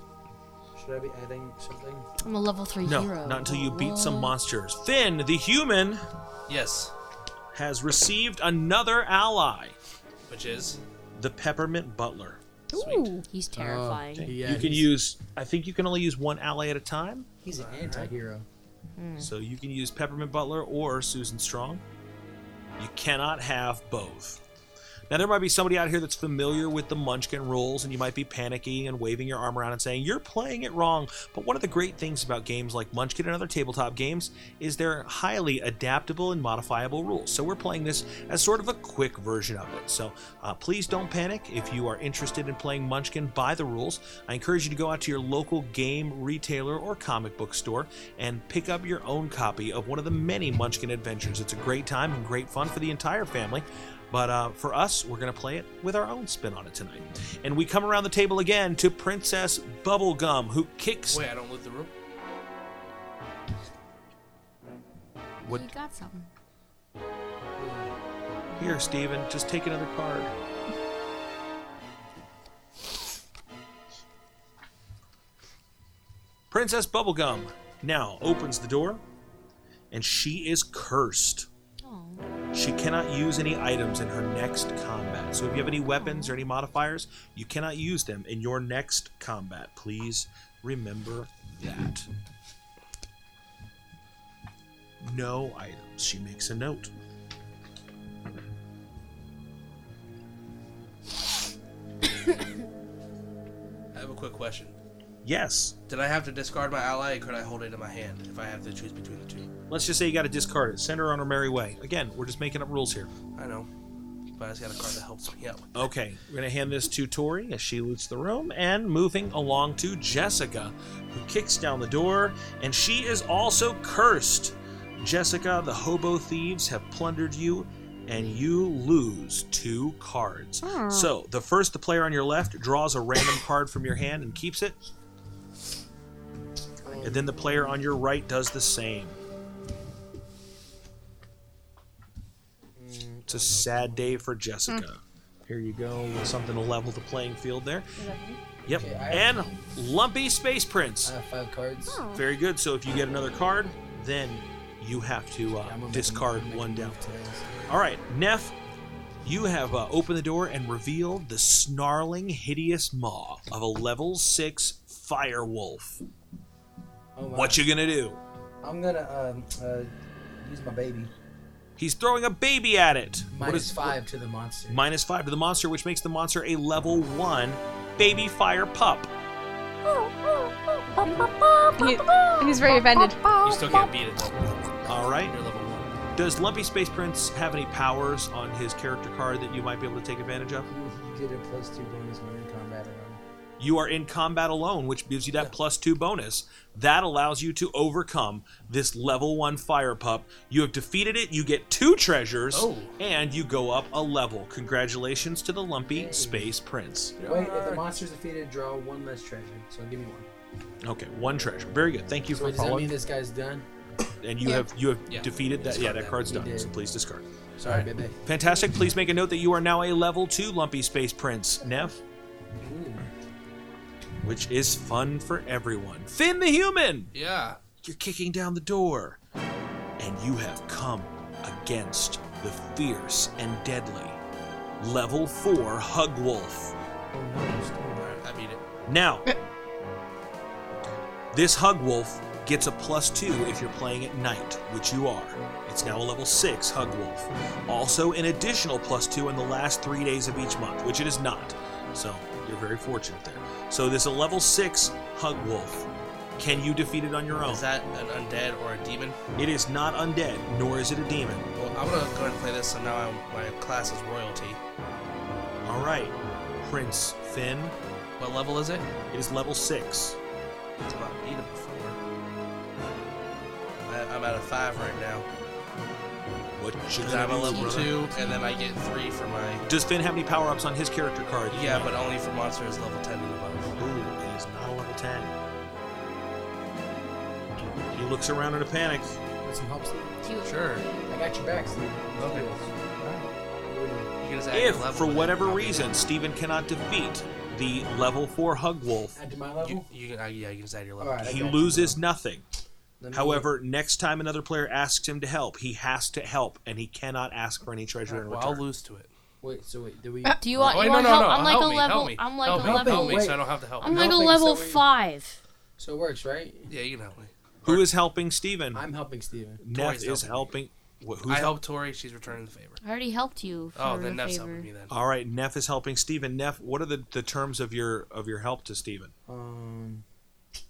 S5: should I be adding something?
S4: I'm a level three
S2: No,
S4: hero. Oh,
S2: not until you beat some
S4: What?
S2: monsters. Finn, the human,
S3: Yes,
S2: has received another ally,
S3: which is
S2: the Peppermint Butler.
S6: Ooh.
S4: He's
S2: Oh,
S4: terrifying.
S5: Okay.
S2: you can
S5: he's-
S2: use, I think you can only use one ally at a time.
S5: He's an anti-hero.
S2: So you can use Peppermint Butler or Susan Strong. You cannot have both. Now, there might be somebody out here that's familiar with the Munchkin rules, and you might be panicking and waving your arm around and saying, You're playing it wrong. But one of the great things about games like Munchkin and other tabletop games is they're highly adaptable and modifiable rules. So we're playing this as sort of a quick version of it. So uh, please don't panic if you are interested in playing Munchkin by the rules. I encourage you to go out to your local game retailer or comic book store and pick up your own copy of one of the many Munchkin adventures. It's a great time and great fun for the entire family. But uh, for us, we're going to play it with our own spin on it tonight. And we come around the table again to Princess Bubblegum, who kicks.
S3: wait, I don't loot the room.
S2: What?
S4: You got something.
S2: Here, Steven, just take another card. Princess Bubblegum now opens the door, and she is cursed.
S4: Oh.
S2: She cannot use any items in her next combat. So if you have any weapons or any modifiers, you cannot use them in your next combat. Please remember that. No items. She makes a note.
S3: I have a quick question.
S2: Yes.
S3: Did I have to discard my ally, or could I hold it in my hand if I have to choose between the two?
S2: Let's just say you got to discard it. Send her on her merry way. Again, we're just making up rules here.
S3: I know, but I just got a card that helps me out.
S2: Okay, we're going to hand this to Tori as she loots the room, and moving along to Jessica, who kicks down the door, and she is also cursed. Jessica, the hobo thieves have plundered you, and you lose two cards. So, the first, the player on your left, draws a random card from your hand and keeps it, and then the player on your right does the same. It's a sad day for Jessica. Here you go, with something to level the playing field there. Yep.
S5: Okay, I Uh, have-
S2: and Lumpy Space
S5: I
S2: Prince.
S5: have five cards.
S2: Very good. So if you get another card, then you have to uh,
S5: I'm gonna make a-
S2: discard
S5: I'm gonna make
S2: one
S5: a
S2: down.
S5: move today.
S2: All right, Neff, you have uh, opened the door and revealed the snarling, hideous maw of a level six fire wolf.
S5: Oh my.
S2: What you gonna do?
S5: I'm gonna um, uh, use my baby.
S2: He's throwing a baby at it. what
S5: Minus
S2: is
S5: five to the monster.
S2: minus five to the monster, which makes the monster a level one baby fire pup.
S6: He- he's very offended.
S3: You still can't beat it though.
S2: All right.
S3: You're level one.
S2: Does Lumpy Space Prince have any powers on his character card that you might be able to take advantage of?
S5: You get a plus two bonus when you're in combat around.
S2: You are in combat alone, which gives you that plus two bonus. That allows you to overcome this level one fire pup. You have defeated it, you get two treasures,
S3: Oh.
S2: and you go up a level. Congratulations to the Lumpy Space Prince.
S5: Wait, if the monster's defeated, draw one less treasure. So give me one.
S2: Okay, one treasure. Very good. Thank you
S5: So
S2: for
S5: wait, does that mean
S2: following.
S5: this guy's done?
S2: And you have you have
S3: Yeah.
S2: defeated that. Yeah,
S3: Discard
S2: that
S3: that.
S2: card's done.
S5: did.
S2: So please discard.
S5: Sorry, baby.
S2: Fantastic. Please make a note that you are now a level two Lumpy Space Prince. Nev. Which is fun for everyone. Finn the human!
S3: Yeah.
S2: You're kicking down the door. And you have come against the fierce and deadly level 4 Hug Wolf.
S3: I beat it.
S2: Now, this Hug Wolf gets a plus 2 if you're playing at night, which you are. It's now a level 6 Hug Wolf. Also, an additional plus 2 in the last three days of each month, which it is not. So, you're very fortunate there. So, this is a level 6 Hug Wolf. Can you defeat it on your own?
S3: Is that an undead or a demon?
S2: It is not undead, nor is it a demon.
S3: Well, I'm gonna go ahead and play this, so now I'm, my class is royalty.
S2: All right, Prince Finn.
S3: What level is it?
S2: It is level six.
S3: It's about beat it before. I have I'm at a five right now.
S2: What you
S3: Because I'm a
S2: gonna do,
S3: level
S2: brother?
S3: two, and then I get three for my.
S2: Does Finn have any power ups on his character card?
S3: Yeah, but only for monsters level 10 and above.
S2: Ooh, and he's not a level 10. He looks around in a panic.
S5: Want some help, Steve?
S4: Do you-
S3: Sure.
S5: I got your back, Steve.
S3: Okay. You can just add
S2: If,
S3: your level
S2: for
S3: and
S2: whatever
S3: I'll be
S2: reason, Steven cannot defeat the level 4 Hug Wolf,
S5: Add to my
S3: there. You,
S5: level.
S3: you can, uh, yeah, you can just add your level.
S5: All right. I
S2: he
S5: got
S2: loses nothing.
S5: Let me-
S2: However, next time another player asks him to help, he has to help, and he cannot ask for any treasure in
S3: Well, I'll
S2: return.
S3: lose to it.
S5: Wait, so wait, do we?
S4: Do you want,
S3: Oh, Wait,
S4: you
S3: no,
S4: want
S3: no,
S4: help?
S3: no.
S4: I'm like
S3: help
S4: a
S3: me,
S4: level.
S3: help me.
S4: I'm like
S3: help
S4: a
S3: me,
S4: level.
S3: Help me,
S5: Wait.
S3: so I don't have to help.
S4: I'm
S3: you.
S4: like a
S5: Helping,
S4: level
S5: so we-
S4: five.
S5: So it works, right?
S3: yeah, you can help me.
S2: Who is helping Steven?
S5: I'm helping Steven.
S2: Neff
S3: Tori's
S2: is helping. Wh- who's
S3: I
S2: hel-
S3: helped Tori. She's returning the favor.
S4: I already helped you. For
S3: Oh, then
S4: a
S3: Neff's
S4: favor.
S3: helping me then.
S2: All right, Neff is helping Steven. Neff, what are the, the terms of your of your help to Steven?
S5: Um, you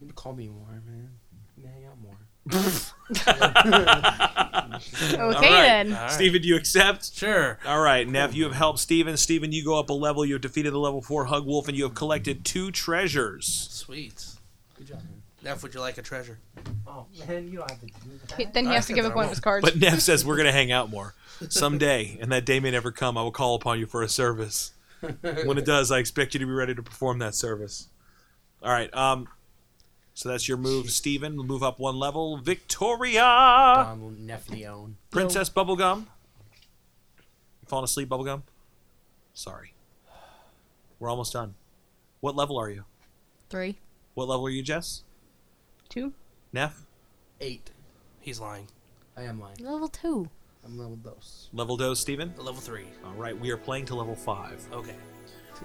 S5: need to call me more, man. You need to hang out more.
S6: Okay
S2: right.
S6: then.
S3: All right. Uh,
S2: Steven, do you accept?
S3: Sure.
S2: All right, Neff, you have helped Steven. Steven, you go up a level. You have defeated the level four Hug Wolf, and you have collected two treasures.
S3: Sweet.
S5: Good job, man.
S3: Neff, would you like a treasure?
S5: Oh man, you don't have to do
S6: He- Then he
S3: I
S6: has to
S3: think
S6: give up
S3: I
S6: one of
S3: won't.
S6: his cards.
S2: But Neff says, We're going to hang out more someday, and that day may never come. I will call upon you for a service. When it does, I expect you to be ready to perform that service. All right, um, so that's your move, Steven. Move up one level.
S4: Ah.
S2: Victoria!
S5: Donald Nefleon.
S2: Princess Bubblegum. You falling asleep, Bubblegum? Sorry. We're almost done. What level are you?
S4: Three.
S2: What level are you, Jess?
S6: Two.
S2: Neff?
S5: Eight.
S3: He's lying.
S5: I am lying.
S4: Level two.
S5: I'm level dose.
S2: Level dose, Steven?
S3: Level three.
S2: All right, we are playing to level five.
S3: Okay.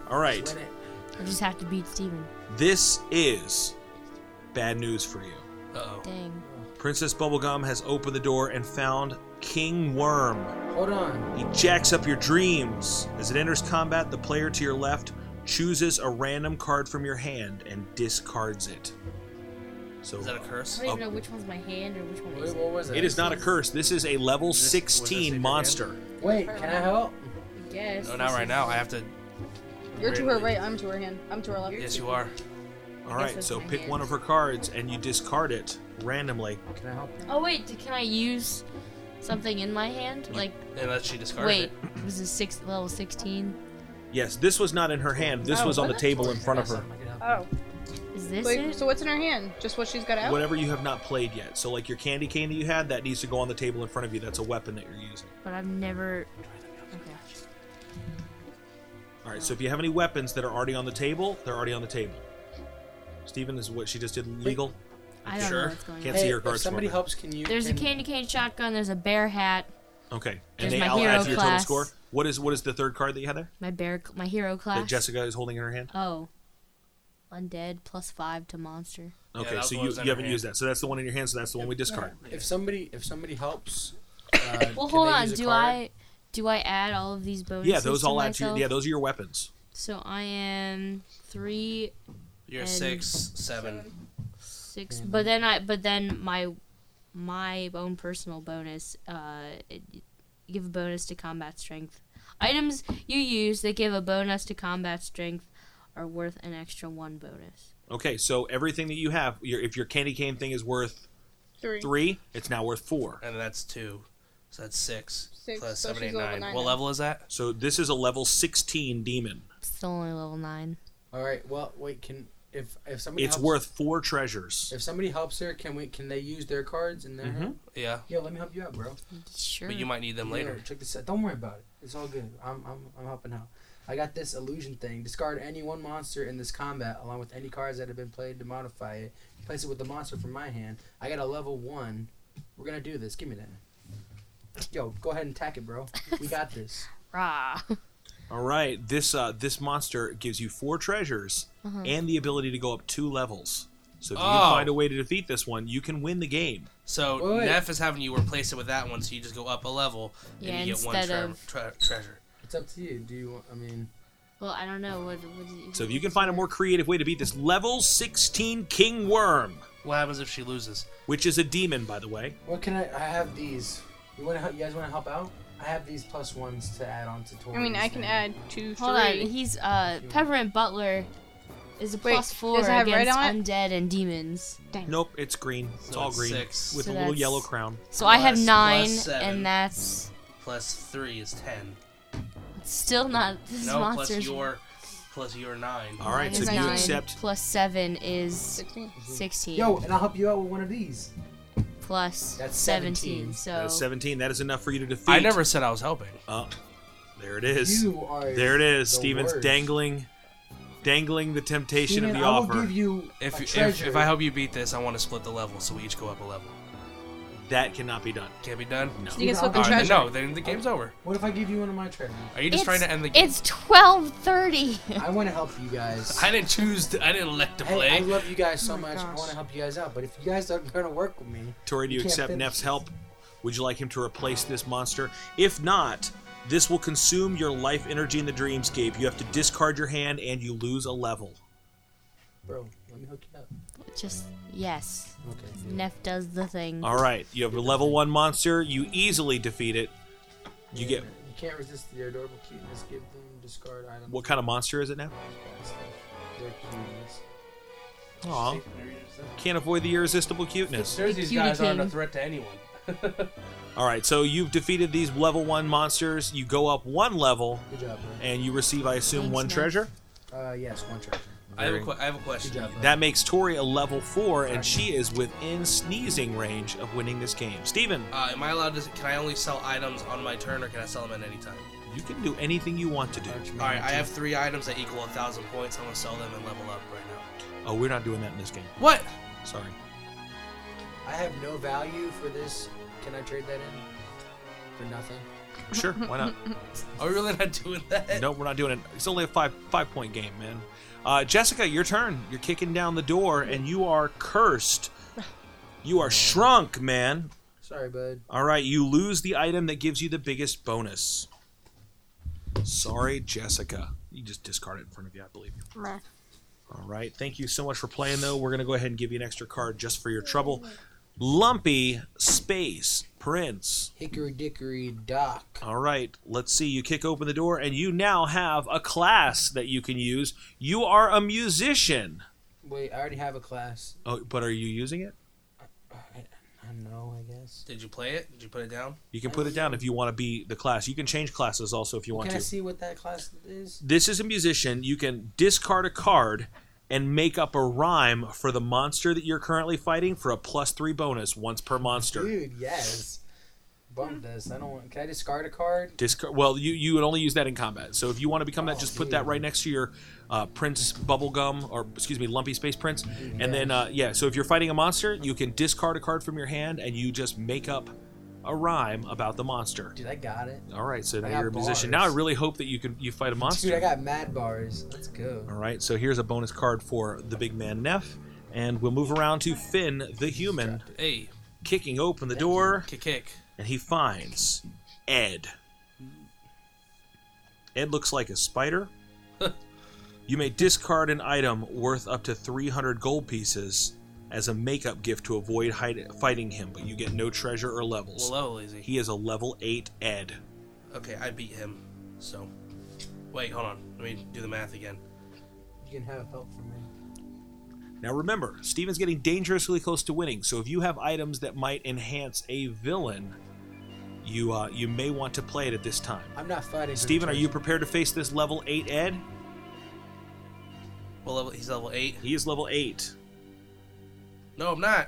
S2: All right,
S5: Win it.
S4: I just have to beat Steven.
S2: this is bad news for you.
S3: Uh oh.
S4: Dang.
S2: Princess Bubblegum has opened the door and found King Worm.
S5: Hold on.
S2: He jacks up your dreams. As it enters combat, the player to your left chooses a random card from your hand and discards it. So
S3: Is that a curse?
S4: I don't even know which one's my hand or which one
S5: Wait,
S4: is
S5: what was it?
S2: it is not a curse. This is a level
S3: this- was this in your
S2: 16
S3: hand?
S2: monster.
S5: Wait, can I help?
S4: I guess.
S3: No, not right now. I have to.
S6: You're to her right. I'm to her hand. I'm to her left.
S3: Yes, you are.
S2: All
S4: guess
S2: right,
S4: that's
S2: so
S4: my
S2: pick
S4: hand.
S2: one of her cards and you discard it randomly.
S5: Can I help?
S4: Oh wait, d- can I use something in my hand? Like
S3: Unless she discarded
S4: wait,
S3: it.
S4: this is six level sixteen.
S2: Yes, this was not in her hand. This
S6: Oh,
S2: was on the
S6: what?
S2: table in front of her.
S6: Oh.
S4: Is this
S6: Wait,
S4: it?
S6: so what's in her hand? Just what she's got
S4: Oh.
S6: out?
S2: Whatever you have not played yet. So, like your candy cane that you had, that needs to go on the table in front of you. That's a weapon that you're using.
S4: but I've never. Okay.
S2: All right. So if you have any weapons that are already on the table, they're already on the table. Steven, this is what she just did legal.
S4: I don't
S3: Sure.
S4: know what's going
S2: Can't
S4: on.
S2: see
S5: Hey,
S2: your
S5: if
S2: cards.
S5: somebody
S2: from her.
S5: helps, can you?
S4: There's a
S5: can-
S4: candy cane shotgun. There's a bear hat.
S2: Okay. And
S4: There's
S2: they
S4: my
S2: I'll add
S4: hero
S2: to your
S4: class.
S2: total score. What is what is the third card that you had there
S4: My bear. cl- My hero
S2: that
S4: class.
S2: Jessica is holding in her hand?
S4: Oh. Undead plus five to monster.
S2: Okay.
S3: that was
S2: so
S3: the
S2: you
S3: one
S2: you
S3: that's in
S2: haven't
S3: her hand.
S2: used that. So that's the one in your hand. So that's the one we discard.
S5: If somebody, if somebody helps. Uh,
S4: Well,
S5: can
S4: hold
S5: they
S4: on.
S5: use a
S4: Do
S5: card?
S4: I do I add all of these bonuses?
S2: Yeah. Those
S4: to
S2: all add to
S4: myself?
S2: your. Yeah. Those are your weapons.
S4: So I am three,
S3: You're
S4: And-
S3: six, seven.
S4: six. But then I. But then my my own personal bonus. Uh, it, give a bonus to combat strength. Items you use that give a bonus to combat strength are worth an extra one bonus.
S2: Okay. So everything that you have, your, if your candy cane thing is worth
S6: Three.
S2: three, it's now worth four.
S3: And that's two. So that's six.
S6: Six,
S3: plus
S6: so
S3: seven,
S6: she's
S3: eight,
S6: level
S3: nine.
S6: nine
S3: What
S6: now.
S3: level is that?
S2: So this is a level 16 demon.
S4: Still only level nine.
S5: All right. Well, wait. Can if if somebody
S2: It's
S5: helps,
S2: worth four treasures.
S5: If somebody helps her, can we? Can they use their cards in their?
S2: Mm-hmm.
S5: hand?
S3: Yeah.
S5: Yo, let me help you out, bro.
S4: Sure.
S3: But you might need them later.
S5: Yo, check this out. Don't worry about it. It's all good. I'm I'm I'm helping out. I got this illusion thing. Discard any one monster in this combat, along with any cards that have been played to modify it. Place it with the monster from my hand. I got a level one. We're gonna do this. Give me that. Yo, go ahead and attack it, bro. We got this.
S4: Rah.
S2: All right, this uh, this monster gives you four treasures
S4: Mm-hmm.
S2: and the ability to go up two levels. So if you
S3: Oh.
S2: can find a way to defeat this one, you can win the game.
S3: So
S5: Wait, wait.
S3: Neff is having you replace it with that one, so you just go up a level
S4: Yeah,
S3: and you get one
S4: instead
S3: tre-
S4: of-
S3: tre- treasure.
S5: It's up to you. Do you? want- I mean,
S4: well, I don't know. What, what did you,
S2: So if you can find a more creative way to beat this level 16 king worm,
S3: What happens if she loses?
S2: which is a demon by the way.
S5: what can I? I have these. You want to help? You guys want to help out? I have these plus ones to add on to.
S6: I mean,
S5: Tori's
S6: I can
S5: thing.
S6: add two, three.
S4: Hold on. He's uh Peppermint Butler is a
S6: Wait,
S4: plus four
S6: does it have
S4: against
S6: red on it?
S4: undead and demons.
S2: Nope, it's green. It's
S8: So
S2: all
S8: it's
S2: green
S8: six.
S2: with
S4: So
S2: a little
S4: that's-
S2: yellow crown.
S4: So I have
S8: Plus- plus
S4: nine,
S8: seven.
S4: and that's
S8: Plus three is ten.
S4: still not this
S8: no, plus
S4: monster's
S8: your plus your nine.
S2: All right, so
S4: minus
S2: you
S4: nine
S2: accept.
S4: plus seven is
S6: 16.
S4: sixteen.
S9: Yo, and I'll help you out with one of these.
S4: plus
S5: That's
S4: 17.
S5: 17.
S4: So
S2: That's 17. That is enough for you to defeat.
S3: I never said I was helping.
S2: Oh, there it is.
S9: You are.
S2: There it is.
S9: the
S2: Steven's
S9: worst.
S2: dangling, dangling the temptation
S9: Steven,
S2: of the
S9: I
S2: offer.
S9: will give you
S3: If,
S9: a
S3: if
S9: treasure.
S3: if I help you beat this, I want to split the level, so we each go up a level.
S2: That cannot be done.
S3: Can't be done. No.
S6: You can split
S9: All
S6: the
S3: All right, then
S6: treasure.
S3: no, then the game's over.
S9: What if I give you one of my treasures?
S3: Are you just
S4: it's,
S3: trying to end the game?
S4: it's 12:30.
S5: I want to help you guys.
S3: I didn't choose. To, I didn't elect to
S5: Hey, I
S3: play.
S5: love you guys so
S6: Oh my
S5: much. I
S6: gosh.
S5: want to help you guys out, but if you guys aren't gonna work with me,
S2: Tori, do
S9: You
S2: you
S9: can't
S2: accept
S9: finish
S2: Neff's
S9: this.
S2: help? Would you like him to replace this monster? If not, this will consume your life energy in the dreamscape. You have to discard your hand and you lose a level.
S9: Bro, let me hook you up.
S4: Just yes.
S9: Okay.
S4: Neff does the thing.
S2: All right, you have a level one monster. You easily defeat it. You get
S9: You can't resist their adorable cuteness. Give them discard items.
S2: what kind of monster is it now?
S9: Their cuteness.
S2: Aw, can't avoid the irresistible cuteness.
S3: There's these
S4: Cutie
S3: guys aren't a
S4: King.
S3: threat to anyone.
S2: All right, so you've defeated these level one monsters. You go up one level
S9: Good job,
S2: and you receive, I assume,
S4: Thanks,
S2: one
S4: Ness.
S2: treasure.
S9: bro. Uh, yes, one treasure.
S3: I have a,
S2: Very-
S3: que- I have a question.
S9: Good job, bro.
S2: That makes Tori a level four, and she is within sneezing range of winning this game. Steven,
S3: Uh, am I allowed to? Can I only sell items on my turn, or can I sell them at any time?
S2: you can do anything you want to do.
S3: All right, I have three items that equal a thousand points. I'm gonna sell them and level up right now.
S2: Oh, we're not doing that in this game.
S3: What?
S2: Sorry.
S5: I have no value for this. Can I trade that in for nothing?
S2: Sure, why not?
S3: Are we really not doing that?
S2: No, we're not doing it. It's only a five five point game, man. Uh, Jessica, your turn. You're kicking down the door, and you are cursed. You are shrunk, man.
S5: Sorry, bud.
S2: All right, you lose the item that gives you the biggest bonus. Sorry, Jessica. You just discard it in front of you, I believe.
S6: Meh.
S2: All right. Thank you so much for playing, though. We're going to go ahead and give you an extra card just for your trouble. Lumpy Space Prince.
S5: Hickory dickory dock.
S2: All right. Let's see. You kick open the door, and you now have a class that you can use. You are a musician.
S5: Wait, I already have a class.
S2: Oh, but are you using it?
S5: I, I know, I guess.
S3: Did you play it? Did you put it down?
S2: You can put it down if you want to be the class. You can change classes also if you want
S5: Can I
S2: to.
S5: see what that class is?
S2: this is a musician. You can discard a card and make up a rhyme for the monster that you're currently fighting for a plus three bonus once per monster.
S5: Dude, yes. Bump this. I don't want. Can I discard a card?
S2: Discard. Well, you you would only use that in combat. So if you want to become that, just put that right next to your uh, Prince Bubblegum, or excuse me, Lumpy Space Prince. And then uh, yeah, so if you're fighting a monster, you can discard a card from your hand and you just make up a rhyme about the monster.
S5: Dude, I got it.
S2: All right, so now
S5: I got
S2: you're a musician. Now I
S5: bars.
S2: really hope that you can you fight a monster.
S5: Dude, I got mad bars. Let's go.
S2: All right, so here's a bonus card for the big man Neff, and we'll move around to Finn the human,
S3: Hey,
S2: kicking open the door,
S3: kick, kick.
S2: and he finds Ed. Ed looks like a spider. you may discard an item worth up to 300 gold pieces as a makeup gift to avoid hide- fighting him, but you get no treasure or
S3: Well,
S2: levels.
S3: level is he?
S2: He is a level 8 Ed.
S3: Okay, I beat him. So, wait, hold on. Let me do the math again.
S5: You can have help from me.
S2: Now remember, Steven's getting dangerously close to winning, so if you have items that might enhance a villain, you uh, you may want to play it at this time.
S5: I'm not fighting. for the
S2: Steven, are you
S5: treasure.
S2: prepared to face this level 8 Ed?
S3: Well, level, he's level eight.
S2: He is level 8.
S3: No, I'm not.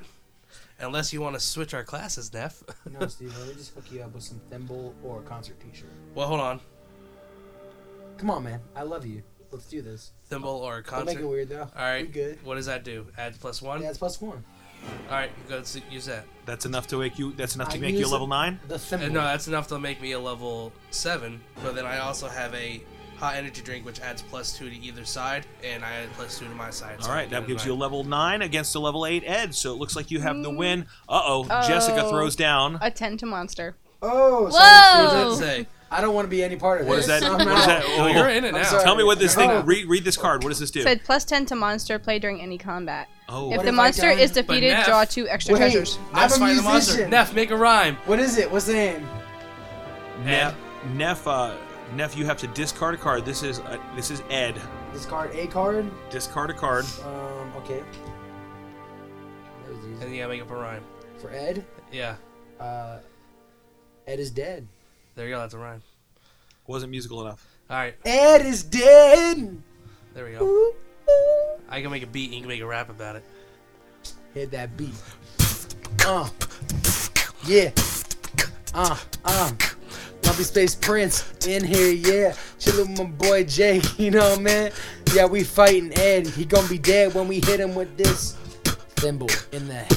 S3: Unless you want to switch our classes, Neff.
S5: No, Steven, let me just hook you up with some thimble or a concert T-shirt.
S3: well, hold on.
S5: Come on, man. I love you. Let's do this.
S3: Thimble or
S5: Don't
S3: concert?
S5: make it
S3: All
S5: weird though.
S3: right.
S5: We good.
S3: What does that do? Add plus one.
S5: Yeah, it's plus one.
S3: All right, go s- use that.
S2: That's enough to make you that's enough to
S5: I
S2: make you
S5: use
S2: a level 9?
S5: The
S3: Uh,
S5: thimble.
S3: no, that's enough to make me a level seven. But then I also have a hot energy drink, which adds plus two to either side, and I add plus two to my side.
S2: All right, that gives you a level 9 against a level 8 Ed, so it looks like you have the
S5: Mm.
S2: win. Uh-oh, Jessica
S6: Oh.
S2: throws down.
S6: A 10 to monster.
S4: Whoa!
S5: Oh, sorry,
S3: Let's
S5: Steven.
S3: say.
S5: I don't want to be any part of
S2: What is
S5: this.
S2: that?
S5: I'm
S2: What is
S5: out.
S2: that?
S3: Oh, you're in it
S5: I'm
S3: now.
S5: sorry.
S2: Tell me what this
S5: No.
S2: thing read read this card. What does this do?
S6: Said plus 10 to monster, play during any combat.
S2: Oh,
S6: if
S5: What
S6: the
S5: if I
S6: monster
S5: done-
S6: is
S5: But
S6: defeated,
S3: Neff-
S6: draw two extra
S5: Wait,
S6: treasures.
S5: I'm
S3: Neff's
S5: a
S3: fighting the monster.
S5: musician.
S3: Neff, make a rhyme.
S5: What is it? What's the name?
S2: Neff, Neff, uh, Neff, you have to discard a card. This is uh, this is Ed.
S5: Discard a card.
S2: Discard a card.
S5: Um, okay. That was easy.
S3: And yeah, make up a rhyme.
S5: For Ed,
S3: Yeah,
S5: uh, Ed is dead.
S3: there you go. That's a rhyme.
S2: Wasn't musical enough.
S3: All right,
S5: Ed is dead.
S3: there we go. I can make a beat. and You can make a rap about it.
S5: Hit that beat. Uh, yeah. Uh, uh. Lumpy Space Prince in here, yeah. Chillin' with my boy Jay, you know, man. Yeah, we fighting Ed. He gonna be dead when we hit him with this thimble in the head.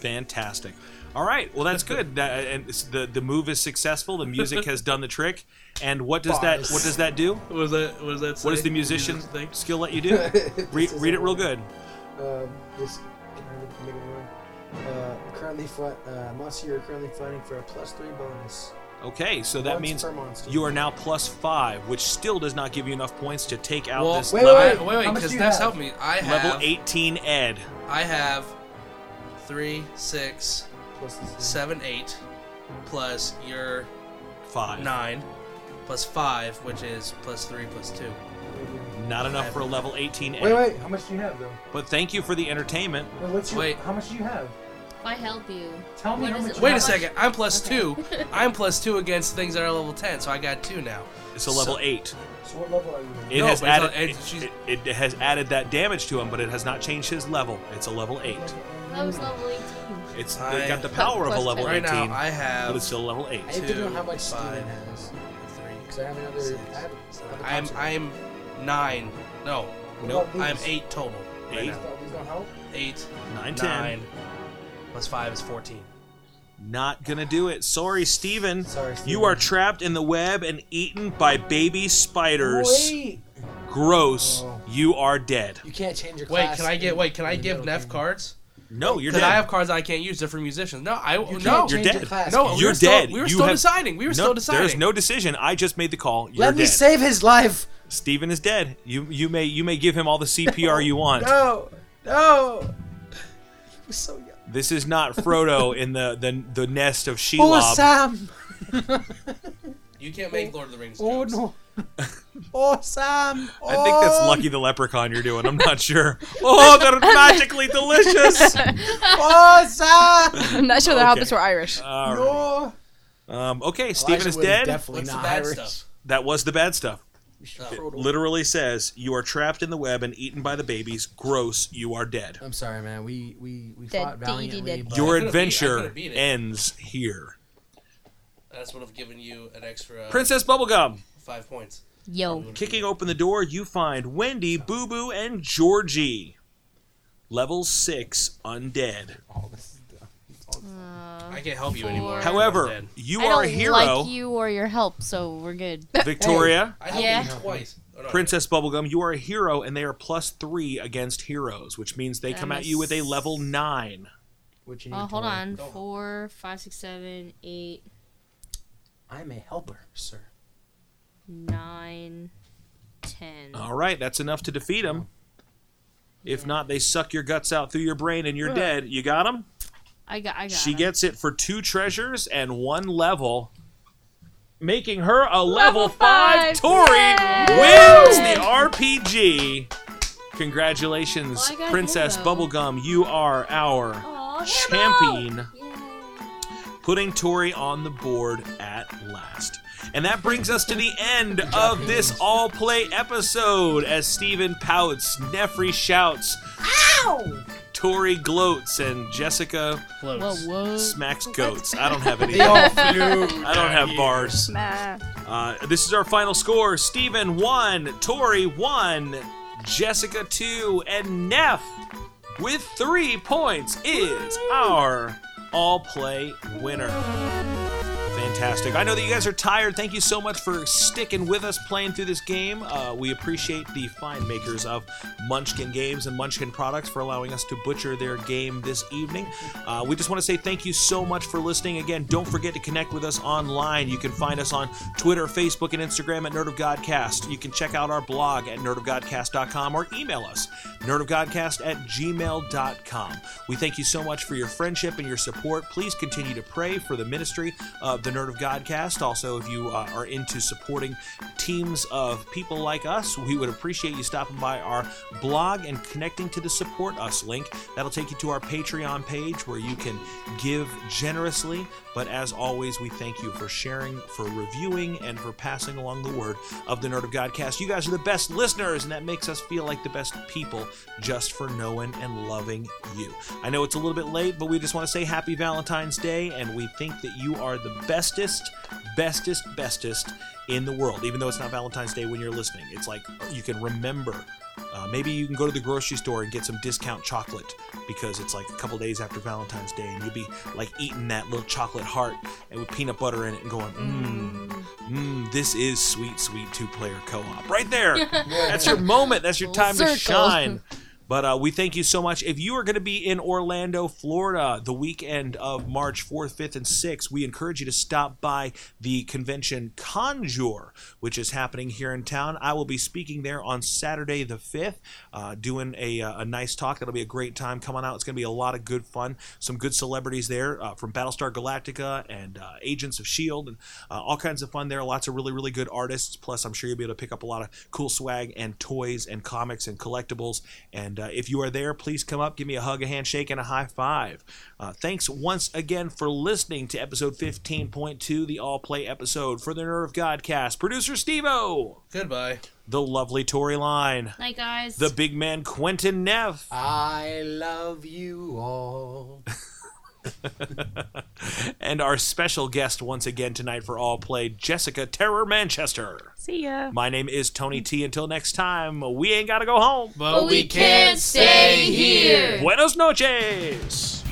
S2: Fantastic. All right. Well, that's good. That, and it's- the the move is successful. The music has done the trick. And what does that what does that do?
S3: What was that? What does that?
S2: What does the musician skill let you do? Read, read it real good.
S5: Uh, this can I make one? Uh, currently, fly, uh, monster you are currently fighting for a plus three bonus.
S2: Okay, so that
S5: Once
S2: means
S5: per monster.
S2: you are now plus five, which still does not give you enough points to take out
S3: Well,
S2: this
S5: wait,
S2: level,
S3: wait,
S5: How
S3: wait,
S5: much
S3: wait, because
S5: do you
S3: that's
S5: have?
S3: helped me. I have
S2: level 18 Ed.
S3: I have three, six,
S5: Plus this
S3: seven, eight, plus your
S2: Five.
S3: nine, plus five, which is plus three, plus two.
S2: Not enough for a level 18 Ed.
S9: Wait, wait. How much do you have though?
S2: But thank you for the entertainment.
S9: Wait, what's your?
S3: Wait.
S9: How much do you have?
S4: If I help you,
S9: Tell me
S4: What
S9: how
S4: is
S9: much.
S4: it?
S9: you
S3: Wait a
S9: have.
S3: second. I'm plus two. I'm plus two against things that are level ten, so I got two now.
S2: It's a level eight.
S9: So what level are you? in?
S2: It
S3: No,
S2: has
S3: but it's
S2: added
S3: not-
S2: it,
S3: it- she's-
S2: it- it has added that damage to him, but it has not changed his level. It's a level eight.
S4: that was level 18.
S2: It's
S3: I-
S2: it got the power of a
S6: Plus
S2: level
S3: right
S2: 18,
S3: now, I have
S2: but it's still level
S5: I
S2: eight.
S5: have to know
S3: two,
S5: how much Steven
S3: five,
S5: has. Because
S3: three.
S5: I have another. I have, I
S3: I'm
S5: have a
S3: I'm nine. No,
S2: Nope.
S3: I'm eight total. right
S2: Eight?
S3: now.
S5: These don't help.
S3: Eight,
S2: Nine, ten.
S3: nine, plus five is fourteen.
S2: Not gonna do it. Sorry, Steven.
S5: Sorry, Steven.
S2: You are trapped in the web and eaten by baby spiders.
S5: Wait.
S2: Gross.
S5: Oh.
S2: You are dead.
S5: You can't change your
S3: Wait,
S5: class.
S3: can I get?
S5: in-
S3: Wait, can I
S5: in the
S3: give
S5: middle
S3: Neff
S5: game.
S3: cards?
S2: No, you're
S3: Because
S2: dead.
S3: I have cards I can't use. They're for musicians. No, I no.
S5: You can't
S2: You're
S5: change
S2: dead.
S5: Your class.
S3: No,
S5: man.
S3: Oh, we
S2: You're
S3: were still-
S2: dead.
S3: we were
S2: You
S3: still
S2: have-
S3: deciding. We were
S2: no,
S3: still
S2: There's
S3: deciding.
S2: no decision. I just made the call. You're
S5: Let me
S2: dead.
S5: save his life.
S2: Steven is dead. You you may you may give him all the CPR you want.
S5: No, no. He was so young.
S2: This is not Frodo in the the, the nest of
S5: Poor
S2: Shelob.
S5: Sam.
S3: You can't make Lord of the Rings.
S5: Oh
S3: jokes.
S5: no. Oh Sam.
S2: I think that's
S5: Oh,
S2: Lucky the Leprechaun you're doing. I'm not sure. Oh, they're magically delicious.
S5: Oh Sam.
S6: I'm not sure that
S2: Okay.
S6: how this were Irish.
S2: All right.
S5: No.
S2: Um, okay, Steven
S5: Elijah
S2: is
S5: Wood
S2: dead.
S5: Definitely
S3: What's the
S5: not
S3: bad
S5: Irish.
S3: stuff?
S2: that was the bad stuff.
S3: Oh.
S2: Literally says you are trapped in the web and eaten by the babies. Gross. You are dead.
S5: I'm sorry, man. We we we
S6: Dead
S5: fought
S6: deed,
S5: valiantly.
S6: dead
S5: but-
S2: Your
S3: Uh, I could've beat- I
S2: adventure
S3: could've beat it.
S2: ends here.
S3: That's what have given you an extra
S2: Princess Bubblegum.
S3: five points.
S4: Yo.
S2: Kicking open the door, you find Wendy, Boo Boo, and Georgie. Level 6 undead.
S4: Uh,
S3: I can't help you anymore.
S4: Four.
S2: However,
S3: I'm dead.
S2: you
S4: I
S2: are
S4: don't
S2: a hero.
S4: like you or your help, so we're good.
S2: Victoria,
S3: I helped
S4: Yeah.
S3: you twice. Oh, no,
S2: Princess Bubblegum, you are a hero, and they are plus 3 against heroes, which means they
S4: That
S2: come at
S4: is-
S2: you with a level 9.
S5: What you need
S4: Uh,
S5: to
S4: hold
S5: know.
S4: on. Four, five, six, seven, eight,
S5: I'm a helper, sir.
S4: nine, ten.
S2: All right, that's enough to defeat them. If not, they suck your guts out through your brain and you're dead. You got them?
S4: I got. I got.
S2: She
S4: him.
S2: gets it for two treasures and one level, making her a level, five.
S6: five.
S2: Tori wins the RPG. Congratulations,
S4: Well, I got
S2: Princess
S4: Halo.
S2: Bubblegum. You are our
S4: Aw,
S2: champion,
S4: Yay.
S2: putting Tori on the board at last. And that brings us to the end of this all play episode as Steven pouts, Nefri shouts, Tori gloats, and Jessica
S4: Whoa,
S3: Close.
S4: whoa.
S2: smacks goats. I don't have any.
S5: flew.
S2: I don't have bars.
S6: Nah.
S2: Uh, this is our final score. Steven 1, Tori 1, Jessica 2, and Neff with 3 points is our all play winner. Fantastic. I know that you guys are tired. Thank you so much for sticking with us playing through this game. Uh, we appreciate the fine makers of Munchkin Games and Munchkin products for allowing us to butcher their game this evening. Uh, we just want to say thank you so much for listening. Again, don't forget to connect with us online. You can find us on Twitter, Facebook, and Instagram at Nerd of Godcast. You can check out our blog at nerdofgodcast.com or email us, nerdofgodcast at gmail.com. We thank you so much for your friendship and your support. Please continue to pray for the ministry of the Nerd of Nerd of Godcast. Also, if you uh, are into supporting teams of people like us, we would appreciate you stopping by our blog and connecting to the Support Us link. That'll take you to our Patreon page where you can give generously. But as always, we thank you for sharing, for reviewing, and for passing along the word of the Nerd of Godcast. You guys are the best listeners, and that makes us feel like the best people just for knowing and loving you. I know it's a little bit late, but we just want to say happy Valentine's Day, and we think that you are the bestest, bestest, bestest in the world. Even though it's not Valentine's Day when you're listening, it's like you can remember. Uh, maybe you can go to the grocery store and get some discount chocolate because it's like a couple days after Valentine's Day, and you'll be like eating that little chocolate heart and with peanut butter in it and going, mmm, mmm, this is sweet, sweet two player co op. Right there. That's your moment. That's your time to
S4: Circle.
S2: shine. But uh, we thank you so much. If you are going to be in Orlando, Florida, the weekend of March 4th, 5th, and 6th, we encourage you to stop by the convention Conjure, which is happening here in town. I will be speaking there on Saturday the 5th, uh, doing a, uh, a nice talk. That'll be a great time coming out. It's going to be a lot of good fun. Some good celebrities there uh, from Battlestar Galactica and uh, Agents of S.H.I.E.L.D. and uh, all kinds of fun there. Lots of really, really good artists. Plus, I'm sure you'll be able to pick up a lot of cool swag and toys and comics and collectibles. And uh, if you are there, please come up, give me a hug, a handshake, and a high five. Uh, thanks once again for listening to episode 15.2, the All Play episode for the Nerve of Godcast. Producer Steve O,
S3: Goodbye.
S2: the lovely Tori Line,
S4: Night, guys.
S2: the big man Quentin Neff.
S5: I love you all.
S2: and our special guest once again tonight for all play, Jessica Terror Manchester.
S6: See ya.
S2: My name is Tony T. Until next time, we ain't gotta go home.
S3: But, we can't stay here.
S2: Buenos noches.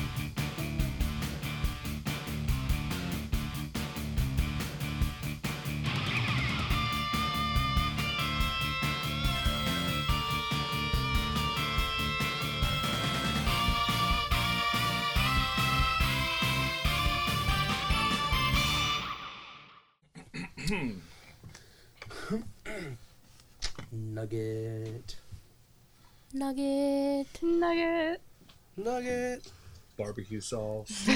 S5: Nugget.
S4: Nugget.
S6: Nugget.
S3: Nugget.
S9: Barbecue sauce.